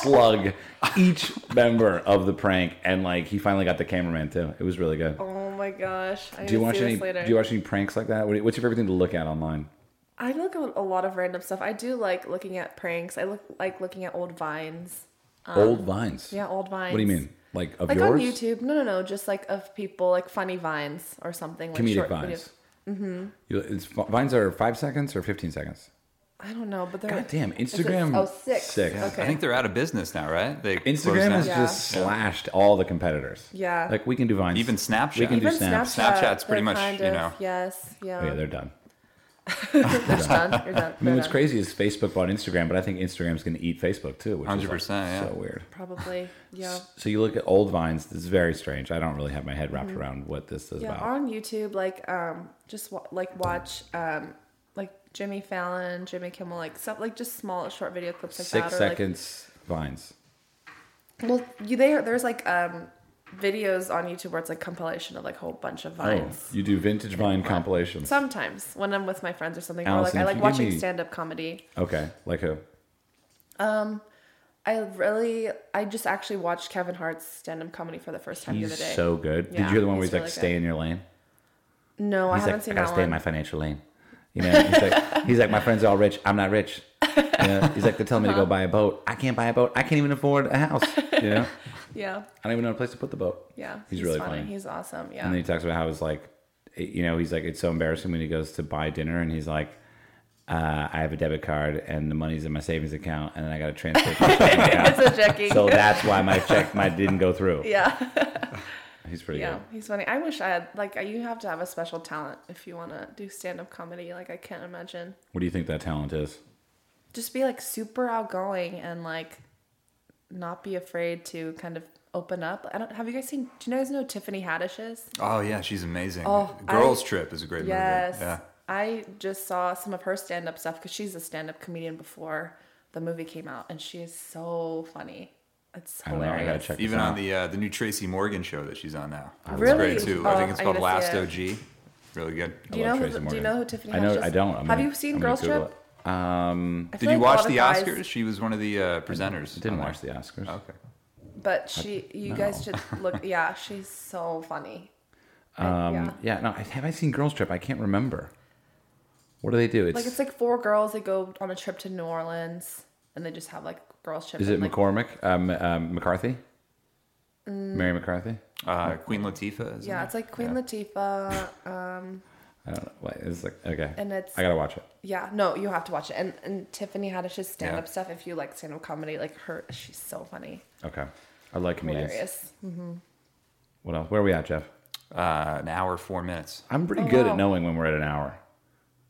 [SPEAKER 1] slug each member of the prank. And like, he finally got the cameraman too. It was really good.
[SPEAKER 2] Oh my gosh. I
[SPEAKER 1] do you
[SPEAKER 2] gotta
[SPEAKER 1] watch
[SPEAKER 2] see
[SPEAKER 1] any?
[SPEAKER 2] this later.
[SPEAKER 1] Do you watch any pranks like that? What- What's your favorite thing to look at online?
[SPEAKER 2] I look at a lot of random stuff. I do like looking at pranks. I look like looking at old vines.
[SPEAKER 1] old vines.
[SPEAKER 2] Um, Yeah, old vines.
[SPEAKER 1] What do you mean? Like of
[SPEAKER 2] Like
[SPEAKER 1] yours?
[SPEAKER 2] on YouTube? No, no, no. Just like of people, like funny vines or something. Like
[SPEAKER 1] comedic
[SPEAKER 2] short
[SPEAKER 1] vines. Mm-hmm.
[SPEAKER 2] videos.
[SPEAKER 1] You, it's, vines are five seconds or fifteen seconds.
[SPEAKER 2] I don't know, but they're.
[SPEAKER 1] God damn,
[SPEAKER 2] Is it-
[SPEAKER 1] Instagram.
[SPEAKER 2] Oh, six.
[SPEAKER 1] six.
[SPEAKER 2] Okay.
[SPEAKER 3] I think they're out of business now, right? They closed
[SPEAKER 1] Instagram
[SPEAKER 3] down.
[SPEAKER 1] has
[SPEAKER 2] Yeah.
[SPEAKER 1] just slashed all the competitors.
[SPEAKER 2] Yeah.
[SPEAKER 1] like we can do vines.
[SPEAKER 3] Even Snapchat.
[SPEAKER 1] We can do
[SPEAKER 2] Even
[SPEAKER 1] snaps.
[SPEAKER 2] Snapchat.
[SPEAKER 3] Snapchat's pretty
[SPEAKER 2] they're
[SPEAKER 3] much,
[SPEAKER 2] kind
[SPEAKER 3] you
[SPEAKER 2] of-
[SPEAKER 3] know.
[SPEAKER 2] Yes. Yeah.
[SPEAKER 1] Yeah, they're done.
[SPEAKER 2] You're done. You're done.
[SPEAKER 1] *laughs* I mean, what's crazy is Facebook bought Instagram, but I think Instagram's going to eat Facebook too, which is
[SPEAKER 3] 100%,
[SPEAKER 1] like,
[SPEAKER 3] yeah.
[SPEAKER 1] so weird.
[SPEAKER 2] Probably. Yeah.
[SPEAKER 1] So you look at old vines. This is very strange. I don't really have my head wrapped around what this is
[SPEAKER 2] Mm-hmm. Yeah,
[SPEAKER 1] about.
[SPEAKER 2] on YouTube, like um, just wa- like watch um, like Jimmy Fallon, Jimmy Kimmel, like stuff like just small short video clips like
[SPEAKER 1] Six
[SPEAKER 2] that.
[SPEAKER 1] seconds vines.
[SPEAKER 2] Or like, well, you there. There's like um, videos on YouTube where it's like compilation of like a whole bunch of vines.
[SPEAKER 1] Oh, you do vintage vine compilations.
[SPEAKER 2] Sometimes when I'm with my friends or something,
[SPEAKER 1] Allison,
[SPEAKER 2] or
[SPEAKER 1] if
[SPEAKER 2] like I
[SPEAKER 1] you
[SPEAKER 2] like
[SPEAKER 1] give
[SPEAKER 2] watching
[SPEAKER 1] me-
[SPEAKER 2] stand up comedy.
[SPEAKER 1] Okay, like who?
[SPEAKER 2] I really, I just actually watched Kevin Hart's stand up comedy for the first time the
[SPEAKER 1] He's
[SPEAKER 2] other day.
[SPEAKER 1] so good. Did you
[SPEAKER 2] Yeah,
[SPEAKER 1] hear the one where
[SPEAKER 2] he's
[SPEAKER 1] he's like,
[SPEAKER 2] really
[SPEAKER 1] "Stay
[SPEAKER 2] good.
[SPEAKER 1] in your lane"?
[SPEAKER 2] no, I
[SPEAKER 1] He's
[SPEAKER 2] haven't
[SPEAKER 1] like, I
[SPEAKER 2] seen
[SPEAKER 1] gotta
[SPEAKER 2] that
[SPEAKER 1] stay in
[SPEAKER 2] one.
[SPEAKER 1] my financial lane. You know, he's like, *laughs* he's like, my friends are all rich. I'm not rich. You know, he's like, they're telling me
[SPEAKER 2] Uh-huh.
[SPEAKER 1] to go buy a boat. I can't buy a boat. I can't even afford a house. You
[SPEAKER 2] *laughs*
[SPEAKER 1] know,
[SPEAKER 2] yeah,
[SPEAKER 1] I don't even know a place to put the boat.
[SPEAKER 2] yeah,
[SPEAKER 1] He's, really funny.
[SPEAKER 2] funny. He's awesome. Yeah,
[SPEAKER 1] and
[SPEAKER 2] *laughs*
[SPEAKER 1] then he talks about how it's like, it- you know, he's like, it's so embarrassing when he goes to buy dinner and he's like, uh, I have a debit card and the money's in my savings account and then I got to transfer. it to my
[SPEAKER 2] *laughs*
[SPEAKER 1] checking account.
[SPEAKER 2] it's a checking.
[SPEAKER 1] *laughs* so that's why my check my didn't go through.
[SPEAKER 2] yeah.
[SPEAKER 1] He's pretty
[SPEAKER 2] Yeah,
[SPEAKER 1] good.
[SPEAKER 2] he's funny. I wish I had like you have to have a special talent if you want to do stand up comedy. Like I can't imagine
[SPEAKER 1] What do you think that talent is?
[SPEAKER 2] just be like super outgoing and like not be afraid to kind of open up. I don't have you guys seen? Do you guys know who Tiffany Haddish is?
[SPEAKER 3] Oh yeah, she's amazing.
[SPEAKER 2] Oh,
[SPEAKER 3] Girls
[SPEAKER 2] I-
[SPEAKER 3] Trip is a great
[SPEAKER 2] Yes.
[SPEAKER 3] movie. Yeah.
[SPEAKER 2] I just saw some of her stand up stuff because she's a stand up comedian before the movie came out, and she is so funny. It's
[SPEAKER 1] I don't know.
[SPEAKER 2] hilarious.
[SPEAKER 1] I gotta check.
[SPEAKER 3] Even
[SPEAKER 1] this out.
[SPEAKER 3] on the uh, the new Tracy Morgan show that she's on now. It's
[SPEAKER 2] Really?
[SPEAKER 3] great too. I
[SPEAKER 2] Oh,
[SPEAKER 3] think it's
[SPEAKER 2] I
[SPEAKER 3] called
[SPEAKER 2] gotta
[SPEAKER 3] Last
[SPEAKER 2] see it.
[SPEAKER 3] OG. Really good.
[SPEAKER 2] Do you
[SPEAKER 1] Love
[SPEAKER 2] know who?
[SPEAKER 1] Tracy
[SPEAKER 2] Do you
[SPEAKER 1] Morgan.
[SPEAKER 2] know who Tiffany?
[SPEAKER 1] I know.
[SPEAKER 2] Haddish is?
[SPEAKER 1] I don't. I'm
[SPEAKER 2] have
[SPEAKER 1] gonna-
[SPEAKER 2] you seen
[SPEAKER 1] I'm gonna
[SPEAKER 2] Girls Trip?
[SPEAKER 1] Google it. Um,
[SPEAKER 2] I
[SPEAKER 3] Did
[SPEAKER 2] feel
[SPEAKER 3] you
[SPEAKER 2] like a lot
[SPEAKER 3] watch
[SPEAKER 2] of
[SPEAKER 3] the
[SPEAKER 2] guys-
[SPEAKER 3] Oscars? She was one of the uh, presenters.
[SPEAKER 1] I didn't
[SPEAKER 3] on
[SPEAKER 1] watch the Oscars.
[SPEAKER 3] there. Okay.
[SPEAKER 2] But she, you guys should
[SPEAKER 1] *laughs*
[SPEAKER 2] look. Yeah, she's so funny.
[SPEAKER 1] Um,
[SPEAKER 2] I- yeah.
[SPEAKER 1] Yeah, no. I- Have I seen Girls Trip? I can't remember. What do they do? It's,
[SPEAKER 2] Like it's like four girls that go on a trip to New Orleans, and they just have like girls trip.
[SPEAKER 1] is it
[SPEAKER 2] and, like,
[SPEAKER 1] McCormick? Um, um, McCarthy? Mary McCarthy?
[SPEAKER 2] Mm.
[SPEAKER 3] Uh, Queen Latifah. Is in
[SPEAKER 2] Yeah,
[SPEAKER 1] *laughs*
[SPEAKER 3] it?
[SPEAKER 2] it's like Queen Latifah. Um,
[SPEAKER 1] I don't know. Like, it's like okay.
[SPEAKER 2] And it's-
[SPEAKER 1] I gotta watch it.
[SPEAKER 2] Yeah, no, you have to watch it. And and Tiffany Haddish's stand up
[SPEAKER 3] Yeah.
[SPEAKER 2] stuff. If you like stand up comedy, like her, she's so funny,
[SPEAKER 1] Okay. I like comedians.
[SPEAKER 2] hilarious.
[SPEAKER 1] What else? Where are we at, Jeff?
[SPEAKER 3] Uh, an hour, four minutes.
[SPEAKER 1] I'm pretty
[SPEAKER 2] Oh,
[SPEAKER 1] good
[SPEAKER 2] wow.
[SPEAKER 1] at knowing when we're at an hour.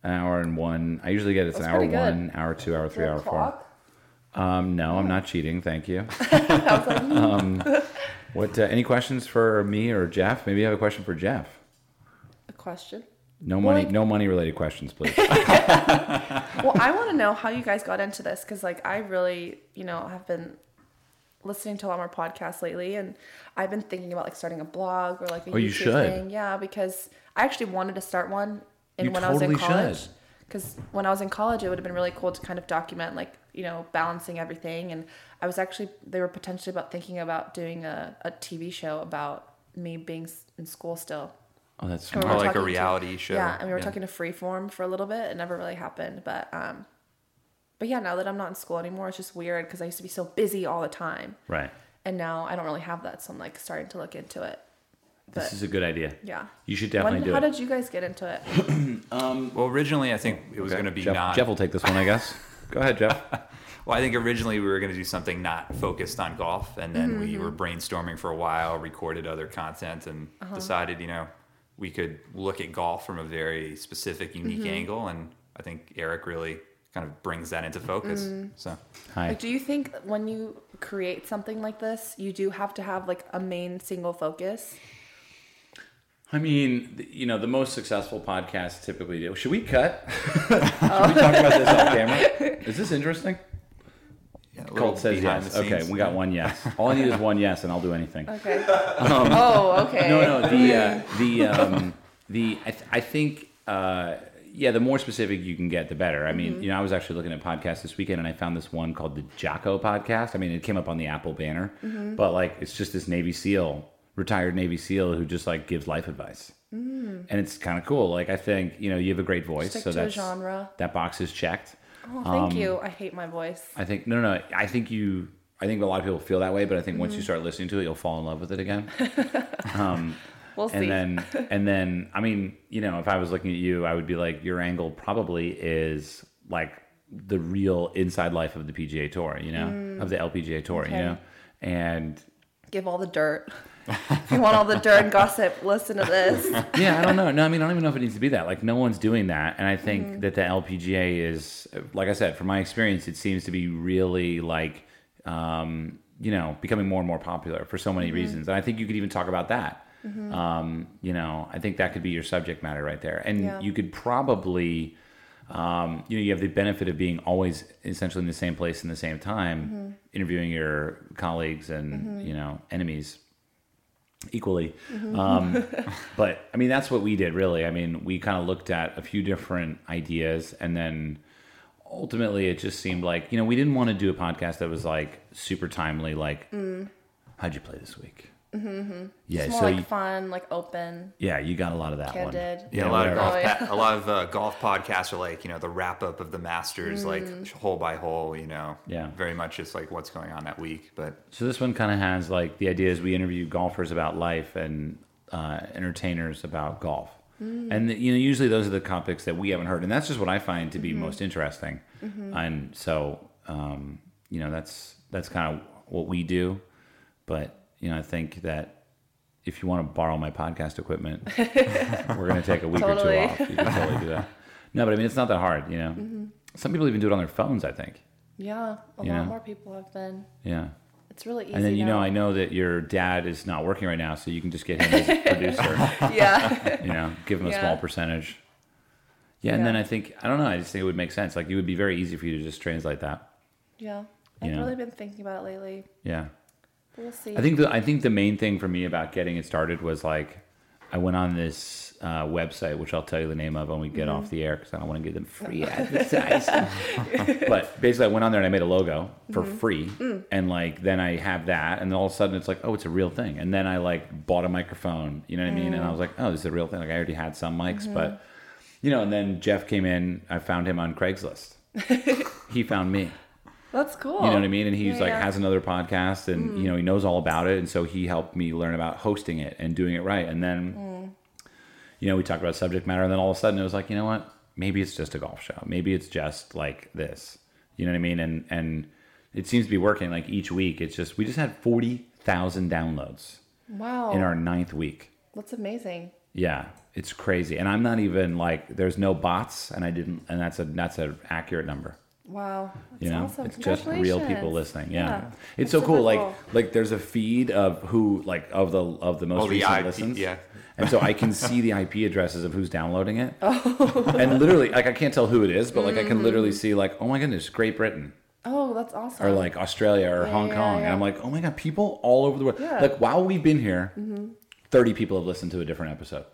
[SPEAKER 1] An hour and one. I usually get it's
[SPEAKER 2] That's
[SPEAKER 1] an hour
[SPEAKER 2] pretty good.
[SPEAKER 1] one, hour two, hour three,
[SPEAKER 2] Your
[SPEAKER 1] hour four.
[SPEAKER 2] clock?
[SPEAKER 1] Um, no, I'm not cheating. Thank
[SPEAKER 2] *laughs*
[SPEAKER 1] you. um, *laughs* what? Uh, any questions for me or Jeff? Maybe you have a question for Jeff.
[SPEAKER 2] A question.
[SPEAKER 1] No money.
[SPEAKER 2] like-
[SPEAKER 1] no money related questions,
[SPEAKER 2] *laughs*
[SPEAKER 1] please.
[SPEAKER 2] Well, I want to know how you guys got into this because, like, I really, you know, have been listening to a lot more podcasts lately, and I've been thinking about like starting a blog or like a
[SPEAKER 1] Oh, you
[SPEAKER 2] YouTube
[SPEAKER 1] should.
[SPEAKER 2] thing. Yeah, because I actually wanted to start one, and
[SPEAKER 1] You
[SPEAKER 2] when I
[SPEAKER 1] totally
[SPEAKER 2] was in college,
[SPEAKER 1] should.
[SPEAKER 2] because when I was in college, it would have been really cool to kind of document like you know balancing everything. And I was actually they were potentially about thinking about doing a, a TV show about me being s- in school still.
[SPEAKER 1] Oh, that's
[SPEAKER 2] And we
[SPEAKER 1] smart.
[SPEAKER 2] were
[SPEAKER 3] Or like a
[SPEAKER 2] talking to-
[SPEAKER 3] reality show.
[SPEAKER 2] Yeah, and we were
[SPEAKER 3] Yeah.
[SPEAKER 2] talking to Freeform for a little bit. It never really happened, but um, but yeah, now that I'm not in school anymore, it's just weird because I used to be so busy all the time,
[SPEAKER 1] Right.
[SPEAKER 2] and now I don't really have that. So I'm like starting to look into it.
[SPEAKER 1] This is a good idea.
[SPEAKER 2] Yeah.
[SPEAKER 1] You should
[SPEAKER 2] When,
[SPEAKER 1] definitely do
[SPEAKER 2] how
[SPEAKER 1] it.
[SPEAKER 2] did you guys get into it?
[SPEAKER 1] *laughs*
[SPEAKER 3] Well, originally I think it was
[SPEAKER 1] Okay.
[SPEAKER 3] going to be
[SPEAKER 1] Jeff,
[SPEAKER 3] not.
[SPEAKER 1] Jeff will take this one, I *laughs* guess. Go ahead, Jeff.
[SPEAKER 3] Well, I think originally we were going to do something not focused on golf, and then
[SPEAKER 2] Mm-hmm.
[SPEAKER 3] we were brainstorming for a while, recorded other content, and
[SPEAKER 2] Uh-huh.
[SPEAKER 3] decided, you know, we could look at golf from a very specific, unique
[SPEAKER 2] Mm-hmm.
[SPEAKER 3] angle. And I think Eric really kind of brings that into focus.
[SPEAKER 2] Mm-hmm.
[SPEAKER 3] So,
[SPEAKER 1] Hi.
[SPEAKER 2] Like, do you think when you create something like this, you do have to have like a main single focus?
[SPEAKER 1] I mean, th- you know, the most successful podcasts typically do. Should we *laughs* cut? Should we talk about this off camera? Is this interesting?
[SPEAKER 3] yeah, a little
[SPEAKER 1] Colt says
[SPEAKER 3] behind
[SPEAKER 1] yes.
[SPEAKER 3] the
[SPEAKER 1] Okay,
[SPEAKER 3] scenes.
[SPEAKER 1] we got one yes. All I need is one yes, and I'll do anything. *laughs*
[SPEAKER 2] Okay. oh,
[SPEAKER 1] Um,
[SPEAKER 2] okay.
[SPEAKER 1] No,
[SPEAKER 2] *laughs*
[SPEAKER 1] no, the uh, the um, the I, th- I think uh, yeah, the more specific you can get, the better. I mean,
[SPEAKER 2] Mm-hmm.
[SPEAKER 1] you know, I was actually looking at podcasts this weekend, and I found this one called the Jocko Podcast. I mean, it came up on the Apple banner,
[SPEAKER 2] Mm-hmm.
[SPEAKER 1] but like, it's just this Navy SEAL, retired Navy SEal, who just like gives life advice. And it's kind of cool. Like I think you know you have a great voice,
[SPEAKER 2] Mm. Stick
[SPEAKER 1] so
[SPEAKER 2] to a
[SPEAKER 1] that's
[SPEAKER 2] genre.
[SPEAKER 1] that box is checked.
[SPEAKER 2] Oh,
[SPEAKER 1] Um,
[SPEAKER 2] thank you. I hate my voice.
[SPEAKER 1] I think no, no, no. I think you. I think a lot of people feel that way, but I think once
[SPEAKER 2] Mm-hmm.
[SPEAKER 1] you start listening to it, you'll fall in love with it again.
[SPEAKER 2] We'll see.
[SPEAKER 1] and then
[SPEAKER 2] *laughs*
[SPEAKER 1] and then I mean, you know, if I was looking at you, I would be like, your angle probably is like the real inside life of the PGA Tour, you know, of the LPGA Tour, you
[SPEAKER 2] Mm. Okay.
[SPEAKER 1] know, and
[SPEAKER 2] Give all the
[SPEAKER 1] *laughs*
[SPEAKER 2] dirt. if you want all the dirt and gossip, listen to this.
[SPEAKER 1] yeah, I don't know. No, I mean, I don't even know if it needs to be that. Like, no one's doing that, and I think that the LPGA is, like I said, from my experience, it seems to be really like, um, you know, becoming more and more popular for so many reasons. And I think you could even talk about that. Um, you know, I think that could be your subject matter right there, and
[SPEAKER 2] Yeah.
[SPEAKER 1] you could probably. Um, you know, you have the benefit of being always essentially in the same place in the same time, interviewing your colleagues and you know enemies equally. Um, but I mean, that's what we did really. I mean, we kind of looked at a few different ideas and then ultimately it just seemed like, you know, we didn't want to do a podcast that was like super timely, like, how'd you play this week? Mm-hmm. Yeah.
[SPEAKER 2] Mm. It's
[SPEAKER 1] So,
[SPEAKER 2] more like
[SPEAKER 1] you,
[SPEAKER 2] fun, like open,
[SPEAKER 1] yeah, you got a lot of that
[SPEAKER 2] candid.
[SPEAKER 1] one.
[SPEAKER 3] Yeah, a lot of
[SPEAKER 1] whatever.
[SPEAKER 3] golf.
[SPEAKER 2] Oh, yeah.
[SPEAKER 3] pa- a lot of uh, golf podcasts are like you know the wrap up of the Masters,
[SPEAKER 2] Mm-hmm.
[SPEAKER 3] like hole by hole. You know,
[SPEAKER 1] Yeah.
[SPEAKER 3] very much just like what's going on that week.
[SPEAKER 1] *laughs*
[SPEAKER 3] But
[SPEAKER 1] So this one kind of has like the idea is we interview golfers about life and uh, entertainers about golf, and you know usually those are the topics that we haven't heard, and that's just what I find to be most interesting, and so um, you know that's that's kind of what we do, but you know I think that if you want to borrow my podcast equipment, we're gonna take a week
[SPEAKER 2] Totally.
[SPEAKER 1] or two off. You can totally do that. No, but I mean it's not that hard, you know. Some people even do it on their phones, I think.
[SPEAKER 2] Yeah, a
[SPEAKER 1] You
[SPEAKER 2] lot
[SPEAKER 1] know?
[SPEAKER 2] more people have been.
[SPEAKER 1] Yeah.
[SPEAKER 2] It's really easy.
[SPEAKER 1] And then you know,
[SPEAKER 2] now.
[SPEAKER 1] I know that your dad is not working right now, so you can just get him as a producer. *laughs*
[SPEAKER 2] *laughs* yeah,
[SPEAKER 1] You know, give him a
[SPEAKER 2] Yeah.
[SPEAKER 1] small percentage. Yeah, and
[SPEAKER 2] Yeah.
[SPEAKER 1] then I think I don't know. I just think it would make sense. Like it would be very easy for you to just translate that.
[SPEAKER 2] yeah. I've
[SPEAKER 1] Yeah.
[SPEAKER 2] really been thinking about it lately.
[SPEAKER 1] Yeah,
[SPEAKER 2] We'll see.
[SPEAKER 1] I think the I think the main thing for me about getting it started was like I went on this uh, website, which I'll tell you the name of when we get off the air because I don't want to give them free advertising. but basically, I went on there and I made a logo for free, and like then I have that, and then all of a sudden it's like, oh, it's a real thing. And then I like bought a microphone, you know what I mean? And I was like, oh, this is a real thing. Like I already had some mics, but you know. And then Jeff came in. I found him on Craigslist. he found me.
[SPEAKER 2] that's cool.
[SPEAKER 1] You know what I mean? And he's
[SPEAKER 2] Oh, Yeah,
[SPEAKER 1] like
[SPEAKER 2] yeah. Mm.
[SPEAKER 1] has another podcast, and you know
[SPEAKER 2] Mm.
[SPEAKER 1] he knows all about it, and so he helped me learn about hosting it and doing it right. And then, you know, we talked about subject matter, and then all of a sudden it was like, you know what? Maybe it's just a golf show. Maybe it's just like this. You know what I mean? And and it seems to be working. Like each week, it's just we just had forty thousand downloads
[SPEAKER 2] Wow.
[SPEAKER 1] in our ninth week.
[SPEAKER 2] That's amazing.
[SPEAKER 1] Yeah, it's crazy. And I'm not even like there's no bots, and I didn't, and that's a that's an accurate number
[SPEAKER 2] Wow. That's
[SPEAKER 1] you know
[SPEAKER 2] awesome.
[SPEAKER 1] it's just real people
[SPEAKER 2] Congratulations.
[SPEAKER 1] listening yeah,
[SPEAKER 2] That's
[SPEAKER 1] it's so
[SPEAKER 2] super
[SPEAKER 1] cool like like there's a feed of who like of the of the most
[SPEAKER 3] Oh, the
[SPEAKER 1] recent
[SPEAKER 3] IP,
[SPEAKER 1] listens
[SPEAKER 3] yeah.
[SPEAKER 1] and so i
[SPEAKER 3] *laughs*
[SPEAKER 1] can see the ip addresses of who's downloading it
[SPEAKER 2] Oh.
[SPEAKER 1] and literally like i can't tell who it is but like i
[SPEAKER 2] Mm.
[SPEAKER 1] can literally see like oh my goodness great britain
[SPEAKER 2] Oh, that's awesome.
[SPEAKER 1] or like australia or hong
[SPEAKER 2] yeah,
[SPEAKER 1] kong and
[SPEAKER 2] yeah.
[SPEAKER 1] i'm like oh my god people all over the world
[SPEAKER 2] Yeah. Mm-hmm.
[SPEAKER 1] like while we've been here 30 people have listened to a different episode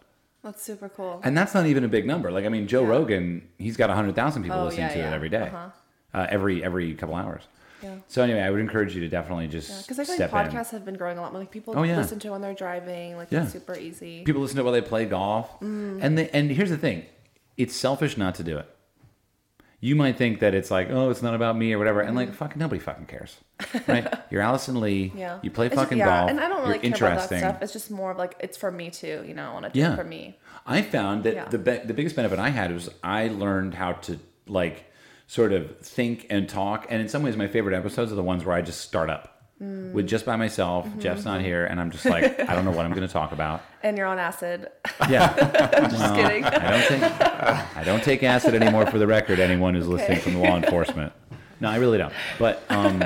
[SPEAKER 2] that's super cool.
[SPEAKER 1] and that's not even a big number. Like I mean, Joe
[SPEAKER 2] Yeah.
[SPEAKER 1] Rogan, he's got hundred thousand people
[SPEAKER 2] Oh,
[SPEAKER 1] listening
[SPEAKER 2] yeah,
[SPEAKER 1] to it
[SPEAKER 2] yeah.
[SPEAKER 1] every day.
[SPEAKER 2] Uh-huh.
[SPEAKER 1] Uh, every every couple hours.
[SPEAKER 2] Yeah.
[SPEAKER 1] So anyway, I would encourage you to definitely just
[SPEAKER 2] Because I feel
[SPEAKER 1] step
[SPEAKER 2] like podcasts have been growing a lot more. Like people
[SPEAKER 1] Oh, yeah.
[SPEAKER 2] listen to it when they're driving. Like
[SPEAKER 1] Yeah.
[SPEAKER 2] it's super easy.
[SPEAKER 1] in. People listen to it while they play golf,
[SPEAKER 2] Mm.
[SPEAKER 1] and they, and here's the thing, it's selfish not to do it. You might think that it's like, oh, it's not about me or whatever, and
[SPEAKER 2] Mm.
[SPEAKER 1] like, fucking nobody fucking
[SPEAKER 2] *laughs*
[SPEAKER 1] cares, right? You're Allison Lee.
[SPEAKER 2] yeah.
[SPEAKER 1] You play
[SPEAKER 2] It's just-
[SPEAKER 1] fucking
[SPEAKER 2] yeah,
[SPEAKER 1] golf.
[SPEAKER 2] And I don't really
[SPEAKER 1] you're
[SPEAKER 2] care about that
[SPEAKER 1] interesting.
[SPEAKER 2] stuff. It's just more of like it's for me too. You know, I want to do
[SPEAKER 1] Yeah.
[SPEAKER 2] it for me.
[SPEAKER 1] I found that
[SPEAKER 2] Yeah.
[SPEAKER 1] the be- the biggest benefit I had was I learned how to like sort of think and talk. And in some ways, my favorite episodes are the ones where I just start up
[SPEAKER 2] Mm.
[SPEAKER 1] with just by myself.
[SPEAKER 2] Mm-hmm.
[SPEAKER 1] Jeff's not here, and I'm just like, I don't know what I'm going to talk about.
[SPEAKER 2] And you're on acid. *laughs*
[SPEAKER 1] Yeah, Uh.
[SPEAKER 2] just
[SPEAKER 1] *laughs*
[SPEAKER 2] kidding. *laughs*
[SPEAKER 1] I don't think I don't take acid anymore. For the record, anyone who's listening from law enforcement, no, I really don't. But um,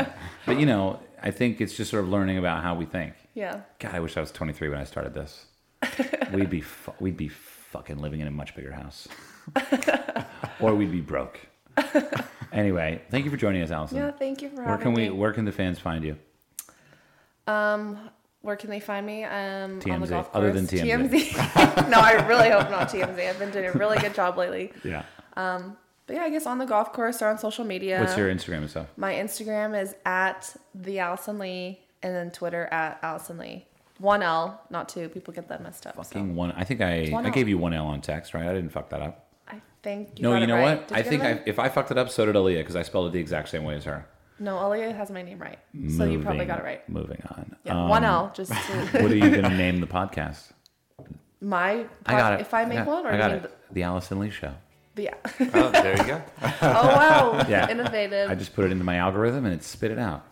[SPEAKER 1] but you know, I think it's just sort of learning about how we think.
[SPEAKER 2] Yeah.
[SPEAKER 1] God, I wish I was 23 when I started this. We'd be fu- we'd be fucking living in a much bigger
[SPEAKER 2] *laughs*
[SPEAKER 1] house, or we'd be broke. anyway, thank you for joining us, Allison.
[SPEAKER 2] Yeah. Thank you for
[SPEAKER 1] where
[SPEAKER 2] having
[SPEAKER 1] can we?
[SPEAKER 2] me.
[SPEAKER 1] Where can the fans find you?
[SPEAKER 2] Where can they find me? Um, on the
[SPEAKER 1] TMZ,
[SPEAKER 2] golf course.
[SPEAKER 1] other than TMZ.
[SPEAKER 2] *laughs* TMZ. no, I really hope not TMZ. I've been doing a really good job lately.
[SPEAKER 1] Yeah.
[SPEAKER 2] But yeah, I guess on the golf course or on social media.
[SPEAKER 1] What's your Instagram and stuff?
[SPEAKER 2] My Instagram is at the Allison Lee, and then Twitter at Allison Lee. One L, not two. People get that messed up. So
[SPEAKER 1] Fucking one. I think I
[SPEAKER 2] one
[SPEAKER 1] I
[SPEAKER 2] L.
[SPEAKER 1] gave you one L on text, right? I didn't fuck that up.
[SPEAKER 2] I think you
[SPEAKER 1] no,
[SPEAKER 2] got
[SPEAKER 1] you
[SPEAKER 2] it
[SPEAKER 1] know
[SPEAKER 2] right.
[SPEAKER 1] what?
[SPEAKER 2] Did
[SPEAKER 1] I
[SPEAKER 2] you get
[SPEAKER 1] think
[SPEAKER 2] it
[SPEAKER 1] I,
[SPEAKER 2] right?
[SPEAKER 1] if I fucked it up, so did Aaliyah because I spelled it the exact same way as her.
[SPEAKER 2] no, Aaliyah has my name right, so you probably got it right.
[SPEAKER 1] Moving on.
[SPEAKER 2] Yeah,
[SPEAKER 1] Um,
[SPEAKER 2] one L, just to,
[SPEAKER 1] *laughs* what are you going
[SPEAKER 2] *laughs*
[SPEAKER 1] to name the podcast?
[SPEAKER 2] my.
[SPEAKER 1] I got it.
[SPEAKER 2] If I make
[SPEAKER 1] got-
[SPEAKER 2] one, or
[SPEAKER 1] I got
[SPEAKER 2] name
[SPEAKER 1] it. The Allison Lee Show.
[SPEAKER 2] The, *laughs* yeah.
[SPEAKER 1] *laughs*
[SPEAKER 3] Oh, there you go.
[SPEAKER 2] oh wow,
[SPEAKER 1] Yeah.
[SPEAKER 2] innovative.
[SPEAKER 1] I just put it into my algorithm and it spit it
[SPEAKER 2] *laughs*
[SPEAKER 1] out.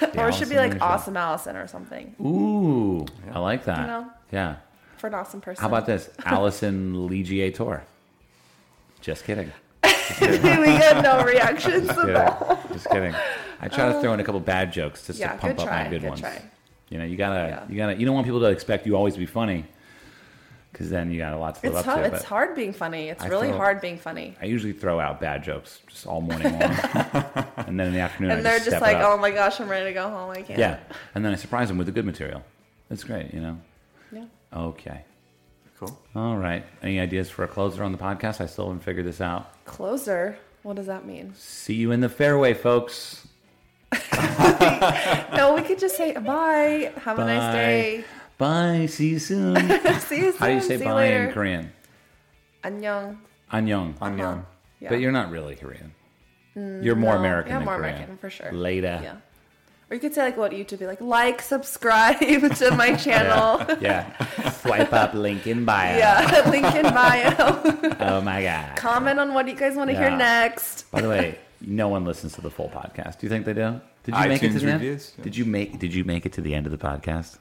[SPEAKER 1] The
[SPEAKER 2] or it should
[SPEAKER 1] Allison
[SPEAKER 2] be like
[SPEAKER 1] Lee Show.
[SPEAKER 2] Awesome Allison or something
[SPEAKER 1] Ooh, I like that.
[SPEAKER 2] You know?
[SPEAKER 1] Yeah.
[SPEAKER 2] for an awesome person.
[SPEAKER 1] How
[SPEAKER 2] *laughs*
[SPEAKER 1] about this? Allison Legier Tour. Just kidding.
[SPEAKER 2] we get no reactions at all.
[SPEAKER 1] *laughs* Yeah,
[SPEAKER 2] *laughs*
[SPEAKER 1] Just kidding. I try to throw in a couple bad jokes just
[SPEAKER 2] yeah,
[SPEAKER 1] to pump
[SPEAKER 2] good
[SPEAKER 1] up my
[SPEAKER 2] try,
[SPEAKER 1] good,
[SPEAKER 2] good
[SPEAKER 1] ones.
[SPEAKER 2] try.
[SPEAKER 1] You know, you gotta,
[SPEAKER 2] Yeah.
[SPEAKER 1] you gotta, you don't want people to expect you always to be funny, because then you got a lot to live
[SPEAKER 2] It's
[SPEAKER 1] up
[SPEAKER 2] tough.
[SPEAKER 1] to.
[SPEAKER 2] It's
[SPEAKER 1] but
[SPEAKER 2] hard being funny. It's
[SPEAKER 1] I
[SPEAKER 2] really
[SPEAKER 1] feel-
[SPEAKER 2] hard being funny.
[SPEAKER 1] I usually throw out bad jokes just all morning
[SPEAKER 2] *laughs*
[SPEAKER 1] long, *laughs* and then in the afternoon,
[SPEAKER 2] And
[SPEAKER 1] I
[SPEAKER 2] they're just
[SPEAKER 1] step
[SPEAKER 2] like,
[SPEAKER 1] it up.
[SPEAKER 2] "Oh my gosh, I'm ready to go home. I can't."
[SPEAKER 1] yeah, and then I surprise them with the good material. That's great, you know.
[SPEAKER 2] Yeah.
[SPEAKER 1] Okay.
[SPEAKER 3] Cool.
[SPEAKER 1] All right. Any ideas for a closer on the podcast? I still haven't figured this out.
[SPEAKER 2] Closer. What does that mean?
[SPEAKER 1] See you in the fairway, folks.
[SPEAKER 2] no, we could just say bye. Have a nice day. *laughs*
[SPEAKER 1] Bye. See you soon.
[SPEAKER 2] See you soon.
[SPEAKER 1] How do you say
[SPEAKER 2] See
[SPEAKER 1] bye
[SPEAKER 2] you
[SPEAKER 1] in
[SPEAKER 2] later.
[SPEAKER 1] Korean?
[SPEAKER 2] Annyeong.
[SPEAKER 1] Annyeong.
[SPEAKER 3] Annyeong.
[SPEAKER 2] Yeah.
[SPEAKER 1] But you're not really Korean. You're more
[SPEAKER 2] no.
[SPEAKER 1] American
[SPEAKER 2] Yeah,
[SPEAKER 1] than
[SPEAKER 2] more
[SPEAKER 1] Korean.
[SPEAKER 2] American, for sure.
[SPEAKER 1] Later.
[SPEAKER 2] yeah. Or you could say like what YouTube be like, like, subscribe *laughs* to
[SPEAKER 1] *laughs*
[SPEAKER 2] my channel. *laughs*
[SPEAKER 1] Yeah. Swipe up link in bio.
[SPEAKER 2] Yeah, *laughs* link
[SPEAKER 1] *laughs*
[SPEAKER 2] in bio.
[SPEAKER 1] Oh my god.
[SPEAKER 2] Comment on what you guys want to
[SPEAKER 1] Yeah.
[SPEAKER 2] hear next.
[SPEAKER 1] By the way, no one listens to the full podcast. Do you think they do? Did you make it to
[SPEAKER 3] iTunes
[SPEAKER 1] the
[SPEAKER 3] reviews,
[SPEAKER 1] end?
[SPEAKER 3] yeah.
[SPEAKER 1] Did you make Did you make it to the end of the podcast?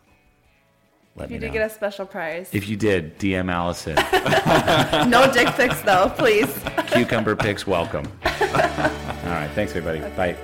[SPEAKER 1] Let
[SPEAKER 2] You
[SPEAKER 1] me
[SPEAKER 2] do
[SPEAKER 1] know.
[SPEAKER 2] get a special prize.
[SPEAKER 1] if you did, DM
[SPEAKER 2] *laughs*
[SPEAKER 1] Allison.
[SPEAKER 2] No dick pics though, please.
[SPEAKER 1] Cucumber picks welcome. All right. Thanks everybody. Bye.